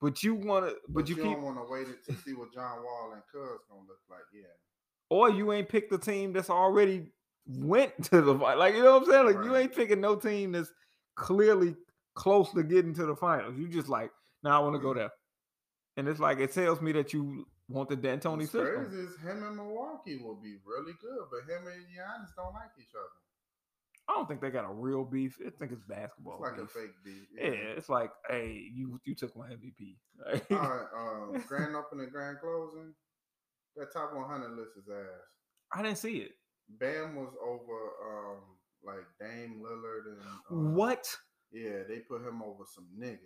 Speaker 2: But you wanna but, you, keep
Speaker 1: don't want to wait it to see what John Wall and Cuz gonna look like. Yeah,
Speaker 2: or you ain't picked the team that's already went to the final. Like you know what I'm saying? Like you
Speaker 1: Right.
Speaker 2: ain't picking no team that's clearly close to getting to the finals. You just like, now I want to go there. And it's like it tells me that you want the D'Antoni
Speaker 1: What's
Speaker 2: system.
Speaker 1: crazy is him and Milwaukee will be really good, but him and Giannis don't like each other.
Speaker 2: I don't think they got a real beef. I think it's basketball.
Speaker 1: It's like a
Speaker 2: beef.
Speaker 1: fake beat.
Speaker 2: Yeah. it's like, hey, you you took my MVP. Like,
Speaker 1: All right, um, grand opening, grand closing. That top 100 list is ass.
Speaker 2: I didn't see it.
Speaker 1: Bam was over um, like Dame Lillard and uh,
Speaker 2: What?
Speaker 1: Yeah, they put him over some niggas.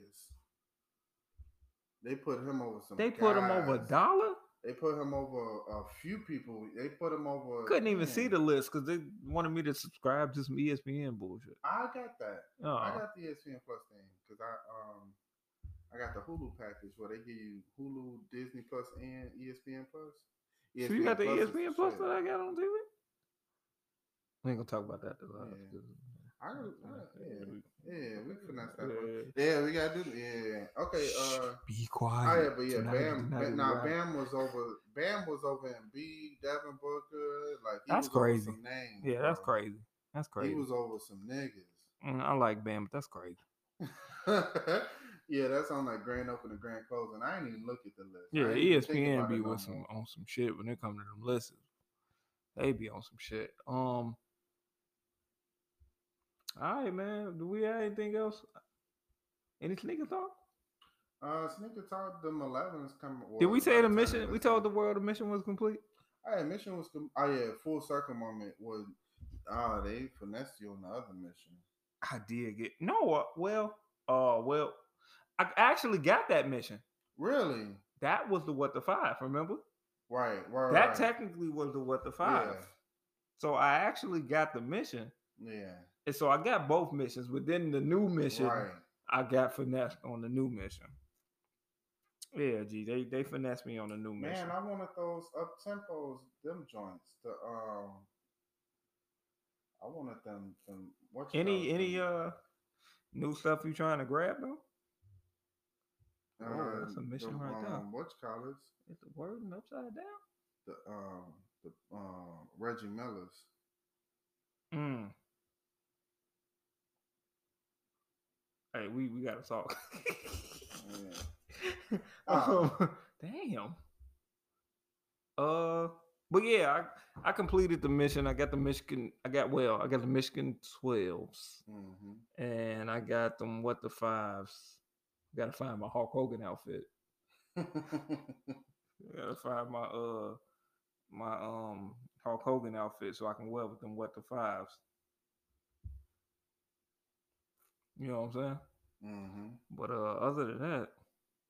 Speaker 1: They put him over some.
Speaker 2: They put him over
Speaker 1: guys.
Speaker 2: dollar?
Speaker 1: They put him over a few people. They put him over.
Speaker 2: Couldn't even see
Speaker 1: man,
Speaker 2: the list because they wanted me to subscribe to some E ESPN bullshit.
Speaker 1: I got that. I
Speaker 2: Oh,
Speaker 1: got the E ESPN Plus thing because I um I got the Hulu package where they give you Hulu, Disney Plus, and E ESPN Plus. E
Speaker 2: so you got the E
Speaker 1: is
Speaker 2: ESPN Plus
Speaker 1: shit.
Speaker 2: that I got on TV? We ain't gonna talk about that. though.
Speaker 1: Yeah. I, I, yeah,
Speaker 2: we-
Speaker 1: yeah, we finessed that. one.
Speaker 2: Yeah.
Speaker 1: Yeah, we gotta do. Yeah, okay. Uh,
Speaker 2: Be
Speaker 1: Oh
Speaker 2: quiet.
Speaker 1: yeah, but yeah,
Speaker 2: Tonight is
Speaker 1: Bam.
Speaker 2: the night
Speaker 1: Bam
Speaker 2: we
Speaker 1: nah,
Speaker 2: rock.
Speaker 1: Bam was over. Bam was over in B. Devin Booker. Like he
Speaker 2: That's
Speaker 1: was over
Speaker 2: crazy.
Speaker 1: Some names,
Speaker 2: Yeah, that's
Speaker 1: bro.
Speaker 2: crazy. That's crazy.
Speaker 1: He was over some niggas.
Speaker 2: Mm, I like Bam, but that's crazy.
Speaker 1: yeah, that's on like grand opening, grand closing. I didn't even look at the list. I
Speaker 2: Yeah, E
Speaker 1: ain't even think
Speaker 2: ESPN
Speaker 1: about it
Speaker 2: be
Speaker 1: no
Speaker 2: with some
Speaker 1: more.
Speaker 2: on some shit when it come to them lists. They be on some shit. Um. All right, man. Do we have anything else? Any sneaker thought?
Speaker 1: Uh, sneaker talk. Them elevens coming.
Speaker 2: Did we say the mission? We told the world the mission was complete.
Speaker 1: Hey, mission was. com- Oh yeah, full circle moment was. Ah, they finessed you on the other mission.
Speaker 2: I did get no. uh, Well, uh, well, I actually got that mission.
Speaker 1: Really?
Speaker 2: That was the what the five. Remember
Speaker 1: Right. Right.
Speaker 2: that
Speaker 1: right.
Speaker 2: technically was the what the five.
Speaker 1: Yeah.
Speaker 2: So I actually got the mission,
Speaker 1: Yeah.
Speaker 2: and so I got both missions. But then the new mission,
Speaker 1: Right.
Speaker 2: I got finessed on the new mission. Yeah, gee, they they finessed me on the new mission.
Speaker 1: Man, I wanted those up tempos, them joints. The um, I wanted them. Them what? you
Speaker 2: any
Speaker 1: call it,
Speaker 2: any
Speaker 1: them,
Speaker 2: uh new stuff you trying to grab though?
Speaker 1: uh,
Speaker 2: oh, that's a mission
Speaker 1: the,
Speaker 2: right there.
Speaker 1: um, What you call it?
Speaker 2: Is the word upside down?
Speaker 1: The um, the um, Reggie Miller's.
Speaker 2: Mm. Hey, we we gotta talk.
Speaker 1: Yeah.
Speaker 2: um, damn. Uh, but yeah, I I completed the mission. I got the Michigan. I got well. I got the Michigan twelves,
Speaker 1: hmm
Speaker 2: and I got them. What the fives? Gotta find my Hulk Hogan outfit. Gotta find my uh my um Hulk Hogan outfit so I can wear with them. What the fives? You know what I'm saying?
Speaker 1: hmm
Speaker 2: But uh, other than that,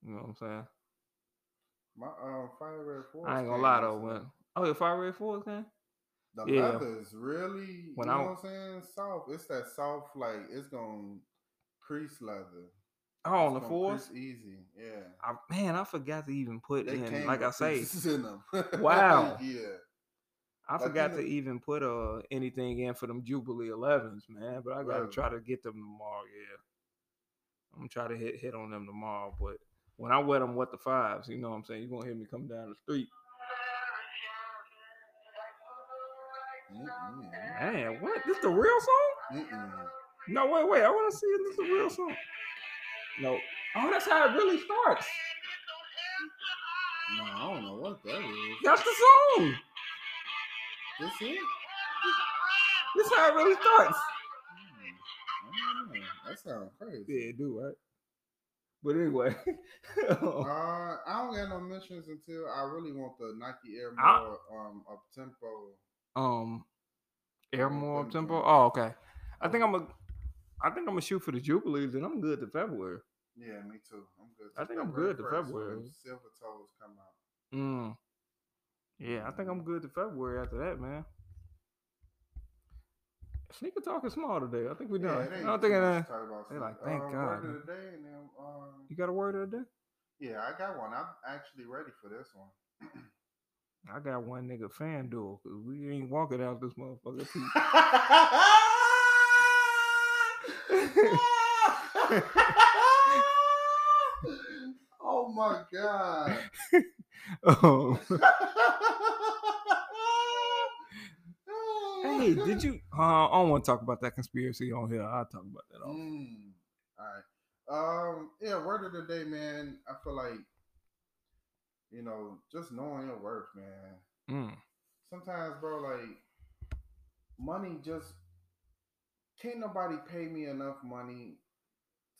Speaker 2: you know what I'm saying.
Speaker 1: My um, fire red force.
Speaker 2: I ain't gonna
Speaker 1: came
Speaker 2: lie though.
Speaker 1: recently.
Speaker 2: When oh, if I read four game,
Speaker 1: the
Speaker 2: yeah.
Speaker 1: leather's really,
Speaker 2: When
Speaker 1: you know
Speaker 2: I-
Speaker 1: what I'm saying? Soft. It's that soft, like it's gonna crease leather.
Speaker 2: oh on the
Speaker 1: It's gonna crease
Speaker 2: fourth,
Speaker 1: easy. Yeah.
Speaker 2: I, man, I forgot to even put
Speaker 1: They
Speaker 2: in.
Speaker 1: came
Speaker 2: Like I
Speaker 1: with
Speaker 2: say,
Speaker 1: pieces in 'em.
Speaker 2: Wow.
Speaker 1: yeah.
Speaker 2: I
Speaker 1: like you
Speaker 2: forgot
Speaker 1: know-
Speaker 2: to even put uh anything in for them Jubilee Elevens, man. But I gotta
Speaker 1: Right.
Speaker 2: try to get them tomorrow. Yeah, I'm gonna try to hit hit on them tomorrow. But when I wear them, what the fives? You know what I'm saying? You are gonna hear me come down the street.
Speaker 1: Mm-mm.
Speaker 2: Man, what? This the real song?
Speaker 1: Mm-mm.
Speaker 2: No, wait, wait. I want to see if this is the real song. No. Oh, that's how it really starts.
Speaker 1: No, I don't know what that is.
Speaker 2: That's the song.
Speaker 1: This it?
Speaker 2: This how it really starts.
Speaker 1: Mm. I don't know. That sounds
Speaker 2: Yeah,
Speaker 1: crazy.
Speaker 2: it do right. But anyway, um,
Speaker 1: Uh, I don't get no missions until I really want the Nike Air
Speaker 2: I-
Speaker 1: More um up tempo.
Speaker 2: um, air more
Speaker 1: Them
Speaker 2: tempo.
Speaker 1: joints.
Speaker 2: Oh, okay. I think I'm a. I think I'm gonna shoot for the Jubilees, and I'm good to February.
Speaker 1: Yeah, me too. I'm good.
Speaker 2: I
Speaker 1: till
Speaker 2: think I'm
Speaker 1: February
Speaker 2: good till
Speaker 1: 1st when
Speaker 2: February.
Speaker 1: them Silver toes come out.
Speaker 2: Mm. Yeah, I think I'm good to February after that, man. Sneaker talk is small today. I think we done.
Speaker 1: it
Speaker 2: I
Speaker 1: ain't
Speaker 2: don't
Speaker 1: too
Speaker 2: think it.
Speaker 1: much
Speaker 2: uh,
Speaker 1: to talk about
Speaker 2: they
Speaker 1: some-
Speaker 2: like, thank
Speaker 1: uh,
Speaker 2: God.
Speaker 1: Word of the day and then, um,
Speaker 2: You got a word of the day?
Speaker 1: yeah, I got one. I'm actually ready for this one.
Speaker 2: I got one nigga fan duel because we ain't walking out this motherfucker. till-
Speaker 1: oh my god.
Speaker 2: Oh. hey, did you? Uh, I don't want to talk about that conspiracy on here. I'll talk about that. Off.
Speaker 1: Mm, all right. Um, yeah, word of the day, man. I feel like you know, just knowing your worth, man.
Speaker 2: Mm.
Speaker 1: sometimes, bro, like money just can't nobody pay me enough money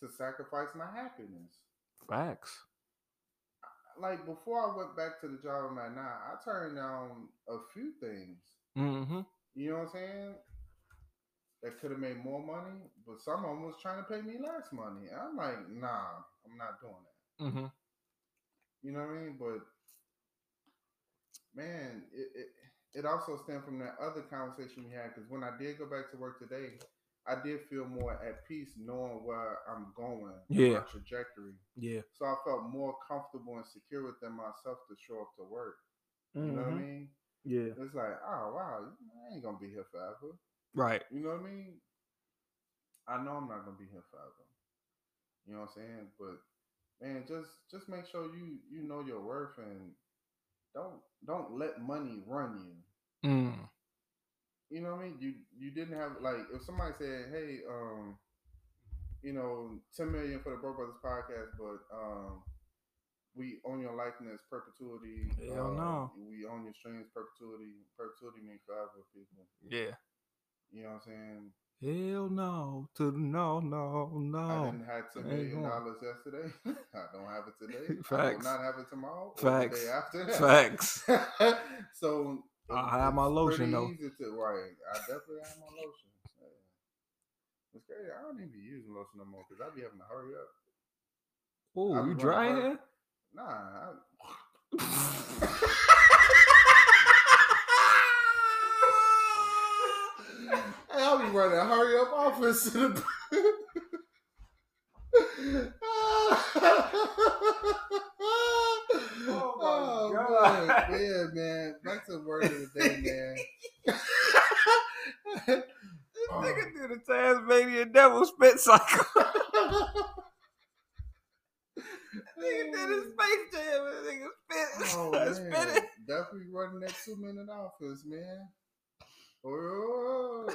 Speaker 1: to sacrifice my happiness.
Speaker 2: Facts.
Speaker 1: Like before I went back to the job I'm at now, I turned down a few things.
Speaker 2: Mm-hmm.
Speaker 1: You know what I'm saying? that could have made more money, but some of them was trying to pay me less money. I'm like, nah, I'm not doing that.
Speaker 2: Mm-hmm.
Speaker 1: You know what I mean? But man, it it, it also stemmed from that other conversation we had because when I did go back to work today, I did feel more at peace knowing where I'm going,
Speaker 2: Yeah.
Speaker 1: my trajectory.
Speaker 2: Yeah.
Speaker 1: So I felt more comfortable and secure within myself to show up to work. You know what I mean?
Speaker 2: Mm-hmm. Yeah.
Speaker 1: It's like, oh wow, I ain't gonna be here forever.
Speaker 2: Right.
Speaker 1: You know what I mean? I know I'm not gonna be here forever. You know what I'm saying? But man, just just make sure you you know your worth and don't don't let money run you.
Speaker 2: Mm.
Speaker 1: You know what I mean? You you didn't have like if somebody said, hey, um, you know, ten million for the Bro Brothers podcast, but um, we own your likeness perpetuity.
Speaker 2: Hell
Speaker 1: uh,
Speaker 2: no.
Speaker 1: We own your streams perpetuity. Perpetuity means forever, people.
Speaker 2: Yeah.
Speaker 1: You know what I'm saying?
Speaker 2: Hell no. To the no, no,
Speaker 1: I
Speaker 2: no.
Speaker 1: didn't have ten
Speaker 2: ain't
Speaker 1: million
Speaker 2: going.
Speaker 1: dollars yesterday. I don't have it today. I will
Speaker 2: Facts.
Speaker 1: not have it tomorrow. Or the
Speaker 2: Facts.
Speaker 1: day after that.
Speaker 2: Facts.
Speaker 1: so
Speaker 2: I have my
Speaker 1: it's
Speaker 2: lotion,
Speaker 1: pretty
Speaker 2: though.
Speaker 1: Easy to, right. I definitely have my lotion. Yeah. It's crazy. I don't even be using lotion no more because I be having to hurry up.
Speaker 2: Oh,
Speaker 1: I'm
Speaker 2: you
Speaker 1: gonna
Speaker 2: dry
Speaker 1: hurt.
Speaker 2: hair?
Speaker 1: Nah. I, Hey, I'll be running a hurry up office. to the- oh,
Speaker 2: my
Speaker 1: man.
Speaker 2: God.
Speaker 1: Yeah, man. Back to the word of the day, man.
Speaker 2: This
Speaker 1: Oh.
Speaker 2: nigga did a Tasmanian devil spit cycle.
Speaker 1: Oh.
Speaker 2: nigga did a space jam and the nigga spit.
Speaker 1: Oh,
Speaker 2: spit
Speaker 1: man.
Speaker 2: it.
Speaker 1: Definitely running that two minute office, man. Oh,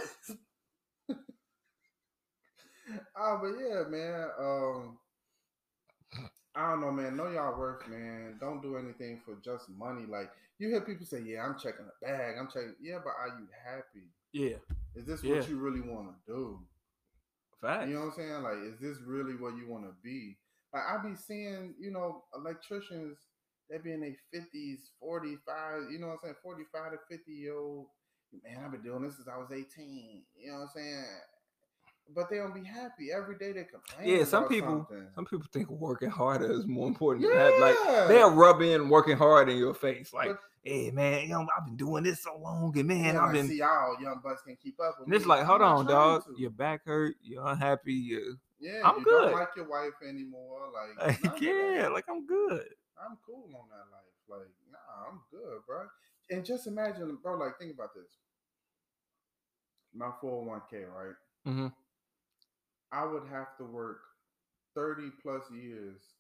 Speaker 1: Ah, but yeah, man. Um, I don't know, man. Know y'all worth, man. Don't do anything for just money. Like you hear people say, "Yeah, I'm checking the bag. I'm checking." Yeah, but are you happy?
Speaker 2: Yeah.
Speaker 1: Is this
Speaker 2: Yeah.
Speaker 1: what you really want to do?
Speaker 2: Facts.
Speaker 1: You know what I'm saying? Like, is this really where you want to be? Like, I be seeing, you know, electricians that be in their fifties, forty five. You know what I'm saying? Forty five to fifty year old. Man, I've been doing this since I was eighteen. You know what I'm saying? But they don't be happy every day. They complain.
Speaker 2: Yeah, some
Speaker 1: about
Speaker 2: people-
Speaker 1: something.
Speaker 2: Some people think working harder is more important
Speaker 1: yeah,
Speaker 2: than that. Like they'll rub in working hard in your face. Like, hey man, you know, I've been doing this so long, and man,
Speaker 1: Yeah,
Speaker 2: I've
Speaker 1: like,
Speaker 2: been.
Speaker 1: see y'all young bucks can keep up. With
Speaker 2: And it's
Speaker 1: me.
Speaker 2: like,
Speaker 1: I'm
Speaker 2: hold
Speaker 1: not
Speaker 2: on,
Speaker 1: trying
Speaker 2: dog.
Speaker 1: to.
Speaker 2: Your back hurt. You're unhappy. You
Speaker 1: Yeah,
Speaker 2: I'm
Speaker 1: you
Speaker 2: good.
Speaker 1: Don't like your wife anymore. Like,
Speaker 2: like,
Speaker 1: none of that.
Speaker 2: yeah, like I'm good.
Speaker 1: I'm cool on that life. Like, nah, I'm good, bro. And just imagine, bro, like, think about this. My 401k, right?
Speaker 2: Mhm.
Speaker 1: I would have to work 30 plus years.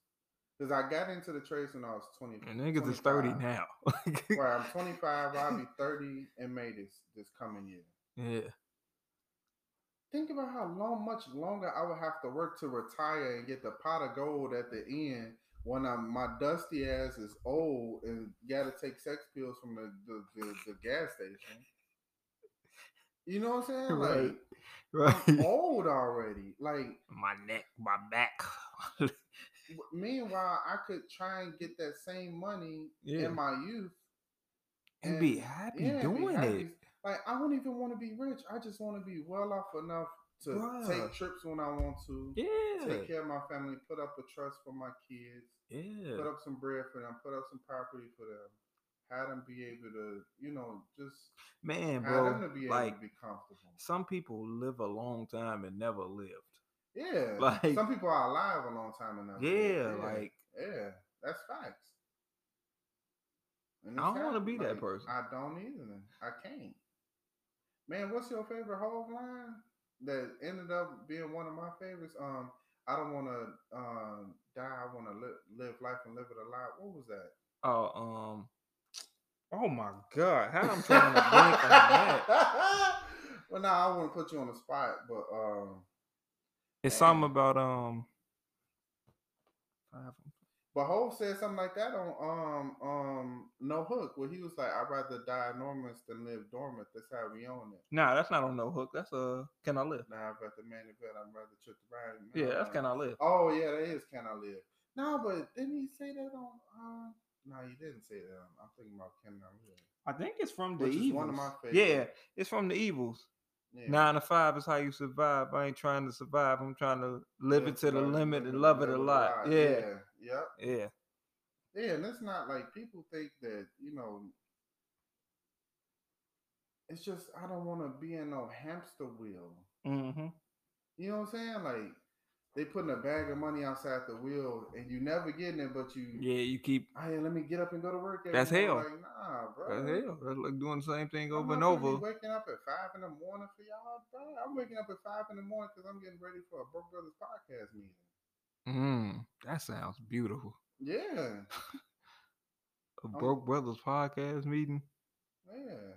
Speaker 1: Because I got into the trades when I was 20.
Speaker 2: And niggas is thirty
Speaker 1: 25.
Speaker 2: now.
Speaker 1: Right, I'm 25. I'll be 30 in May this, this coming year.
Speaker 2: yeah,
Speaker 1: Think about how long, much longer I would have to work to retire and get the pot of gold at the end when I'm my dusty ass is old and got to take sex pills from the the, the, the gas station. You know what I'm saying? Like I'm
Speaker 2: right.
Speaker 1: old already. Like
Speaker 2: my neck, my back.
Speaker 1: w- meanwhile, I could try and get that same money
Speaker 2: Yeah,
Speaker 1: in my youth.
Speaker 2: and be happy
Speaker 1: yeah, be
Speaker 2: doing
Speaker 1: happy.
Speaker 2: it.
Speaker 1: Like I don't even want to be rich. I just want to be well off enough to
Speaker 2: Bruh.
Speaker 1: take trips when I want to.
Speaker 2: Yeah,
Speaker 1: take care of my family, put up a trust for my kids,
Speaker 2: yeah,
Speaker 1: put up some bread for them, put up some property for them, have them be able to, you know, just
Speaker 2: man,
Speaker 1: have them to
Speaker 2: bro.
Speaker 1: be able
Speaker 2: Like
Speaker 1: to be comfortable.
Speaker 2: some people live a long time and never lived.
Speaker 1: Yeah,
Speaker 2: like-
Speaker 1: some people are alive a long time enough.
Speaker 2: Yeah, like
Speaker 1: yeah, that's facts. And
Speaker 2: I
Speaker 1: it's
Speaker 2: don't wanna
Speaker 1: hap-
Speaker 2: be that person.
Speaker 1: I don't either. I can't. Man, what's your favorite Hov line that ended up being one of my favorites? Um, I don't want to um die. I want to li- live life and live it a lot. What was that?
Speaker 2: oh um. Oh my god, how I'm trying to blank on that.
Speaker 1: well, now I want to put you on the spot, but um,
Speaker 2: It's
Speaker 1: Dang.
Speaker 2: something about um. five-
Speaker 1: But Hov said something like that on um um No Hook, where he was like, "I'd rather die enormous than live dormant." That's how we own it.
Speaker 2: Nah, that's not on no hook. That's uh, can I live?
Speaker 1: Now I've got the man in bed. I'd rather trip the ride.
Speaker 2: Yeah, that's can I live.
Speaker 1: Oh yeah, that is can I live? No, but didn't he say that on? Um, no, he didn't say that. On, I'm thinking about can I live?
Speaker 2: I think it's from the
Speaker 1: Which
Speaker 2: evils.
Speaker 1: is one of my
Speaker 2: Yeah,
Speaker 1: favorites.
Speaker 2: it's from the evils.
Speaker 1: Yeah.
Speaker 2: Nine to five is how you survive. I ain't trying to survive. I'm trying to live
Speaker 1: Yeah,
Speaker 2: it to the
Speaker 1: right.
Speaker 2: limit
Speaker 1: Live
Speaker 2: and love it
Speaker 1: live
Speaker 2: a lot. Yeah.
Speaker 1: yeah. Yep.
Speaker 2: Yeah.
Speaker 1: Yeah, and it's not like people think that, you know, it's just I don't want to be in no hamster wheel.
Speaker 2: Mm-hmm.
Speaker 1: You know what I'm saying? Like they putting a bag of money outside the wheel and you never getting it, but you Oh, yeah.
Speaker 2: Yeah, you keep
Speaker 1: let me get up and go to work. every
Speaker 2: That's
Speaker 1: day."
Speaker 2: hell.
Speaker 1: Like, nah, bro.
Speaker 2: that's hell. That's like doing the same thing
Speaker 1: Uh-huh. I'm not
Speaker 2: over and
Speaker 1: gonna be
Speaker 2: over.
Speaker 1: waking up at five in the morning for y'all, bro. I'm waking up at five in the morning because I'm getting ready for a Broke Brothers podcast meeting.
Speaker 2: Mm, that sounds beautiful.
Speaker 1: Yeah,
Speaker 2: A
Speaker 1: I'm-
Speaker 2: Broke Brothers podcast meeting.
Speaker 1: yeah.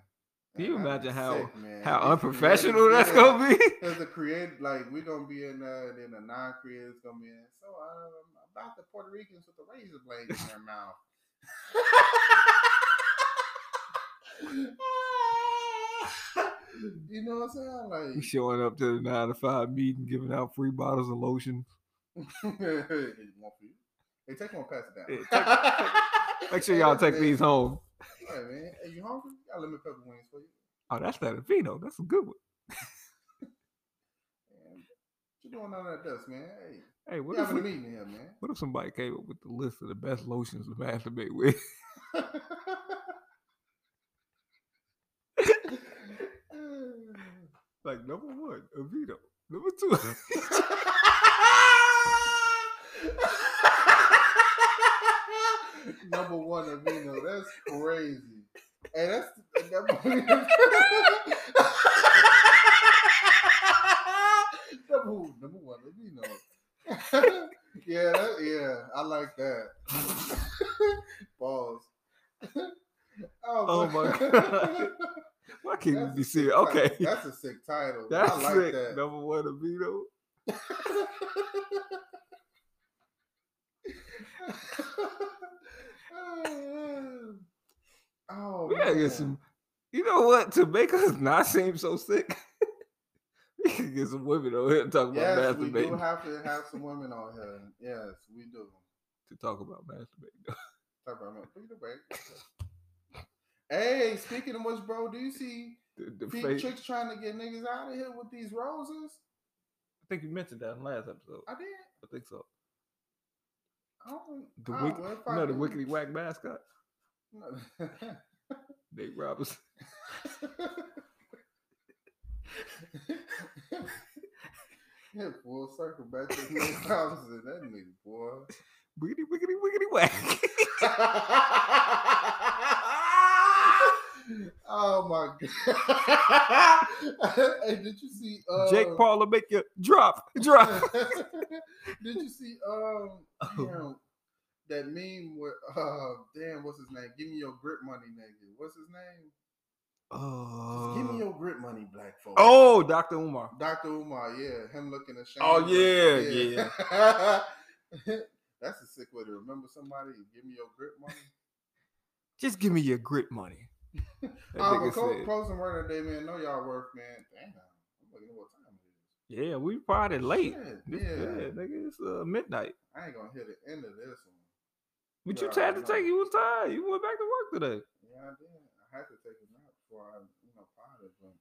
Speaker 2: Can you
Speaker 1: That'd be
Speaker 2: imagine how-
Speaker 1: man.
Speaker 2: How
Speaker 1: These creators,
Speaker 2: unprofessional that's
Speaker 1: yeah.
Speaker 2: gonna be.
Speaker 1: Cause the create like we gonna be in uh then the non creators gonna be in. So um about the Puerto Ricans with the razor blade in their mouth. you know what I'm
Speaker 2: You showing up to the nine to five meeting, giving out free bottles of lotion.
Speaker 1: saying? Like one for you. Hey, take one, pass it down.
Speaker 2: Yeah, Make sure y'all take these home.
Speaker 1: All right, man. Hey, you hungry? I got lemon pepper wings for you.
Speaker 2: Oh, that's not a vino. That's a good one.
Speaker 1: Man, what you doing on that dust, man? Hey,
Speaker 2: Hey,
Speaker 1: we
Speaker 2: what if
Speaker 1: having a
Speaker 2: we,
Speaker 1: meeting here, man.
Speaker 2: what if somebody came up with the list of the best lotions to masturbate with? like number one, a vino. Number two,
Speaker 1: number one, Amino. That's crazy. Hey, that's number one. number, one- number one, Amino. yeah, that, yeah, I like that. Balls.
Speaker 2: Oh my God. why can't you
Speaker 1: That's
Speaker 2: be
Speaker 1: a
Speaker 2: serious?
Speaker 1: sick title.
Speaker 2: Okay, that's,
Speaker 1: That's a sick title. That's I like
Speaker 2: it.
Speaker 1: that.
Speaker 2: Number one, a vino.
Speaker 1: oh,
Speaker 2: we gotta
Speaker 1: man.
Speaker 2: get some. You know what? To make us not seem so sick, we can get some women over here and talk about
Speaker 1: Yes, we do
Speaker 2: masturbating.
Speaker 1: have to have some women on here. Yes, we do.
Speaker 2: to talk about masturbating.
Speaker 1: Talk about my- take it away. Hey, speaking of which, bro, do you see
Speaker 2: the, the
Speaker 1: Pete
Speaker 2: face.
Speaker 1: Tricks trying to get niggas out of here with these roses?
Speaker 2: I think you mentioned that in last episode.
Speaker 1: I did.
Speaker 2: I think so.
Speaker 1: I don't.
Speaker 2: The
Speaker 1: I,
Speaker 2: wick,
Speaker 1: well, if I
Speaker 2: you know the
Speaker 1: do-
Speaker 2: wickety whack mascot,
Speaker 1: No.
Speaker 2: Nate Robinson.
Speaker 1: yeah, full circle back to the Nate Robinson. That nigga, boy.
Speaker 2: Wiggity wiggity wiggity whack.
Speaker 1: oh my god! hey, did you see uh,
Speaker 2: Jake Paul will make you drop, drop.
Speaker 1: did you see um
Speaker 2: Oh.
Speaker 1: damn, that meme with uh damn what's his name? Give me your grip money, nigga. What's his name? Just Give me
Speaker 2: Oh,
Speaker 1: your grip money, black folks.
Speaker 2: oh, Dr. Umar.
Speaker 1: Dr. Umar, yeah, him looking ashamed.
Speaker 2: Oh,
Speaker 1: of-
Speaker 2: yeah,
Speaker 1: yeah. That's a sick way to remember somebody. Give me your grip money.
Speaker 2: Just give me your grip money. That
Speaker 1: Oh, but
Speaker 2: nigga
Speaker 1: close,
Speaker 2: said,
Speaker 1: closing word today, man. Know y'all work, man. Damn, I'm looking at what time it
Speaker 2: yeah, we probably late.
Speaker 1: is. Shit,
Speaker 2: This-
Speaker 1: yeah,
Speaker 2: nigga, it's uh, midnight.
Speaker 1: I ain't gonna hit the end of this one.
Speaker 2: But
Speaker 1: Yeah,
Speaker 2: you
Speaker 1: I
Speaker 2: tried to
Speaker 1: know.
Speaker 2: take, you was tired. You went back to work today.
Speaker 1: Yeah, I did. I had to take a nap before I, you know, potted, but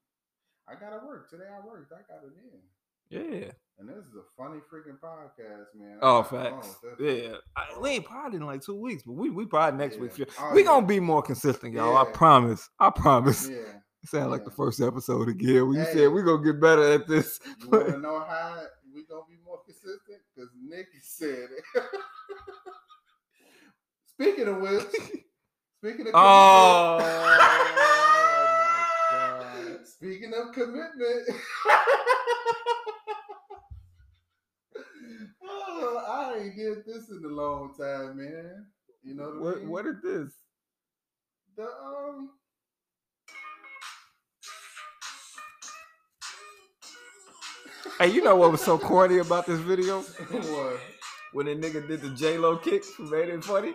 Speaker 1: I gotta work today. I worked. I got it in,
Speaker 2: Yeah.
Speaker 1: and this is a funny freaking podcast, man. I
Speaker 2: Oh,
Speaker 1: got along
Speaker 2: facts.
Speaker 1: with this.
Speaker 2: Yeah. I, we ain't probably in like two weeks, but we we probably next week.
Speaker 1: Yeah.
Speaker 2: for sure.
Speaker 1: Oh,
Speaker 2: we
Speaker 1: yeah.
Speaker 2: gonna be more consistent, y'all. I
Speaker 1: Yeah.
Speaker 2: promise. I promise.
Speaker 1: Yeah.
Speaker 2: Sound like
Speaker 1: Yeah.
Speaker 2: the first episode again. We
Speaker 1: Hey.
Speaker 2: said we gonna get better at this.
Speaker 1: You want to know how we gonna be more consistent? Cause Nicky said it. speaking of which, speaking of commitment,
Speaker 2: Oh.
Speaker 1: speaking of commitment, oh, I ain't did this in a long time, man. You know what, I
Speaker 2: what
Speaker 1: mean?
Speaker 2: what is this?
Speaker 1: the um.
Speaker 2: Hey, you know what was so corny about this video?
Speaker 1: what?
Speaker 2: When the nigga did the J Lo kick from Made It Funny.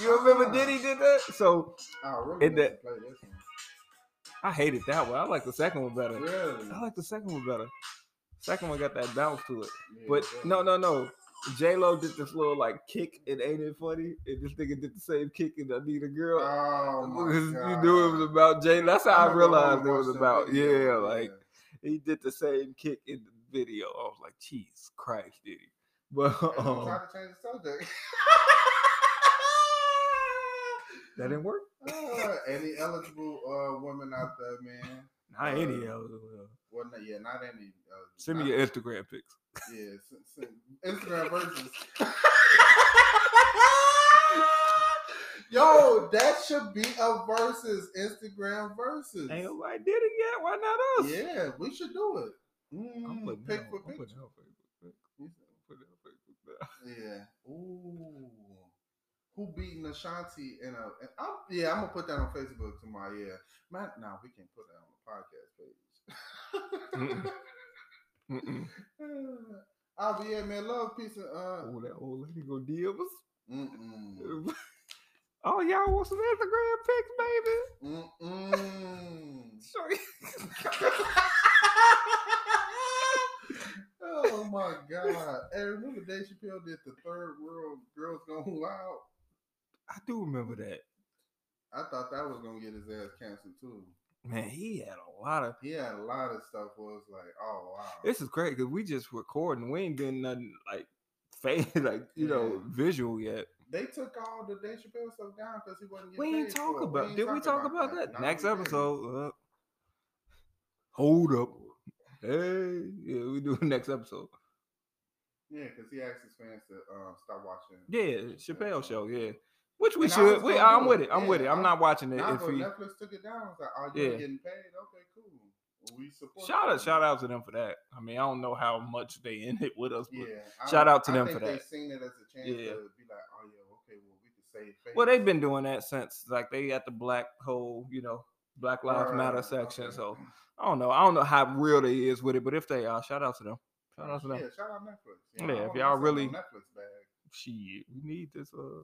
Speaker 2: You
Speaker 1: Ah.
Speaker 2: remember Diddy did that? So
Speaker 1: I
Speaker 2: In
Speaker 1: remember
Speaker 2: the-
Speaker 1: to play this
Speaker 2: I hated that one. I like the second one better.
Speaker 1: one. Really?
Speaker 2: I like the second one better. Second one got that bounce to it.
Speaker 1: Yeah,
Speaker 2: But no,
Speaker 1: really.
Speaker 2: no, no. J Lo did this little like kick and ain't it funny? And this nigga did the same kick and I need a girl.
Speaker 1: Oh my
Speaker 2: Because
Speaker 1: God.
Speaker 2: you knew it was about J. That's how I
Speaker 1: I'm gonna go home
Speaker 2: realized
Speaker 1: and
Speaker 2: it
Speaker 1: watch
Speaker 2: was
Speaker 1: that
Speaker 2: about.
Speaker 1: video.
Speaker 2: Yeah, like he did the same kick in the video. I was like, "Jeez, Christ, did he?" But
Speaker 1: I'm
Speaker 2: um,
Speaker 1: trying to change the subject.
Speaker 2: that didn't work.
Speaker 1: Uh, any eligible uh, women out there, man?
Speaker 2: Not any
Speaker 1: Uh,
Speaker 2: of them.
Speaker 1: Well, no, yeah, not any. Uh,
Speaker 2: Send me
Speaker 1: not-
Speaker 2: your Instagram pics.
Speaker 1: Yeah, s- s- Instagram versus. Yo, that should be a versus Instagram versus.
Speaker 2: Ain't nobody did it yet. Why not us?
Speaker 1: Yeah, we should do it. Mm,
Speaker 2: I'm putting
Speaker 1: pick
Speaker 2: that
Speaker 1: for
Speaker 2: on- I'm
Speaker 1: pick.
Speaker 2: putting that on Facebook. I'm putting that on Facebook now.
Speaker 1: Yeah. Ooh. Who beating Ashanti in a? and I'm, yeah, I'm gonna put that on Facebook tomorrow. Yeah, man. No, we can't put that on the podcast page.
Speaker 2: Mm-mm.
Speaker 1: I'll be yeah, man. Love, peace, and uh.
Speaker 2: Oh, that old lady gonna DM us.
Speaker 1: Mm-mm.
Speaker 2: Mm. Oh, y'all want some Instagram pics, baby?
Speaker 1: Mm-mm.
Speaker 2: Sure.
Speaker 1: oh my god! Hey, remember Dave Chappelle did the third world girls gone wild?
Speaker 2: I do remember that.
Speaker 1: I thought that was gonna get his ass canceled too.
Speaker 2: Man, he had a lot of.
Speaker 1: He had a lot of stuff where it's like, oh wow.
Speaker 2: This is great because we just recording. We ain't getting nothing like fade, like you know,
Speaker 1: Yeah.
Speaker 2: visual yet.
Speaker 1: they took all the Dave Chappelle stuff down because he wasn't.
Speaker 2: We
Speaker 1: getting
Speaker 2: ain't
Speaker 1: paid for
Speaker 2: talk
Speaker 1: it.
Speaker 2: about.
Speaker 1: ain't
Speaker 2: Did we talk about that?
Speaker 1: No,
Speaker 2: Next
Speaker 1: we didn't.
Speaker 2: episode. Uh, hold up. Hey, yeah, we do next episode.
Speaker 1: Yeah, because he asked his fans to um, stop watching.
Speaker 2: Yeah, Chappelle show. Yeah, which we
Speaker 1: And I was
Speaker 2: should. We,
Speaker 1: gonna
Speaker 2: I'm
Speaker 1: do
Speaker 2: with
Speaker 1: it,
Speaker 2: it. I'm with it.
Speaker 1: yeah,
Speaker 2: I'm
Speaker 1: I-
Speaker 2: not watching it.
Speaker 1: Now
Speaker 2: if
Speaker 1: but
Speaker 2: he
Speaker 1: Netflix took it down. It's like, oh, you're
Speaker 2: Yeah.
Speaker 1: getting paid. Okay, cool. We support.
Speaker 2: shout
Speaker 1: you.
Speaker 2: out, shout out to them for that. I mean, I don't know how much they in it with us, but
Speaker 1: Yeah. I
Speaker 2: Shout
Speaker 1: don't-
Speaker 2: out to
Speaker 1: I
Speaker 2: them
Speaker 1: think
Speaker 2: for
Speaker 1: they
Speaker 2: that.
Speaker 1: seen it as a chance
Speaker 2: Yeah.
Speaker 1: to be like, oh yeah, okay, well we can save face.
Speaker 2: Well, they've been doing that since like they got the black whole, you know, Black Lives
Speaker 1: Right,
Speaker 2: Matter
Speaker 1: right,
Speaker 2: section.
Speaker 1: okay.
Speaker 2: So I don't know. I don't know how real they is with it, but if they are, shout out to them. Shout out to them.
Speaker 1: Yeah, shout out Netflix.
Speaker 2: Yeah,
Speaker 1: I
Speaker 2: if
Speaker 1: wanna get
Speaker 2: y'all
Speaker 1: some
Speaker 2: really-
Speaker 1: Netflix bag,
Speaker 2: Shit, we need this. Uh,
Speaker 1: yeah.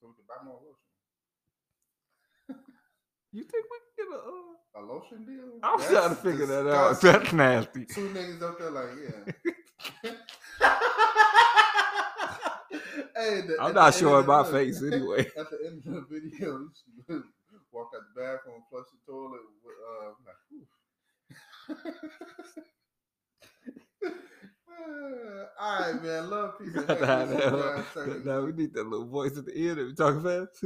Speaker 1: so we can buy more lotion.
Speaker 2: you think we can get a? Uh,
Speaker 1: A lotion deal?
Speaker 2: I'm
Speaker 1: That's
Speaker 2: trying to figure that out.
Speaker 1: disgusting.
Speaker 2: That's nasty.
Speaker 1: Two niggas up there like, yeah. hey, the-
Speaker 2: I'm
Speaker 1: at the
Speaker 2: not
Speaker 1: end
Speaker 2: showing
Speaker 1: of the
Speaker 2: my
Speaker 1: video-
Speaker 2: face anyway.
Speaker 1: At the end of the video, you should walk out the bathroom, flush the toilet. with, Uh, like, ooh. All right, man. Love, peace,
Speaker 2: We
Speaker 1: and
Speaker 2: got to have
Speaker 1: happiness. You
Speaker 2: that. uh,
Speaker 1: guys
Speaker 2: that-
Speaker 1: take it
Speaker 2: Now we need that little voice at the end that we talking fast.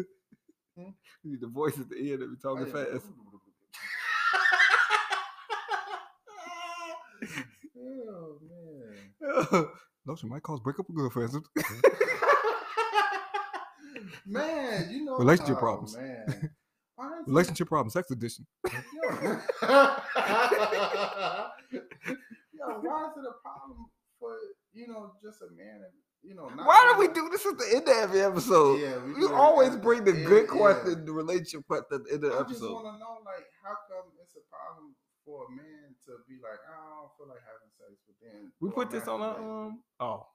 Speaker 1: Hmm?
Speaker 2: We need the voice at the end that we talking
Speaker 1: Oh, yeah.
Speaker 2: fast.
Speaker 1: oh man.
Speaker 2: Lotion might cause breakup with girlfriends.
Speaker 1: man, you know
Speaker 2: Relationship
Speaker 1: oh,
Speaker 2: problems.
Speaker 1: Man. Why is it-
Speaker 2: Relationship problem, sex edition.
Speaker 1: Yo. Yo, why is it a problem for you know just a man? And, you know, not
Speaker 2: Why do we
Speaker 1: having-
Speaker 2: do this at the end of every episode?
Speaker 1: Yeah, we do
Speaker 2: You
Speaker 1: that
Speaker 2: always
Speaker 1: every-
Speaker 2: bring the
Speaker 1: yeah,
Speaker 2: good
Speaker 1: yeah.
Speaker 2: question, the relationship question at the end of
Speaker 1: I
Speaker 2: the
Speaker 1: just
Speaker 2: episode.
Speaker 1: want to know, like, how come it's a problem for a man to be like, I don't feel like having sex, but then
Speaker 2: We
Speaker 1: go
Speaker 2: put this on our
Speaker 1: masturbate?
Speaker 2: um. Oh,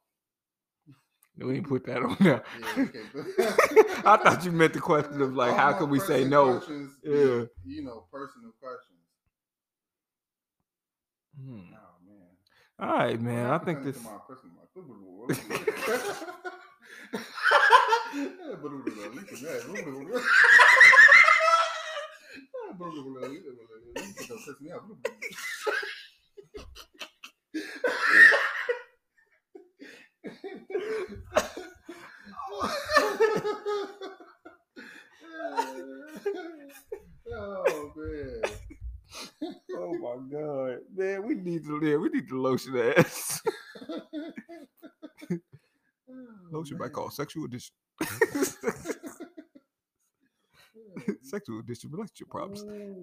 Speaker 2: no, we didn't put that on there.
Speaker 1: Yeah, okay, but-
Speaker 2: I thought you meant the question of like,
Speaker 1: All
Speaker 2: how
Speaker 1: my
Speaker 2: can we say
Speaker 1: personal
Speaker 2: no?
Speaker 1: questions be,
Speaker 2: Yeah.
Speaker 1: you know, personal questions.
Speaker 2: Hmm.
Speaker 1: Oh man.
Speaker 2: All right, man. I
Speaker 1: can
Speaker 2: think
Speaker 1: turn it
Speaker 2: this.
Speaker 1: to my personal Oh man.
Speaker 2: Oh my god, man. We need to live. We need to lotion ass. lotion might
Speaker 1: back off.
Speaker 2: cause sexual addiction. sexual addiction, relationship problems.
Speaker 1: Ooh,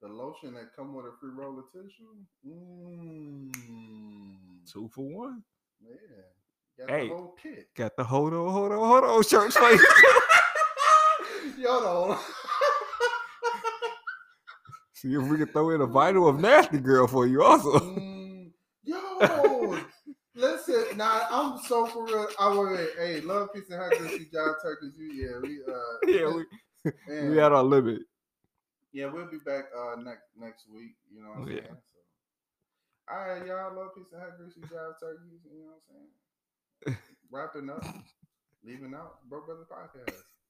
Speaker 1: the lotion that come with a free roll of tissue. Mmm.
Speaker 2: Two for one.
Speaker 1: Yeah. Got
Speaker 2: Hey.
Speaker 1: the whole kit.
Speaker 2: Got the hold on, hold on, hold on shirt like
Speaker 1: Yo, the whole-
Speaker 2: See if we can throw in a vinyl of Nasty Girl for you also.
Speaker 1: Mm, Yo, listen. Nah, I'm so for real. I wait, wait. Hey, love, peace, and happiness. You job turkeys. You yeah. We uh.
Speaker 2: yeah, we,
Speaker 1: man.
Speaker 2: we at our limit.
Speaker 1: Yeah, we'll be back uh next next week. You know what I'm
Speaker 2: Yeah.
Speaker 1: saying? So, all right, y'all. Love, peace, and high greasy job turkeys. You know what I'm saying? Wrapping up, leaving out, bro, brother podcast.